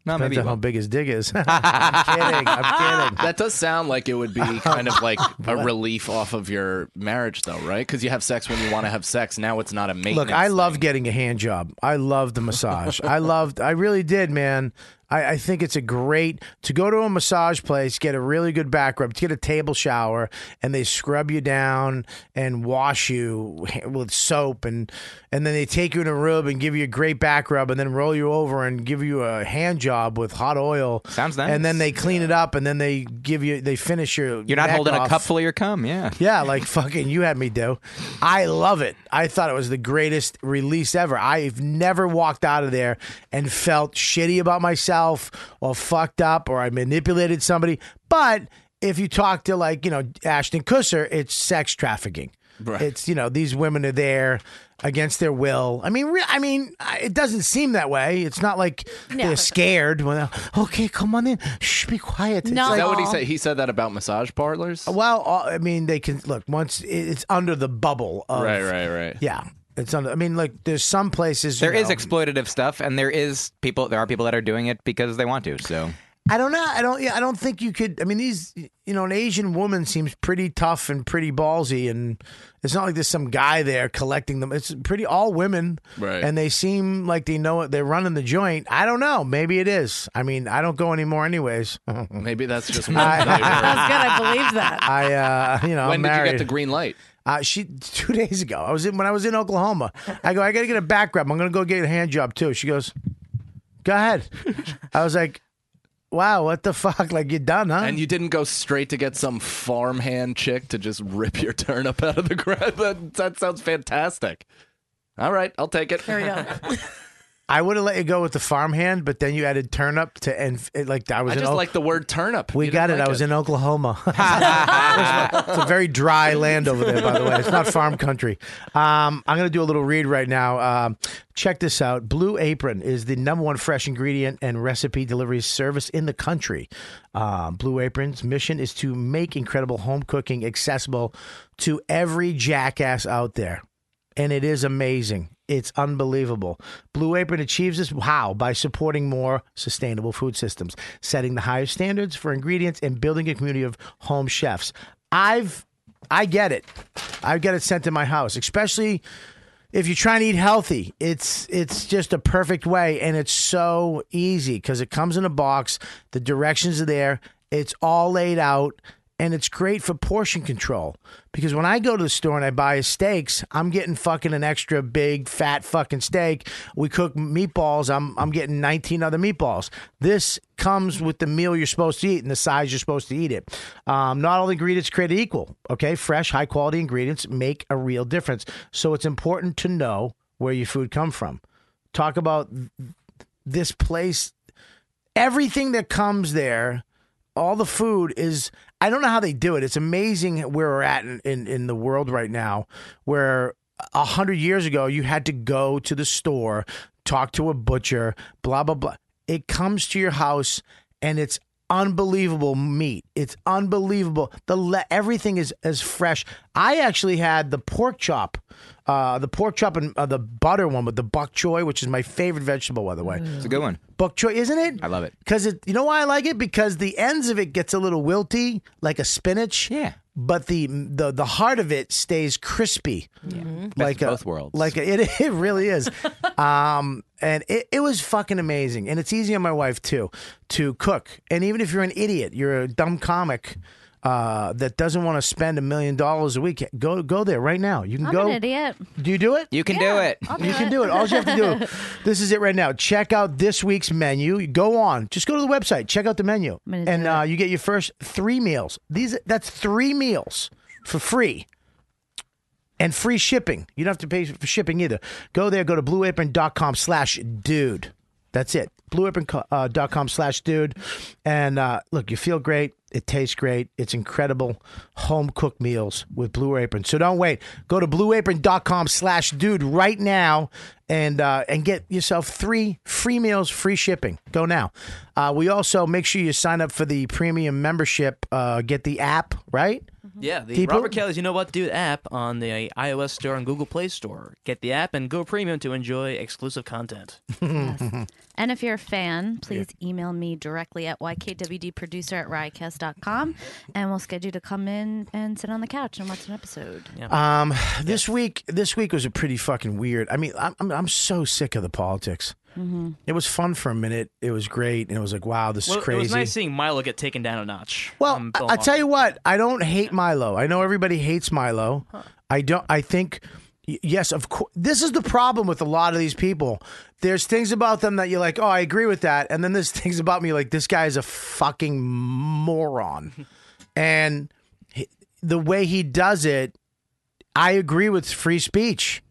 no, maybe you how won't. big his dick is. I'm kidding. I'm kidding. That does sound like it would be kind of like a relief off of your marriage, though, right? Because you have sex when you want to have sex. Now it's not a maintenance. Look, I love getting a hand job. I love the massage. I loved. I really did, man. I, I think it's a great to go to a massage place, get a really good back rub, to get a table shower, and they scrub you down and wash you with soap, and and then they take you in a room and give you a great back rub, and then roll you over and give you a hand job with hot oil. Sounds nice. And then they clean it up, and then they give you they finish your. You're not neck holding a off. cup full of your cum. Yeah. Yeah, like fucking you had me do. I love it. I thought it was the greatest release ever. I've never walked out of there and felt shitty about myself or fucked up or I manipulated somebody. But if you talk to like, you know, Ashton Kusser, it's sex trafficking. Right. It's you know these women are there against their will. I mean, re- I mean, I- it doesn't seem that way. It's not like No. they're scared. When they're, okay, come on in. Shh, be quiet. It's Is like- that what he said? He said that about massage parlors. well, uh, I mean, they can look once it- it's under the bubble. Of, Right, right, right. Yeah, it's under. I mean, like there's some places There you is know, exploitative stuff, and there is people. There are people that are doing it because they want to. So I don't know. I don't. Yeah, I don't think you could. I mean, these. You know, an Asian woman seems pretty tough and pretty ballsy, and it's not like there's some guy there collecting them. It's pretty all women, Right. And they seem like they know it. They're running the joint. I don't know. Maybe it is. I mean, I don't go anymore, anyways. Maybe that's just one I- flavor. I believe that. I, uh, you know, when I'm did married. you get the green light? Uh, she two days ago. I was in when I was in Oklahoma. I go, I gotta get a back rub. I'm gonna go get a hand job too. She goes, Go ahead. I was like, Wow, what the fuck? Like you're done, huh? And you didn't go straight to get some farmhand chick to just rip your turnip out of the ground. That, that sounds fantastic. All right, I'll take it. There we go. I would have let you go with the farmhand, but then you added turnip to and it, like I was. I in just O- like the word turnip. We You got it. didn't like I was in Oklahoma. it's a very dry land over there, by the way. It's not farm country. Um, I'm going to do a little read right now. Um, check this out. Blue Apron is the number one fresh ingredient and recipe delivery service in the country. Uh, Blue Apron's mission is to make incredible home cooking accessible to every jackass out there and it is amazing. It's unbelievable. Blue Apron achieves this how? By supporting more sustainable food systems, setting the higher standards for ingredients, and building a community of home chefs. I've I get it. I get it sent to my house, especially if you're trying to eat healthy, it's it's just a perfect way, and it's so easy because it comes in a box. The directions are there. It's all laid out, and it's great for portion control. Because when I go to the store and I buy steaks, I'm getting fucking an extra big fat fucking steak. We cook meatballs. I'm I'm getting 19 other meatballs. This comes with the meal you're supposed to eat and the size you're supposed to eat it. Um, not all ingredients created equal. Okay, fresh, high quality ingredients make a real difference. So it's important to know where your food come from. Talk about th- this place. Everything that comes there, all the food is. I don't know how they do it. It's amazing where we're at in, in, in the world right now, where a hundred years ago you had to go to the store, talk to a butcher, blah blah blah it comes to your house and it's unbelievable meat it's unbelievable the le- everything is as fresh i actually had the pork chop uh the pork chop and uh, the butter one with the bok choy which is my favorite vegetable by the way It's a good one. bok choy isn't it I love it. because it, you know why I like it? Because the ends of it gets a little wilty, like a spinach. Yeah. But the the the heart of it stays crispy. Yeah. Like of a, both worlds. Like a, it, it really is. um, and it, it was fucking amazing. And it's easy on my wife too to cook. And even if you're an idiot, you're a dumb comic. Uh, that doesn't want to spend a million dollars a week. Go go there right now. You can I'm go. an idiot. Do you do it? You can do it. I'll do you it. can do it. All you have to do, this is it right now. Check out this week's menu. You Go on. Just go to the website. Check out the menu, and uh, you get your first three meals. These that's three meals for free. And free shipping. You don't have to pay for shipping either. Go there. Go to blueapron.com slash dude. That's it. Blueapron.com slash dude. And uh, look, you feel great. It tastes great. It's incredible home cooked meals with Blue Apron. So don't wait. Go to blueapron.com slash dude right now and uh, and get yourself three free meals, free shipping. Go now. Uh, we also make sure you sign up for the premium membership. Uh, get the app, right? Yeah, the People- Robert Kelly's You Know What Dude app on the iOS store and Google Play store. Get the app and go premium to enjoy exclusive content. Mm-hmm. And if you're a fan, please email me directly at ykwdproducer at riotcast.com and we'll schedule you to come in and sit on the couch and watch an episode. Um, this week, this week was a pretty fucking weird. I mean, I'm I'm, I'm so sick of the politics. Mhm. It was fun for a minute. It was great, and it was like, wow, this Well, is crazy. It was nice seeing Milo get taken down a notch. Well, I, I tell you what, I don't hate Milo. I know everybody hates Milo. I don't. I think y- yes, of course. This is the problem with a lot of these people. There's things about them that you're like, oh, I agree with that, and then there's things about me like this guy is a fucking moron, and he, the way he does it, I agree with free speech.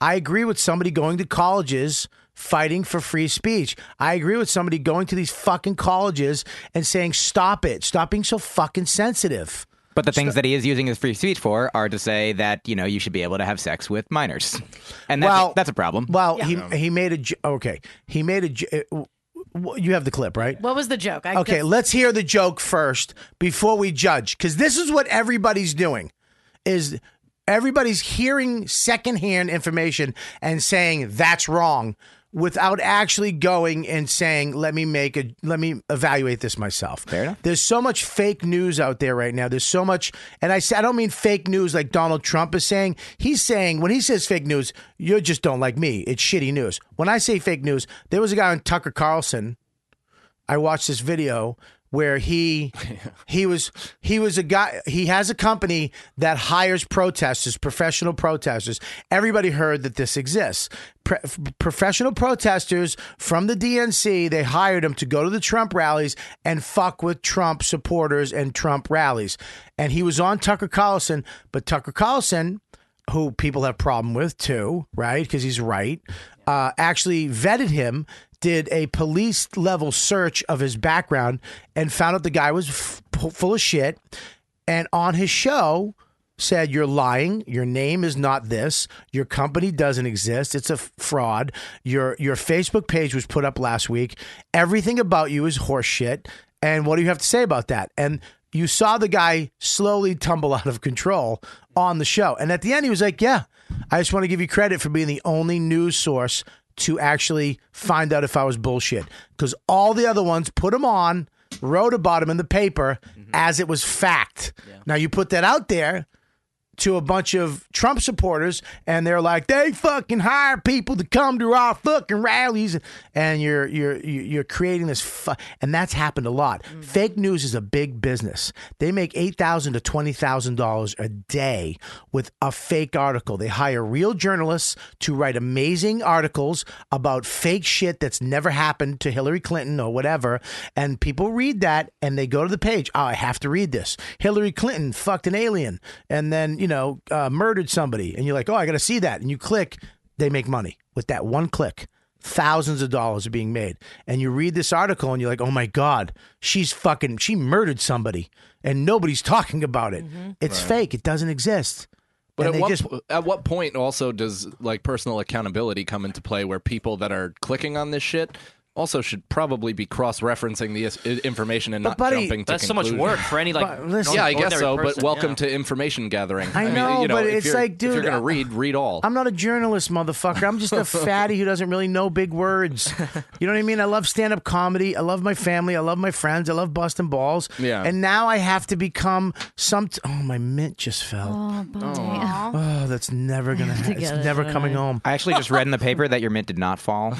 I agree with somebody going to colleges fighting for free speech. I agree with somebody going to these fucking colleges and saying, stop it. Stop being so fucking sensitive. But the things that he is using his free speech for are to say that you know you should be able to have sex with minors, and that's, Well- that's a problem. Well, he he made a j- okay. He made a. j- uh, w- You have the clip, right? What was the joke? I Okay, just- let's hear the joke first before we judge, because this is what everybody's doing: is everybody's hearing secondhand information and saying that's wrong, without actually going and saying, "Let me make a, let me evaluate this myself." Fair enough. There's so much fake news out there right now. There's so much, and I say I don't mean fake news like Donald Trump is saying. He's saying when he says fake news, you just don't like me. It's shitty news. When I say fake news, there was a guy on Tucker Carlson. I watched this video where he he was he was a guy he has a company that hires protesters professional protesters everybody heard that this exists Pre- professional protesters from the DNC they hired him to go to the Trump rallies and fuck with Trump supporters and Trump rallies and he was on Tucker Carlson but Tucker Carlson who people have problem with too, right? Because he's right. Uh, actually vetted him, did a police level search of his background, and found out the guy was f- full of shit. And on his show, said you're lying your name is not this your company doesn't exist it's a f- fraud your your facebook page was put up last week everything about you is horseshit and what do you have to say about that and you saw the guy slowly tumble out of control on the show and at the end he was like yeah i just want to give you credit for being the only news source to actually find out if i was bullshit because all the other ones put him on wrote about him in the paper as it was fact now you put that out there to a bunch of Trump supporters, and they're like, they fucking hire people to come to our fucking rallies, and you're you're you're creating this, fu- and that's happened a lot. Fake news is a big business. They make eight thousand to twenty thousand dollars a day with a fake article. They hire real journalists to write amazing articles about fake shit that's never happened to Hillary Clinton or whatever, and people read that and they go to the page. Oh, I have to read this. Hillary Clinton fucked an alien, and then you know uh, murdered somebody and you're like oh i gotta see that and you click they make money with that one click thousands of dollars are being made and you read this article and you're like oh my god she's fucking she murdered somebody and nobody's talking about it it's Right. fake it doesn't exist But And at they what, just- po- at what point also does like personal accountability come into play where people that are clicking on this shit also should probably be cross-referencing the is- i- information and But, not buddy- jumping to That's so much conclusions. work for any, like, But listen- yeah, I guess ordinary so. but person, welcome yeah. to information gathering. I mean, know, you but if it's you're- like, if dude, you're I- gonna read, read all. I'm not a journalist, motherfucker. I'm just a fatty who doesn't really know big words. You know what I mean? I love stand up comedy. I love my family. I love my friends. I love busting balls. Yeah. And now I have to become some. T- oh, my mint just fell. Oh, Oh, that's never gonna. Ha- it's get it never tonight. coming home. I actually just read in the paper that your mint did not fall.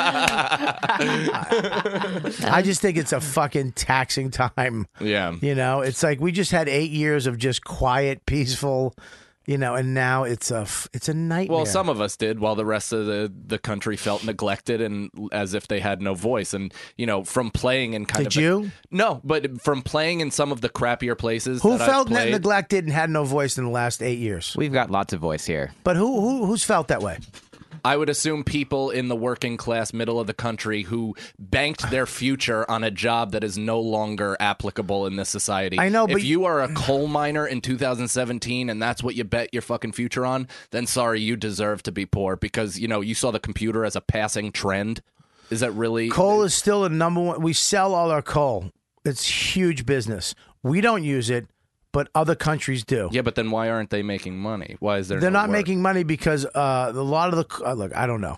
I just think it's a fucking taxing time. Yeah. You know, it's like we just had eight years of just quiet, peaceful. You know, and now it's a f- it's a nightmare. Well, some of us did, while the rest of the, the country felt neglected and as if they had no voice. And you know, from playing in kind Did of you? no, but from playing in some of the crappier places. who that felt I've ne- played, neglected and had no voice in the last eight years. We've got lots of voice here. But who, who who's felt that way? I would assume people in the working class, middle of the country, who banked their future on a job that is no longer applicable in this society. I know, if but- you are a coal miner in 2017 and that's what you bet your fucking future on, then sorry, you deserve to be poor because you know you saw the computer as a passing trend. Is that really Coal is still the number one. We sell all our coal. It's huge business. We don't use it, but other countries do. Yeah, but then why aren't they making money? Why is there? They're no not work? making money because uh, a lot of the c- uh, look. I don't know.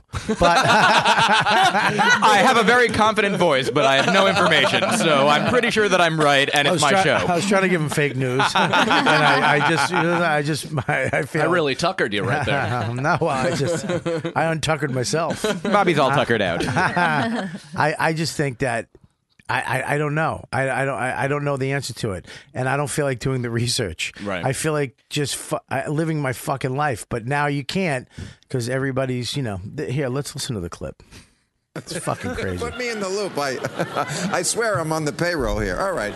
I have a very confident voice, but I have no information, so I'm pretty sure that I'm right, and I it's was try- my show. I was trying to give him fake news, and I, I just, I just, I, I feel. I really tuckered you right there. no, I just, I untuckered myself. Bobby's all tuckered out. I, I just think that I, I, I don't know. I, I don't I, I don't know the answer to it, and I don't feel like doing the research. Right. I feel like just fu- I, living my fucking life, but now you can't because everybody's you know th- here. Let's listen to the clip. It's fucking crazy. Put me in the loop. I, I swear I'm on the payroll here. All right.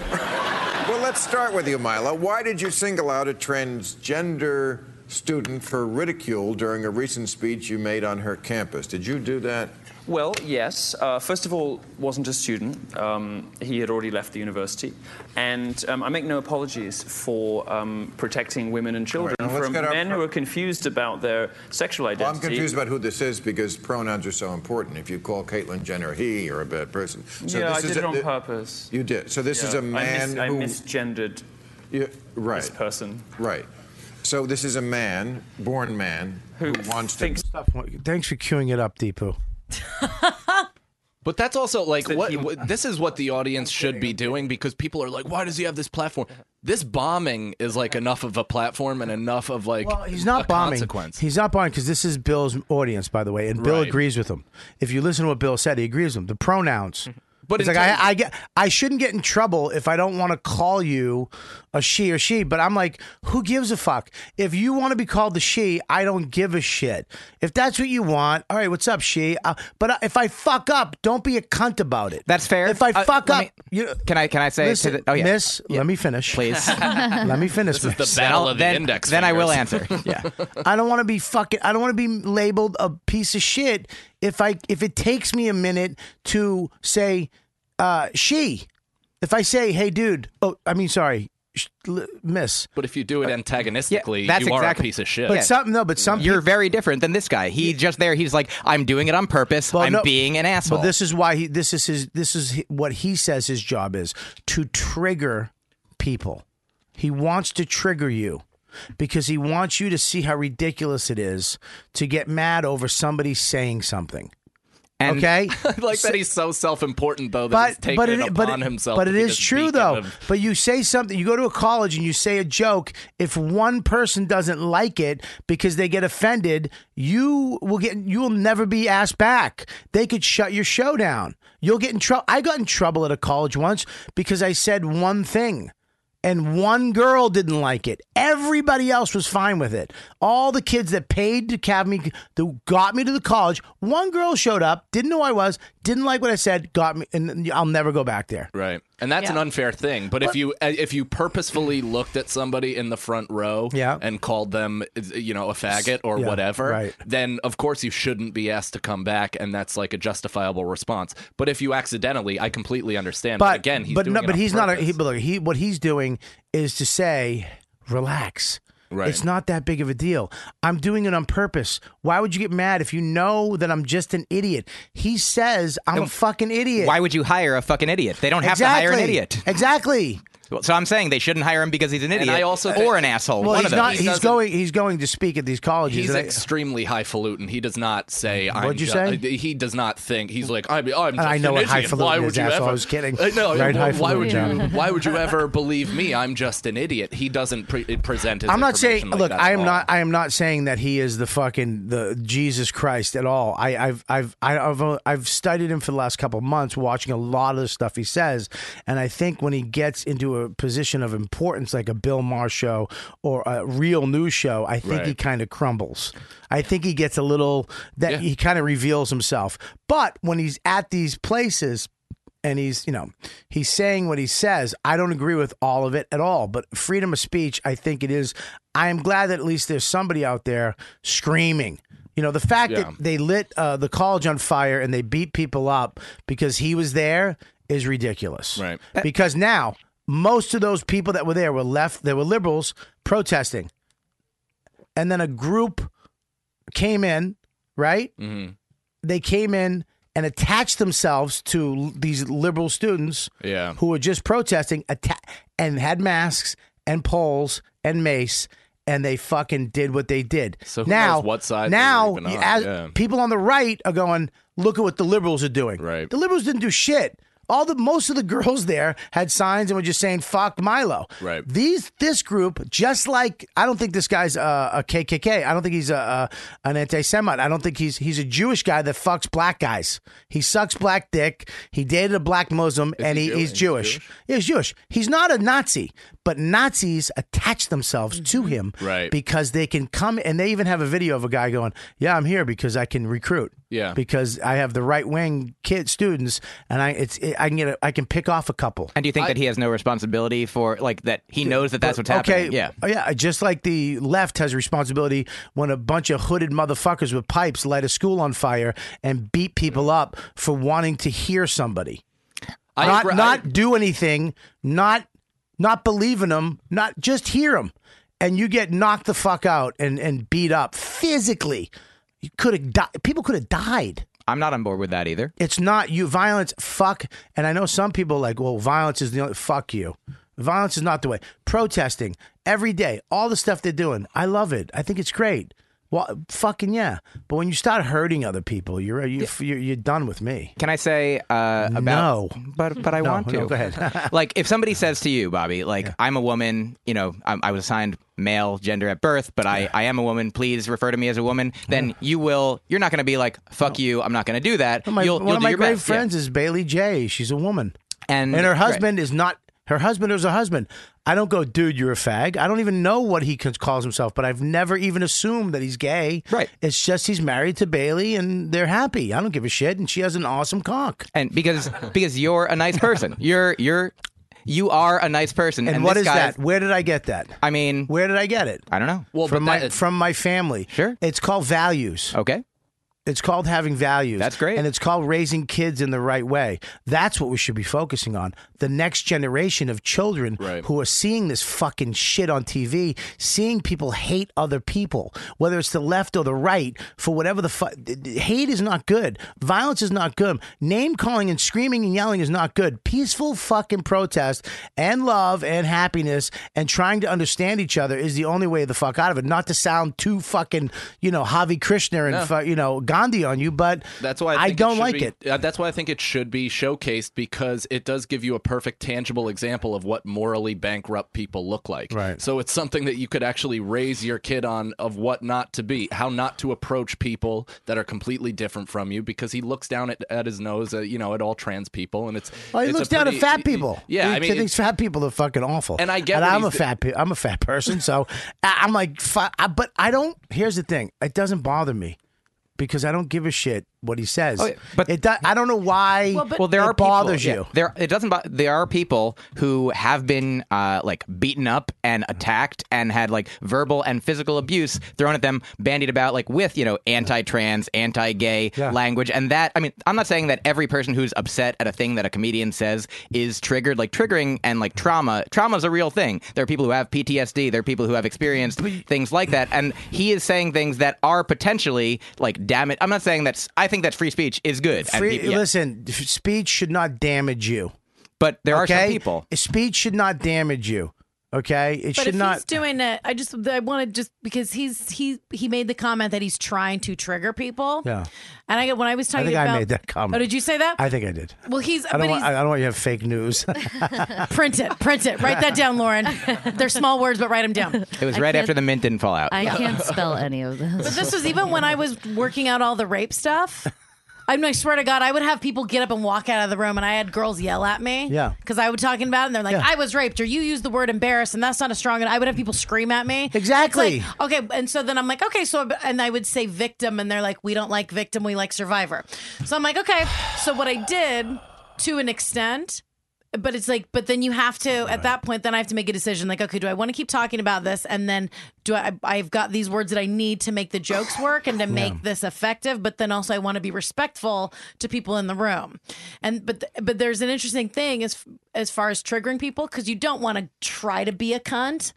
Well, let's start with you, Milo. Why did you single out a transgender student for ridicule during a recent speech you made on her campus? Did you do that? Well, yes. Uh, first of all, wasn't a student. Um, he had already left the university, and um, I make no apologies for um, protecting women and children now let's from get our men who are confused about their sexual identity. Well, I'm confused about who this is because pronouns are so important. If you call Caitlyn Jenner he, you're a bad person. yeah, I this did is it a- on th- purpose. You did. So this Yeah. is a man I, who mis- I misgendered Yeah, right. this person. Right. So this is a man, born man, who, wants to. Thanks for queuing it up, Deepu. But that's also like what, what this is what the audience should be doing because people are like, why does he have this platform? This bombing is like enough of a platform and enough of like He's not a bombing. consequence. He's not bombing because this is Bill's audience, by the way, and Bill Right. agrees with him. If you listen to what Bill said, he agrees with him. The pronouns But it's like I, I get I shouldn't get in trouble if I don't want to call you a she or she. But I'm like, who gives a fuck? If you want to be called the she, I don't give a shit. If that's what you want, all right, what's up, she? Uh, but uh, if I fuck up, don't be a cunt about it. That's fair. If I Uh, fuck let up, me- can I can I say Listen, to the, oh yeah miss, let me finish, please. let me finish. This is miss. the battle of the Then- index then I will fingers. answer. Yeah. I don't want to be fucking. I don't want to be labeled a piece of shit if I if it takes me a minute to say uh, she. If I say, "Hey, dude," oh, I mean, sorry, sh- l- miss. But if you do it antagonistically, that's you are exactly- a piece of shit. But Yeah. some- No, but some You're very different than this guy. He just there. He's like, I'm doing it on purpose. I'm no, being an asshole. But this is why he. This is his. This is hi- what he says his job is to trigger people. He wants to trigger you because he wants you to see how ridiculous it is to get mad over somebody saying something. okay, I like that he's so self-important though that he's taking it, but upon himself. But to it be is this true beacon though. of- But you say something, you go to a college and you say a joke. If one person doesn't like it because they get offended, you will get you will never be asked back. They could shut your show down. You'll get in trouble. I got in trouble at a college once because I said one thing. And one girl didn't like it. Everybody else was fine with it. All the kids that paid to have me, that got me to the college. One girl showed up, didn't know who I was, didn't like what I said, got me, and I'll never go back there. Right, and that's an unfair thing. But if you uh, if you purposefully looked at somebody in the front row, Yeah. and called them, you know, a faggot or Yeah, whatever, right. then of course you shouldn't be asked to come back, and that's like a justifiable response. But if you accidentally, I completely understand. But, again, he's but doing no, it but on he's not. A, purpose. he, but look, he what he's doing is to say, relax. Right. It's not that big of a deal. I'm doing it on purpose. Why would you get mad if you know that I'm just an idiot? He says I'm a Then fucking idiot. Why would you hire a fucking idiot? They don't have to hire an Exactly. idiot. Exactly. So I'm saying they shouldn't hire him because he's an And idiot I also or think- an asshole. Well, one he's of not. those. He's going. He's going to speak at these colleges. He's and I- extremely highfalutin. He does not say. I'm What'd you ju- uh, say? He does not think. He's like I'm. I'm And just I know an what idiot. highfalutin why is, would you asshole. ever? I was kidding. I know. Right, why, why highfalutin, would you? John. Why would you ever believe me? I'm just an idiot. He doesn't pre- present his. I'm not saying. information like look, that I at am all. not. I am not saying that he is the fucking the Jesus Christ at all. I, I've I've I- I've uh, I've studied him for the last couple of months, watching a lot of the stuff he says, and I think when he gets into a position of importance, like a Bill Maher show or a real news show, I think Right. he kind of crumbles. I think he gets a little that he kind of reveals himself. But when he's at these places and he's, you know, he's saying what he says, I don't agree with all of it at all. But freedom of speech, I think it is. I am glad that at least there's somebody out there screaming. You know, the fact Yeah. that they lit uh, the college on fire and they beat people up because he was there is ridiculous. Right. Because now most of those people that were there were left, they were liberals protesting and then a group came in, right? Mm-hmm. They came in and attached themselves to l- these liberal students Yeah. who were just protesting atta- and had masks and poles and mace and they fucking did what they did. So who now knows what side they were now even on, as- yeah. people on the right are going, look at what the liberals are doing. Right. The liberals didn't do shit. All the most of the girls there had signs and were just saying "fuck Milo." Right. These this group, just like I don't think this guy's uh, a KKK. I don't think he's a, a an anti-Semite. I don't think he's he's a Jewish guy that fucks black guys. He sucks black dick. He dated a black Muslim, and he, he's Jewish. He's Jewish. He's not a Nazi, but Nazis attach themselves to him Right. because they can come and they even have a video of a guy going, "Yeah, I'm here because I can recruit." Yeah. because I have the right wing kid students, and I it's I can get a, I can pick off a couple. And do you think that he has no responsibility for like that? He knows that that's what's happening. Okay. Yeah. Oh, yeah. Just like the left has responsibility when a bunch of hooded motherfuckers with pipes light a school on fire and beat people up for wanting to hear somebody, I not agree- I- not do anything, not not believe in them, not just hear them, and you get knocked the fuck out and and beat up physically. You could have died. People could have died. I'm not on board with that either. It's not you. Violence, fuck. And I know some people like, well, violence is the only, fuck you. Violence is not the way. Protesting every day, all the stuff they're doing. I love it. I think it's great. Well, fucking yeah. But when you start hurting other people, you're you you're, you're done with me. Can I say uh, about? No. but but I No, want to. no, go ahead. like if somebody says to you, Bobby, like I'm a woman, you know, I'm, I was assigned male gender at birth, but I I am a woman. Please refer to me as a woman. Then you will. You're not going to be like fuck you. I'm not going to do that. My- you'll one you'll of do my your great best. Yeah. friends is Bailey J. She's a woman, and her right. husband is not. Her husband is a husband. I don't go, dude, you're a fag. I don't even know what he c- calls himself, but I've never even assumed that he's gay. Right. It's just he's married to Bailey and they're happy. I don't give a shit. And she has an awesome cock. and because because you're a nice person. You're you're you are a nice person. And, And, what this is guy- that? Where did I get that? I mean, where did I get it? I don't know. from my from my family. Sure. It's called values. Okay. It's called having values. That's great. And it's called raising kids in the right way. That's what we should be focusing on. The next generation of children who are seeing this fucking shit on TV, seeing people hate other people, whether it's the left or the right, for whatever the fuck. Hate is not good. Violence is not good. Name calling and screaming and yelling is not good. Peaceful fucking protest and love and happiness and trying to understand each other is the only way the fuck out of it. Not to sound too fucking, you know, Javi Krishna and No. fu- you know Gandhi on you, but That's why I, I think don't should like be- it. uh, That's why I think it should be showcased because it does give you a perfect, tangible example of what morally bankrupt people look like. Right. So it's something that you could actually raise your kid on of what not to be, how not to approach people that are completely different from you, because he looks down at, at his nose, uh, you know, at all trans people, and it's. Oh, he it's a looks down pretty- at e, fat people. Yeah, he I mean, he thinks fat people are fucking awful. And I get And what I'm a he's- fat. Pe- I'm a fat person, so I- I'm like, fi- I, but I don't. Here's the thing: it doesn't bother me because I don't give a shit what he says. Oh, yeah, but it do- I don't know why. well, there it are people- bothers yeah, you. there, it doesn't. bo- There are people who have been uh, like beaten up and attacked and had like verbal and physical abuse thrown at them, bandied about like with you know anti-trans, anti-gay language, and that. I mean, I'm not saying that every person who's upset at a thing that a comedian says is triggered. Like triggering and like trauma. Trauma is a real thing. There are people who have PTSD. There are people who have experienced things like that, and he is saying things that are potentially like damage. I'm not saying that's. I think that free speech is good. and Free- people- yeah. Listen, f- speech should not damage you. But there are some okay? people. Speech should not damage you. Okay, it but if should not. he's doing it, I just I want to just because he's he he made the comment that he's trying to trigger people. yeah, And I when I was I talking think about I made that comment. Oh, did you say that? I think I did. well, he's I but don't, want, he's I don't want you to have fake news. print it, print it, write that down, Lauren. They're small words, but write them down. It was right after the mint didn't fall out. I can't spell any of this. But this was even when I was working out all the rape stuff. I mean, I swear to God, I would have people get up and walk out of the room, and I had girls yell at me. Yeah. Because I would talking about it, and they're like, I was raped, or you used the word embarrassed, and that's not a strong, and I would have people scream at me. Exactly. It's like, okay. And so then I'm like, okay, so, and I would say victim, and they're like, we don't like victim, we like survivor. So I'm like, okay. So what I did to an extent, but it's like, but then you have to, at that point, then I have to make a decision like, okay, do I want to keep talking about this? And then do I, I've got these words that I need to make the jokes work and to make this effective, but then also I want to be respectful to people in the room. And, but, but there's an interesting thing as, as far as triggering people, because you don't want to try to be a cunt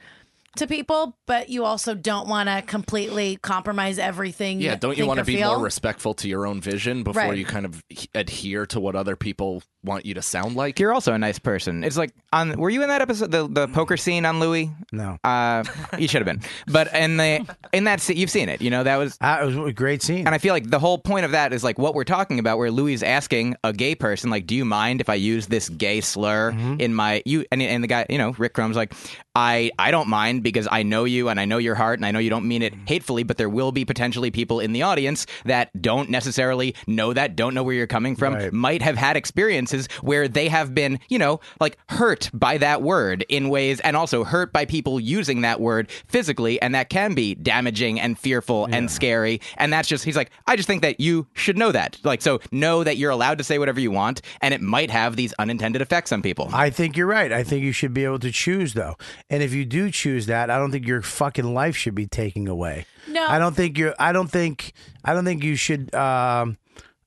to people, but you also don't want to completely compromise everything. Yeah, don't you think want or to be feel. more respectful to your own vision before Right. you kind of h- adhere to what other people want you to sound like? You're also a nice person. It's like on. Were you in that episode, the, the poker scene on Louis? No. Uh, you should have been. But in the in that scene, you've seen it. You know that was that was a great scene. And I feel like the whole point of that is like what we're talking about, where Louis is asking a gay person, like, "Do you mind if I use this gay slur Mm-hmm. in my you?" And and the guy, you know, Rick Crumb's like, "I I don't mind because I know you and I know your heart and I know you don't mean it Mm-hmm. hatefully, but there will be potentially people in the audience that don't necessarily know that, don't know where you're coming from, might have had experiences where they have been, you know, like hurt by that word in ways and also hurt by people using that word physically. And that can be damaging and fearful and scary. And that's just, he's like, I just think that you should know that. Like, so know that you're allowed to say whatever you want and it might have these unintended effects on people. I think you're right. I think you should be able to choose though. And if you do choose that, I don't think your fucking life should be taken away. No. I don't think you're I don't think I don't think you should um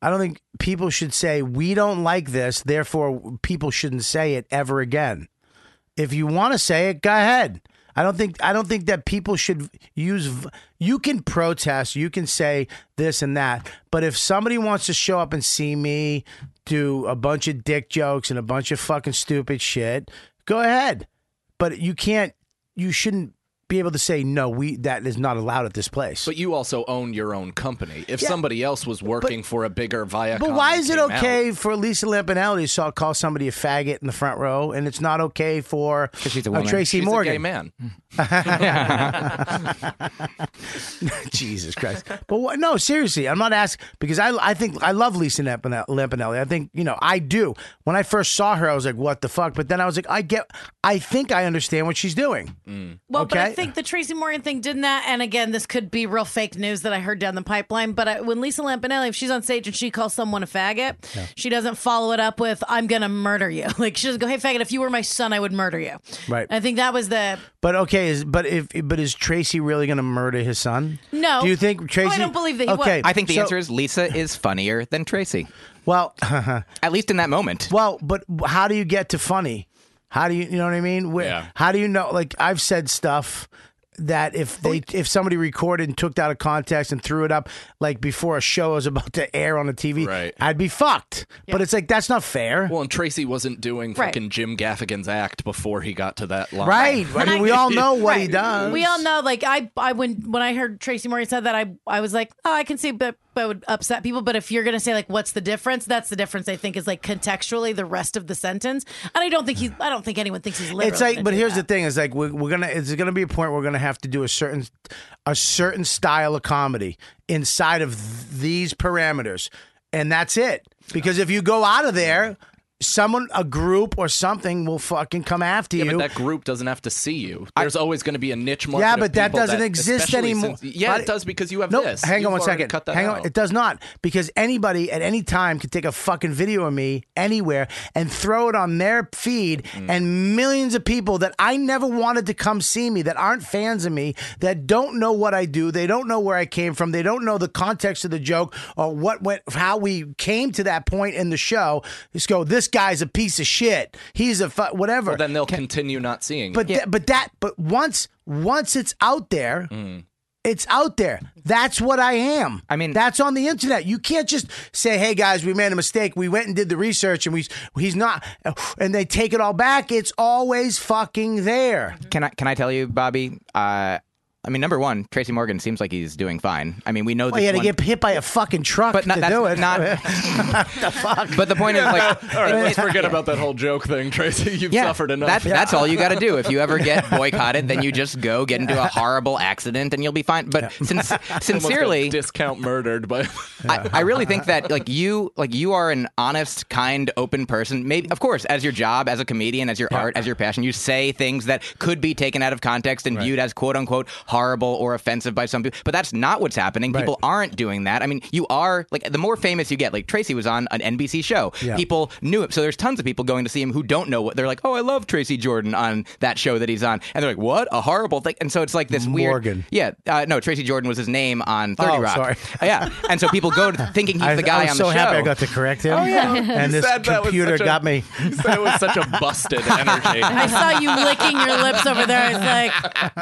I don't think people should say we don't like this, therefore people shouldn't say it ever again. If you want to say it, go ahead. I don't think I don't think that people should use v- you can protest, you can say this and that, but if somebody wants to show up and see me do a bunch of dick jokes and a bunch of fucking stupid shit, go ahead. But you can't you shouldn't be able to say no. We that is not allowed at this place. But you also own your own company. If Yeah. somebody else was working for a bigger Viacom, But why and is it came out- okay for Lisa Lampanelli to saw- call somebody a faggot in the front row, and it's not okay for uh, woman. Tracy She's a Morgan? gay man. Jesus Christ! But what, no, seriously, I'm not asking because I I think I love Lisa Lampane- Lampanelli. I think you know I do. When I first saw her, I was like, "What the fuck?" But then I was like, "I get. I think I understand what she's doing." Mm. Well, but I Okay. think the Tracy Morgan thing didn't that. And again, this could be real fake news that I heard down the pipeline. But I, when Lisa Lampanelli, if she's on stage and she calls someone a faggot, Yeah. she doesn't follow it up with "I'm gonna murder you." Like she doesn't go, "Hey faggot, if you were my son, I would murder you." Right. I think that was the But okay, is but if but is Tracy really going to murder his son? No. Do you think Tracy? Oh, I don't believe that he okay, would. I think the so- answer is Lisa is funnier than Tracy. Well, at least in that moment. Well, but how do you get to funny? How do you you know what I mean? Where, How do you know? Like I've said stuff that if they if somebody recorded and took it out of context and threw it up like before a show is about to air on the TV, right. I'd be fucked. But it's like that's not fair. Well, and Tracy wasn't doing Right. fucking Jim Gaffigan's act before he got to that line. Right. I mean, we all know what he Right. does. We all know. Like I, I when when I heard Tracy Morgan said that, I I was like, oh, I can see, but but it would upset people. But if you're gonna say like, what's the difference? That's the difference. I think is like contextually the rest of the sentence. And I don't think he's. I don't think anyone thinks he's. Literally It's like, gonna but do here's that. the thing: is like we're, we're gonna. It's gonna be a point where we're gonna have to do a certain, a certain style of comedy inside of th- these parameters, and that's it. Because if you go out of there, someone, a group, or something will fucking come after Yeah, you. but that group doesn't have to see you. There's always going to be a niche market. Yeah, of but that people doesn't exist especially anymore. since- yeah, But- it does because you have no, this. Hang on You've one already second. Cut that hang out. on. It does not because anybody at any time could take a fucking video of me anywhere and throw it on their feed, Mm. and millions of people that I never wanted to come see me that aren't fans of me that don't know what I do, they don't know where I came from, they don't know the context of the joke or what went, how we came to that point in the show. Just go, this guy's a piece of shit. He's a fu- whatever. Well, then they'll continue not seeing. But you. tha- but that but once once it's out there, Mm. it's out there. That's what I am. I mean, that's on the internet. You can't just say, "Hey guys, we made a mistake. We went and did the research, and we he's not," and they take it all back. It's always fucking there. Can I can I tell you, Bobby? Uh, I mean, number one, Tracy Morgan seems like he's doing fine. I mean, we know Well, this you had to one- get hit by a fucking truck But not- to that's do it. not- the fuck. But the point is, like, all right, it- let's it- forget yeah. about that whole joke thing, Tracy. You've Yeah, suffered enough. That, That's all you got to do. If you ever get boycotted, then you just go get into a horrible accident and you'll be fine. But sin- sincerely, discount murdered, but I, I really think that like you like you are an honest, kind, open person. Maybe of course, as your job, as a comedian, as your art, as your passion, you say things that could be taken out of context and viewed as quote unquote horrible or offensive by some people. But that's not what's happening. People aren't doing that. I mean, you are like the more famous you get, like Tracy was on an NBC show. Yeah. People knew him. So there's tons of people going to see him who don't know what they're like, oh, I love Tracy Jordan on that show that he's on. And they're like, What? A horrible thing. And so it's like this Morgan. weird Yeah. Uh, no, Tracy Jordan was his name on 30 Oh, Rock. Uh, sorry. Yeah. And so people go to thinking he's I, the guy I was on so the show. happy I got to correct him. Oh, yeah. And You this said that was computer such a- got me. You said it was such a busted energy. I saw you licking your lips over there. It's like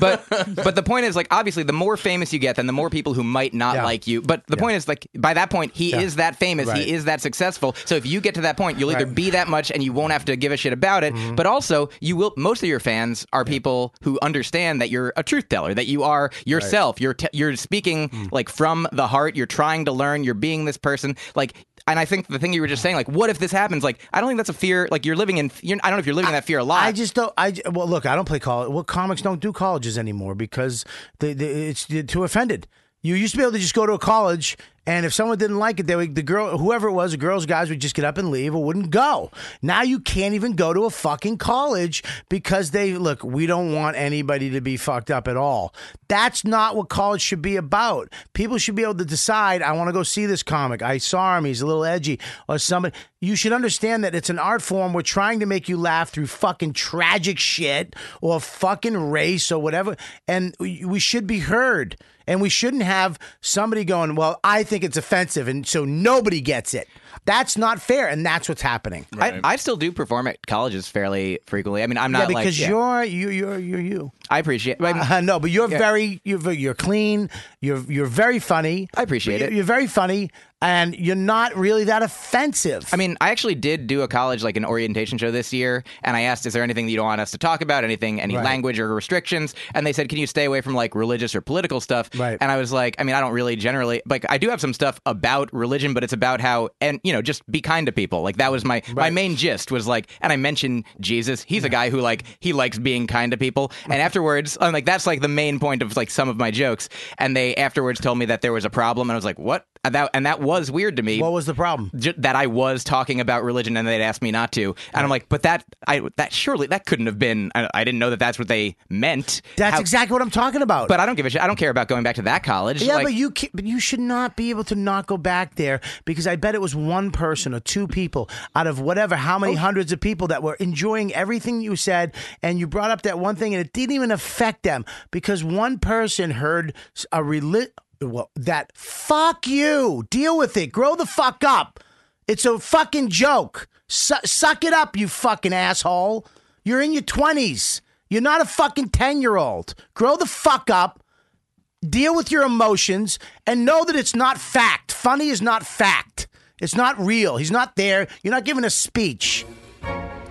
but but the point is like obviously the more famous you get then the more people who might not like you but the point is like by that point he Yeah. is that famous Right. he is that successful so if you get to that point you'll either Right. Mm-hmm. be that much and you won't have to give a shit about it but also you will most of your fans are people who understand that you're a truth teller that you are yourself you're te- you're speaking Mm. like from the heart you're trying to learn you're being this person like and I think the thing you were just saying, like, what if this happens? Like, I don't think that's a fear. Like, you're living in. You're, I don't know if you're living in that fear a lot. I just don't. I well, look, I don't play college. Well, comics don't do colleges anymore because they, they, it's they're too offended. You used to be able to just go to a college, and if someone didn't like it, they would, the girl, whoever it was, the girls, guys would just get up and leave or wouldn't go. Now you can't even go to a fucking college because they look. We don't want anybody to be fucked up at all. That's not what college should be about. People should be able to decide. I want to go see this comic. I saw him. He's a little edgy or somebody. You should understand that it's an art form. We're trying to make you laugh through fucking tragic shit or fucking race or whatever. And we we should be heard. And we shouldn't have somebody going, well, I think it's offensive. And so nobody gets it. That's not fair. And that's what's happening. I, I still do perform at colleges fairly frequently. I mean, I'm yeah, not because like, yeah. you're you you're you're you. I appreciate. Uh, no, but you're Yeah. very you're ve- you're clean. You're you're very funny. I appreciate it. You're very funny. and you're not really that offensive. I mean, I actually did do a college like an orientation show this year, and I asked, "Is there anything that you don't want us to talk about? Anything, any Right. language or restrictions?" And they said, "Can you stay away from like religious or political stuff?" Right. And I was like, "I mean, I don't really generally like. I do have some stuff about religion, but it's about how and you know just be kind to people. Like that was my my main gist was like, and I mentioned Jesus. He's a guy who like he likes being kind to people. And afterwards, I'm like, that's like the main point of like some of my jokes. And they afterwards told me that there was a problem, and I was like, what? And that and that was weird to me. What was the problem? that I was talking about religion and they'd asked me not to, and I'm like, but that I that surely that couldn't have been. I, I didn't know that that's what they meant. That's How- exactly what I'm talking about. But I don't give a shit. I don't care about going back to that college. yeah, Like, but you can, but you should not be able to not go back there because I bet it was one person or two people out of whatever how Oh. many hundreds of people that were enjoying everything you said, and you brought up that one thing, and it didn't even affect them because one person heard s- a reli- well, that fuck you, deal with it, grow the fuck up. It's a fucking joke. Su- suck it up, you fucking asshole. You're in your twenties. You're not a fucking ten year old. Grow the fuck up deal with your emotions and know that it's not fact. Funny is not fact. It's not real. He's not there. You're not giving a speech.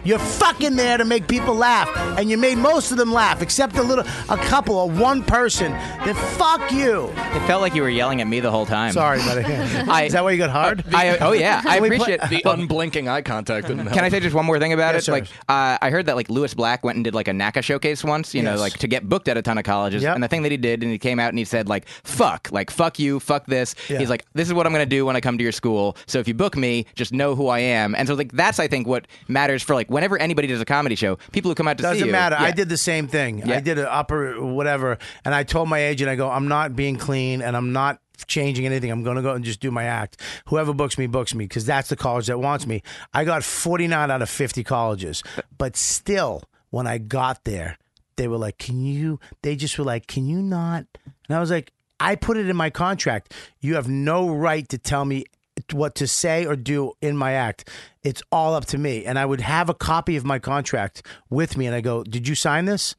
You're fucking there to make people laugh, and you made most of them laugh, except a little, a couple, or one person. Then fuck you. it felt like you were yelling at me the whole time. Sorry, buddy. I- is that why you got hard? I, oh yeah, I Can we play- appreciate The unblinking eye contact. Didn't Can I say just one more thing about Yeah, it? sure. Like, uh, I heard that like Lewis Black went and did like a NACA showcase once, you know, Yes. like to get booked at a ton of colleges. And the thing that he did, and he came out and he said like, "Fuck, like fuck you, fuck this." Yeah. He's like, "This is what I'm gonna do when I come to your school. So if you book me, just know who I am." And so like that's I think what matters for like whenever anybody does a comedy show, people who come out to see Doesn't you. matter. I Yeah. did the same thing. I Yeah. did an upper whatever, and I told my agent, I go, I'm not being clean, and I'm not changing anything. I'm going to go and just do my act. Whoever books me, books me, because that's the college that wants me. I got 49 out of 50 colleges, but still, when I got there, they were like, "Can you?" They just were like, "Can you not?" And I was like, "I put it in my contract. You have no right to tell me what to say or do in my act. It's all up to me. And I would have a copy of my contract with me. And I go, Did you sign this?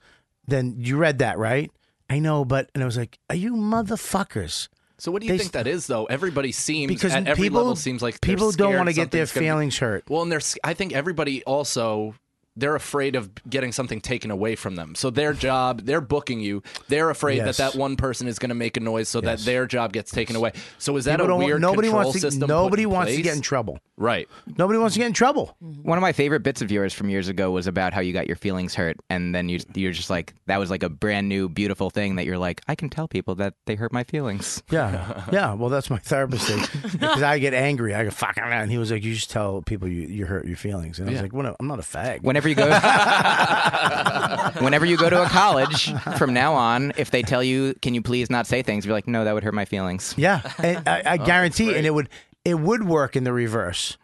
Then you read that, right? I know, but, and I was like, Are you motherfuckers? So what do you They- think that is though? Everybody seems Because at every people- level seems like they're people don't scared wanna get their something's gonna be- feelings hurt. Well, and they're s- I think everybody also they're afraid of getting something taken away from them. So their job, they're booking you. They're afraid Yes. that that one person is going to make a noise so that their job gets taken away. So is that People a don't want- weird nobody control wants to, system? put Nobody in wants to place? get in trouble. Right. Nobody wants to get in trouble. Mm-hmm. One of my favorite bits of yours from years ago was about how you got your feelings hurt, and then you you're just like that was like a brand new beautiful thing that you're like I can tell people that they hurt my feelings. Yeah, yeah. Well, that's my therapist thing because I get angry. I go fucking, and he was like, "You just tell people you you hurt your feelings," and I was Yeah. like, well, no, "I'm not a fag." Whenever you go, whenever you go to a college from now on, if they tell you, "Can you please not say things?" You're like, "No, that would hurt my feelings." Yeah, and I, I guarantee, and it would it would work in the reverse.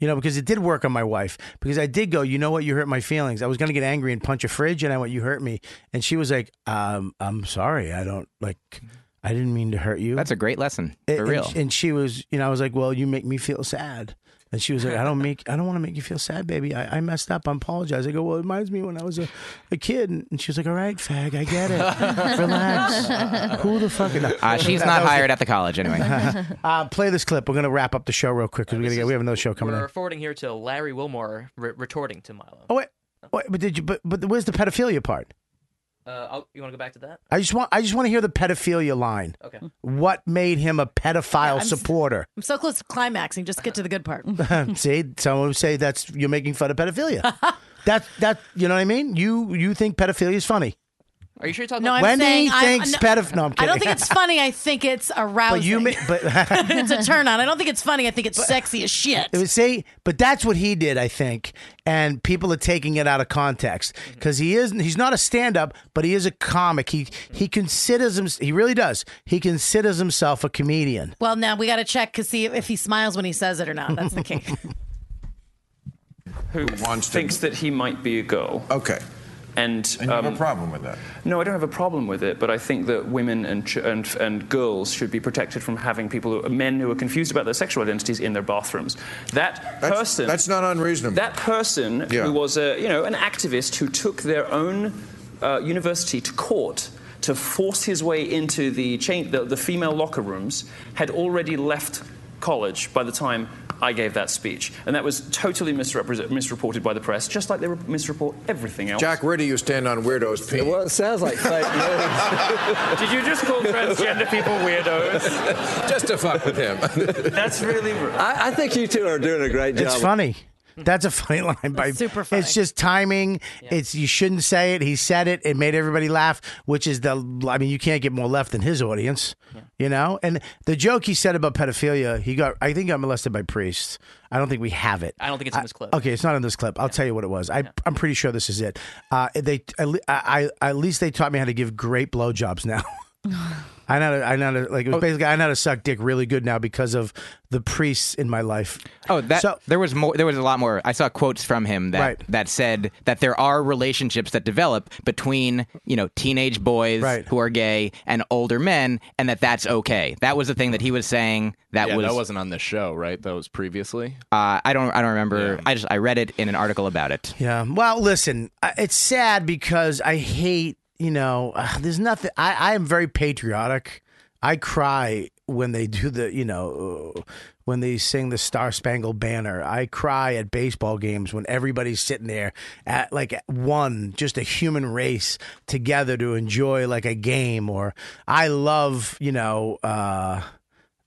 You know, because it did work on my wife. Because I did go, you know what, you hurt my feelings. I was gonna get angry and punch a fridge, and I went, you hurt me. And she was like, um, I'm sorry, I don't like, I didn't mean to hurt you. That's a great lesson And- for real. And, and she was, you know, I was like, well, you make me feel sad. And she was like, I don't make, I don't want to make you feel sad, baby. I, I messed up. I apologize. I go, well, it reminds me when I was a, a kid. And she was like, all right, fag, I get it. Relax. Who the fuck? No. Uh, she's That- not that was- hired at the college anyway. uh, play this clip. We're gonna wrap up the show real quick because we gotta get. We have another show coming We're in. forwarding here to Larry Wilmore re- retorting to Milo. Oh wait, wait, but did you? But but where's the pedophilia part? Uh, I'll, you want to go back to that? I just want. I just want to hear the pedophilia line. Okay. What made him a pedophile s- supporter? I'm so close to climaxing. Just get to the good part. See, someone would say that's you're making fun of pedophilia. that that you know what I mean? You you think pedophilia is funny? Are you sure you're talking No, about I'm Wendy saying thinks I'm, pedoph- no, I'm I don't kidding. think it's funny. I think it's arousing. But you, ma- but it's a turn on. I don't think it's funny. I think it's sexy as shit. It was- see, but that's what he did, I think, and people are taking it out of context Mm-hmm. because he is—he's not a stand-up, but he is a comic. He he considers him—he really does. He considers himself a comedian. Well, now we got to check to see if he smiles when he says it or not. That's the key. Who thinks that he might be a girl? Okay. And, And you have a um, problem with that. No, I don't have a problem with it, but I think that women and, ch- and, and girls should be protected from having people, who, men who are confused about their sexual identities in their bathrooms. That person. That's not unreasonable. That person who was a, you know, an activist who took their own uh, university to court to force his way into the, cha- the, the female locker rooms had already left college by the time I gave that speech. And that was totally misrepresent- misreported by the press, just like they re- misreport everything else. Jack, where do you stand on weirdos? Pete? Well, it sounds like fake news. Did you just call transgender people weirdos? Just to fuck with him. That's really rude. I, I think you two are doing a great job. It's funny. That's a funny line. By, super funny. It's just timing. It's you shouldn't say it. He said it. It made everybody laugh, which is the. I mean, you can't get more left than his audience. You know, and the joke he said about pedophilia. He got. I think he got molested by priests. I don't think we have it. I don't think it's in this clip. Okay, it's not in this clip. I'll tell you what it was. I, I'm pretty sure this is it. Uh, they at, le- I, I, at least they taught me how to give great blowjobs now. I know, I know, like it Oh. was basically I know how to suck dick really good now because of the priests in my life. Oh, that there was more. There was a lot more. I saw quotes from him that Right. that said that there are relationships that develop between you know teenage boys who are gay and older men, and that that's okay. That was the thing that he was saying. That Yeah, was that wasn't on the show, right? That was previously. Uh, I don't. I don't remember. I just. I read it in an article about it. Yeah. Well, listen, I- it's sad because I hate, you know, uh, there's nothing. I, I am very patriotic. I cry when they do the, you know, uh, when they sing the Star Spangled Banner. I cry at baseball games when everybody's sitting there at like at one, just a human race together to enjoy like a game. Or I love, you know, uh,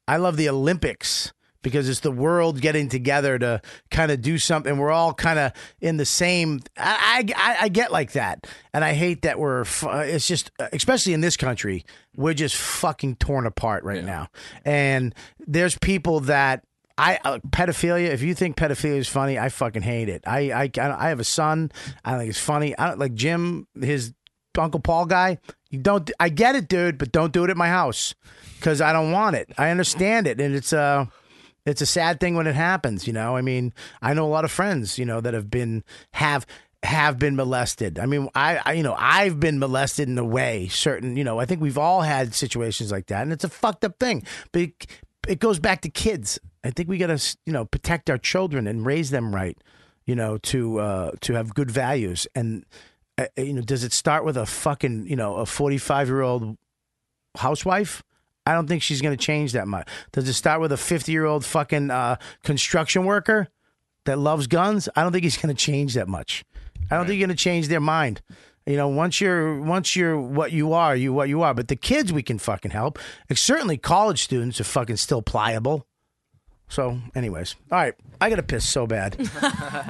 I love the Olympics because it's the world getting together to kind of do something. We're all kind of in the same. I, I, I get like that, and I hate that we're. fu- It's just, especially in this country, we're just fucking torn apart right now. And there's people that I uh, pedophilia. If you think pedophilia is funny, I fucking hate it. I, I, I have a son. I think it's funny. I don't like Jim. His Uncle Paul guy. You don't. I get it, dude, but don't do it at my house because I don't want it. I understand it, and it's uh it's a sad thing when it happens. You know, I mean, I know a lot of friends, you know, that have been have have been molested. I mean, I, I you know, I've been molested in a way. Certain, you know, I think we've all had situations like that, and it's a fucked up thing. But it, it goes back to kids. I think we got to, you know, protect our children and raise them right. You know, to uh, to have good values and uh, you know, does it start with a fucking, you know, a 45 year old housewife? I don't think she's going to change that much. Does it start with a 50 year old fucking uh, construction worker that loves guns? I don't think he's going to change that much. I don't think you're going to change their mind. You know, once you're once you're what you are, you what you are. But the kids, we can fucking help. And certainly, college students are fucking still pliable. So, anyways, all right, I gotta piss so bad,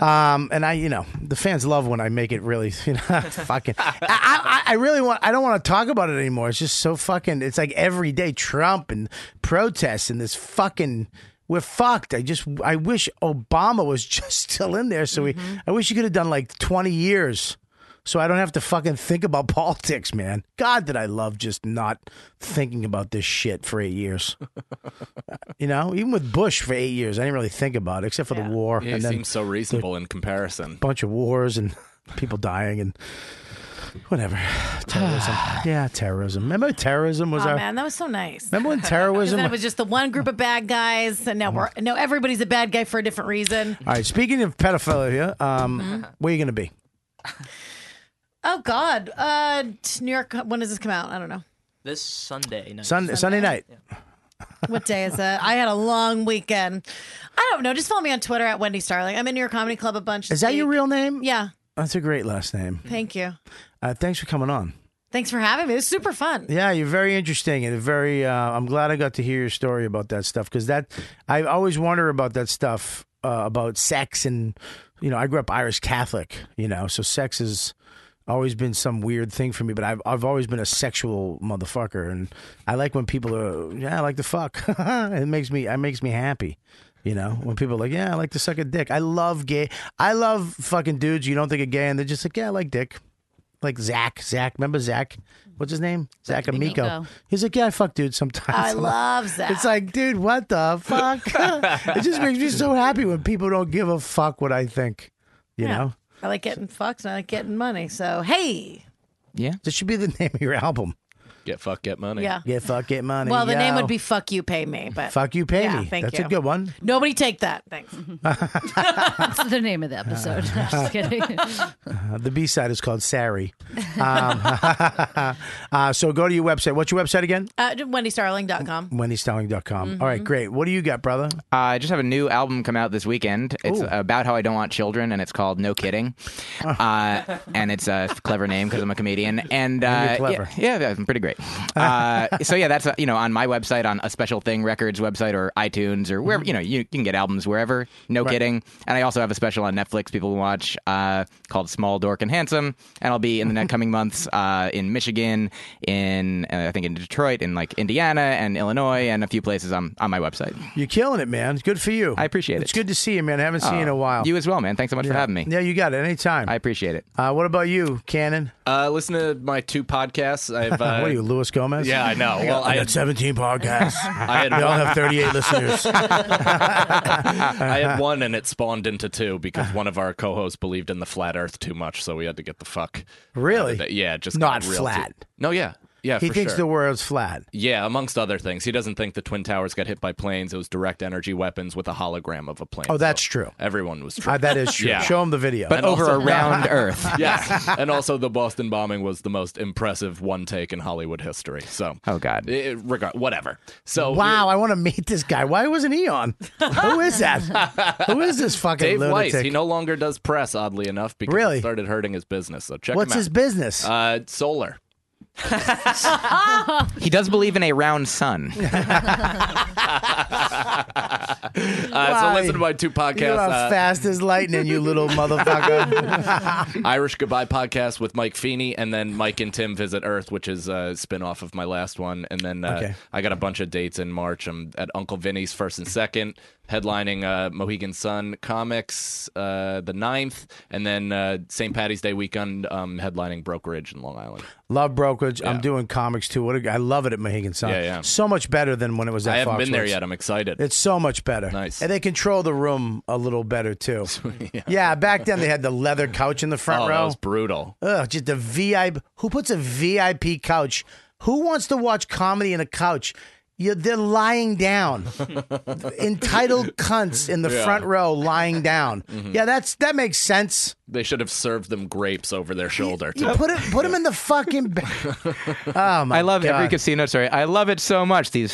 um, and I, you know, the fans love when I make it really, you know, fucking. I, I, I really want. I don't want to talk about it anymore. It's just so fucking. It's like every day Trump and protests and this fucking. We're fucked. I just. I wish Obama was just still in there. So we. I wish you could have done like twenty years, so I don't have to fucking think about politics, man. God, did I love just not thinking about this shit for eight years. You know, even with Bush for eight years, I didn't really think about it except for the war Yeah, he and then seems so reasonable in a comparison. bunch of wars and people dying and whatever. Terrorism. yeah, terrorism. Remember terrorism was oh our. man, that was so nice. Remember when 'Cause terrorism? then it was just the one group of bad guys, and now we're now everybody's a bad guy for a different reason. All right. Speaking of pedophilia, um, Mm-hmm. where you gonna be? Oh God, uh, t- New York. When does this come out? I don't know. This Sunday night. Sun- Sunday, night. What day is it? I had a long weekend. I don't know. Just follow me on Twitter at Wendy Starling. I'm in your comedy club a bunch. Is that your real name? Yeah. That's a great last name. Thank you. Uh, thanks for coming on. Thanks for having me. It was super fun. Yeah, you're very interesting and very. Uh, I'm glad I got to hear your story about that stuff because that I always wonder about that stuff uh, about sex and you know I grew up Irish Catholic, you know, so sex has always been some weird thing for me. But I've I've always been a sexual motherfucker, and I like when people are yeah I like to fuck. it makes me it makes me happy. You know, when people are like, yeah, I like to suck a dick. I love gay. I love fucking dudes you don't think are gay, and they're just like, yeah, I like dick like Zach. Zach, remember Zach? What's his name? Zach D'Amico. Amico. He's like, yeah, I fuck dude sometimes. I I'm love like- Zach. It's like, dude, what the fuck? it just makes me so happy when people don't give a fuck what I think. You Yeah. know? I like getting fucked and I like getting money. So hey, Yeah. This should be the name of your album. Get fuck, get money. Yeah. Get fuck, get money. Well, the yo. name would be "Fuck You, Pay Me," but Fuck You, Pay Yeah, Me. Thank That's you. a good one. Nobody take that. Thanks. That's the name of the episode. I'm just kidding. Uh, the B side is called Sari. Um, uh, so go to your website. What's your website again? Uh, WendyStarling.com. WendyStarling.com. Mm-hmm. All right, great. What do you got, brother? Uh, I just have a new album come out this weekend. It's Ooh. about how I don't want children, and it's called No Kidding. Uh, and it's a clever name because I'm a comedian. And And uh, you're yeah, clever. Yeah, yeah, I'm pretty great. Uh, so yeah, that's uh, you know on my website on a special thing records website or iTunes or wherever you know you, you can get albums wherever. No Mm-hmm. Right. kidding. And I also have a special on Netflix people can watch uh, called Small Dork and Handsome. And I'll be in the next coming months uh, in Michigan, in uh, I think in Detroit, in like Indiana and Illinois, and a few places on on my website. You're killing it, man. Good for you. I appreciate it. It's good to see you, man. I haven't seen you in a Oh, while. You as well, man. Thanks so much for Yeah. having me. Yeah, you got it. Anytime. I appreciate it. Uh, what about you, Cannon? Uh, listen to my two podcasts. I've uh, what are you, Luis Gomez? Yeah, I know. I got, Well, I I- got 17 podcasts. I had we all one- have 38 listeners. I had one and it spawned into two because one of our co-hosts believed in the flat Earth too much, so we had to get the fuck. out Really? of it. Yeah, just Not got real flat. deep. No, yeah, yeah. he for thinks sure. the world's flat. Yeah, amongst other things, he doesn't think the twin towers got hit by planes. It was direct energy weapons with a hologram of a plane. Oh, that's true. Everyone was. Uh, that is true. Yeah. Show him the video. And also- Earth. Yes, and also the Boston bombing was the most impressive one take in Hollywood history. So, oh god, it, regard whatever. So wow, I want to meet this guy. Why wasn't he on? Who is that? Who is this fucking Dave lunatic? Weiss, he no longer does press, oddly enough, because Really? it started hurting his business. So check What's him out. his business? Uh, solar. He does believe in a round sun. Uh, so Why? listen to my two podcasts. you are uh, fast as lightning, you little motherfucker. Irish Goodbye podcast with Mike Feeney, and then Mike and Tim visit Earth, which is a spin-off of my last one. And then uh, Okay. I got a bunch of dates in March. I'm at Uncle Vinny's first and second, headlining uh, Mohegan Sun Comics uh, the 9th, and then uh, St. Patty's Day weekend, um, headlining Brokerage in Long Island. love brokerage. I'm doing comics too. What a, I love it at Mohegan Sun. Yeah, yeah. So much better than when it was at I haven't Foxwoods. been there yet. I'm excited. It's so much better. Nice. And they control the room a little better too. yeah. back then they had the leather couch in the front oh, row. that was brutal. Ugh, just a VIP. Who puts a VIP couch? Who wants to watch comedy in a couch? You, they're lying down. Entitled cunts in the Yeah. Mm-hmm. front row lying down. Yeah, that's that makes sense. They should have served them grapes over their shoulder. You too. put it, put them in the fucking. Ba- oh my! I love God. every casino story. I love it so much. These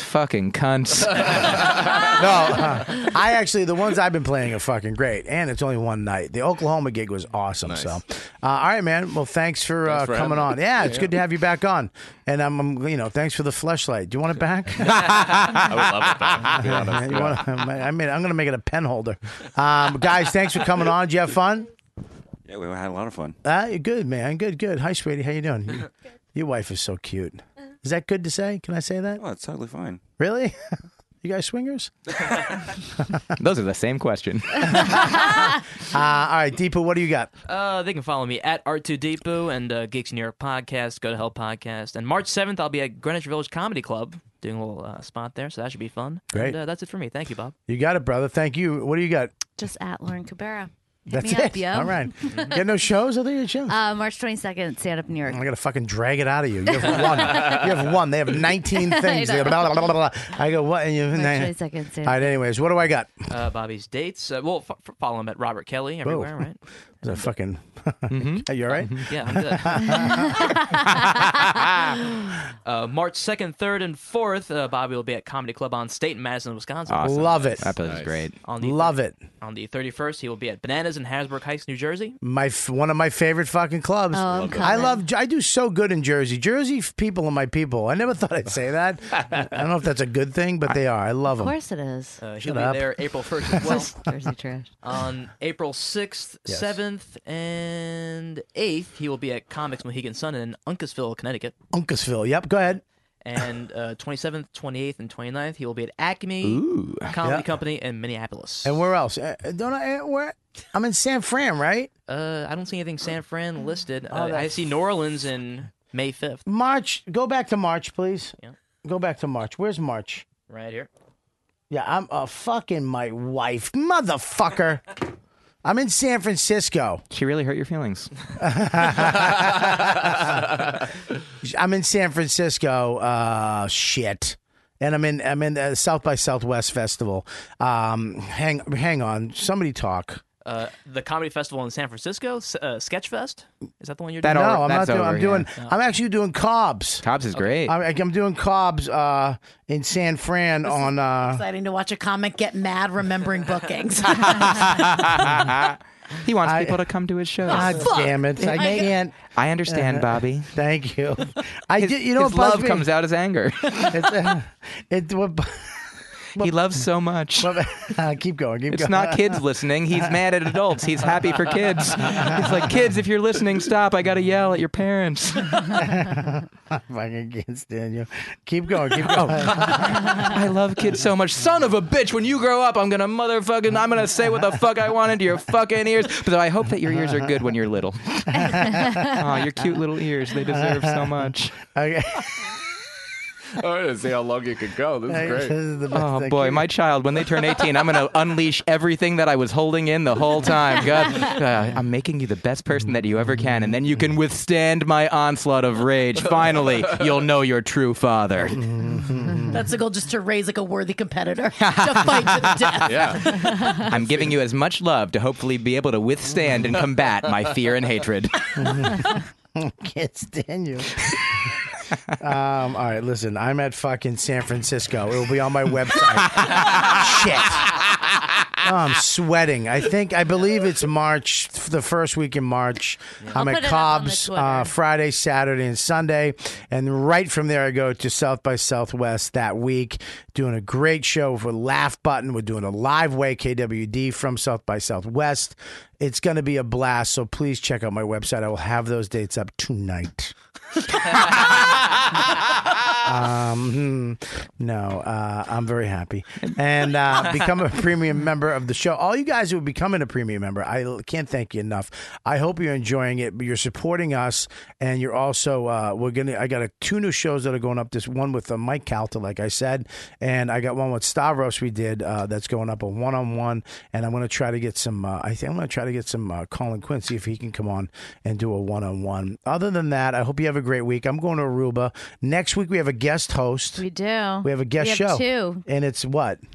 fucking cunts. No, uh, I actually the ones I've been playing are fucking great, and it's only one night. The Oklahoma gig was awesome. So, uh, all right, man. Well, thanks for, uh, for coming having on. me. Yeah, it's Yeah. good to have you back on. And I'm, I'm- you know, thanks for the fleshlight. Do you want it back? I would love it back. to be honest. You wanna- I mean, I'm gonna make it a pen holder. Um, guys, thanks for coming on. Did you have fun? Yeah, we had a lot of fun. Uh, you're good, man. Good, good. Hi, sweetie. How you doing? You- Your wife is so cute. Uh-huh. Is that good to say? Can I say that? Oh, it's totally fine. Really? You guys swingers? Those are the same question. Uh, all right, Deepu, what do you got? Uh, they can follow me at Art2Deepu and uh, Geeks in New York podcast, Go to Hell podcast. And March 7th, I'll be at Greenwich Village Comedy Club doing a little uh, spot there, so that should be fun. Great. And, uh, that's it for me. Thank you, Bob. You got it, brother. Thank you. What do you got? Just at Lauren Cabrera. Hit That's me it. Up, yo. All right. You got no shows? I think you shows. Uh, March 22nd, stand up in New York. I gotta fucking drag it out of you. You have one. you have one. They have nineteen things. I They know. blah, blah, blah, blah, blah. I go what? And you, March 22nd, All stand right. up. Anyways, what do I got? Uh, Bobby's dates. Uh, well, f- f- follow him at Robert Kelly everywhere, right? Is that fucking? Mm-hmm. Are you all right? Yeah, I'm good. uh, March 2nd, 3rd, and 4th, uh, Bobby will be at Comedy Club on State in Madison, Wisconsin. Love it. That place is great. On the, Love it. On the 31st, he will be at Bananas in Hasbrook Heights, New Jersey. My f- one of my favorite fucking clubs. Oh, I'm Love it. I love. I do so good in Jersey. Jersey f- people are my people. I never thought I'd say that. I don't know if that's a good thing, but they are. I love Of them. course it is. Uh, he'll Shut be up. there April 1st as well. Jersey trash. on April 6th, 7th, and 8th, he will be at Comics Mohegan Sun in Uncasville, Connecticut. Uncasville. Yep. Go ahead. And uh, 27th, 28th, and 29th, he will be at Acme Comedy Yeah. Company in Minneapolis. And where else? Uh, don't I? uh, Where? I'm in San Fran, right? Uh, I don't see anything San Fran listed. Oh, Uh, I that's- see New Orleans in May 5th, March. Go back to March, please. Go back to March. Where's March? right here. Yeah, I'm a fucking my wife, motherfucker. I'm in San Francisco. She really hurt your feelings. I'm in San Francisco. Uh, shit. And I'm in I'm in the South by Southwest festival. Um, hang hang on, somebody talk. Uh, the comedy festival in San Francisco, S- uh, Sketchfest. Is that the one you're no, doing? I'm not doing. I'm doing. I'm actually doing Cobb's. Cobb's is great. I'm, I'm doing Cobb's uh, in San Fran on. Uh, Exciting to watch a comic get mad remembering bookings. he wants people to come to his shows. God damn it! I I- can't. Uh-huh. I understand, Bobby. Thank you. I His- did. You know, his what buzzed love me? comes out as anger. it's, uh, it, what, bu- he loves so much. uh, keep going. Keep It's going. not kids listening. He's mad at adults. He's happy for kids. He's like, kids, if you're listening, stop. I got to yell at your parents. I fucking can't stand you. Keep going. Keep Oh. going. I love kids so much. Son of a bitch, when you grow up, I'm going to motherfucking, I'm going to say what the fuck I want into your fucking ears. But I hope that your ears are good when you're little. oh, your cute little ears. They deserve so much. okay. I want to Oh, see how long you could go. This Hey, is this great. is the best Oh thing. boy, my child, when they turn 18, I'm going to unleash everything that I was holding in the whole time. God, uh, I'm making you the best person that you ever can, and then you can withstand my onslaught of rage. Finally, you'll know your true father. That's the goal, just to raise like a worthy competitor to fight to the death. Yeah. I'm giving you as much love to hopefully be able to withstand and combat my fear and hatred. can't stand you. um, all right, listen. I'm at fucking San Francisco. It will be on my website. Shit. Oh, I'm sweating. I think I believe it's March, f- the first week in March. I'll I'm at put it up on the Cobb's Twitter. uh, Friday, Saturday, and Sunday, and right from there I go to South by Southwest that week. Doing a great show for Laugh Button. We're doing a live way KWD from South by Southwest. It's going to be a blast. So please check out my website. I will have those dates up tonight. Um, hmm, no, uh, I'm very happy. And uh, become a premium member of the show. All you guys who are becoming a premium member, I l- can't thank you enough. I hope you're enjoying it, but you're supporting us, and you're also uh, we're gonna. I got a, two new shows that are going up. This one with uh, Mike Calta, like I said, and I got one with Stavros. We did uh, that's going up a one on one, and I'm gonna try to get some. Uh, I think I'm gonna try to get some uh, Colin Quincy if he can come on and do a one on one. Other than that, I hope you have a great week. I'm going to Aruba next week. We have a guest host. We do. We have a guest we have show. Two. And it's what? Do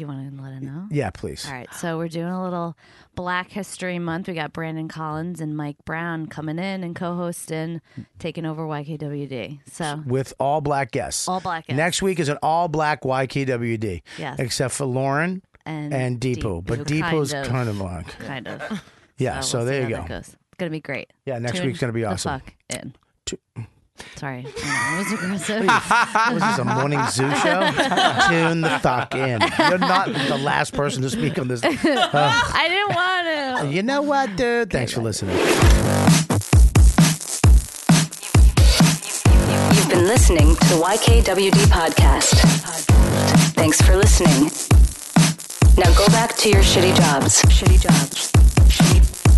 you want to let it know? Yeah, please. All right, so we're doing a little Black History Month. We got Brandon Collins and Mike Brown coming in and co-hosting, taking over YKWd. So With all black guests. All black guests. Next week is an all black YKWD. Yes. Except for Lauren and and, Depot. But Depot's kind of, black. kind of. Yeah, so we'll see there you how that go. goes. It's gonna be great. Yeah, next Tune week's gonna be the awesome. fuck in. Tu- Sorry, I know, it was aggressive. Was this a morning zoo show? Tune the fuck in. You're not the last person to speak on this. Ugh. I didn't want to. you know what, dude? Thanks for listening. You've been listening to the YKWD podcast. Thanks for listening. Now go back to your shitty jobs. Shitty jobs.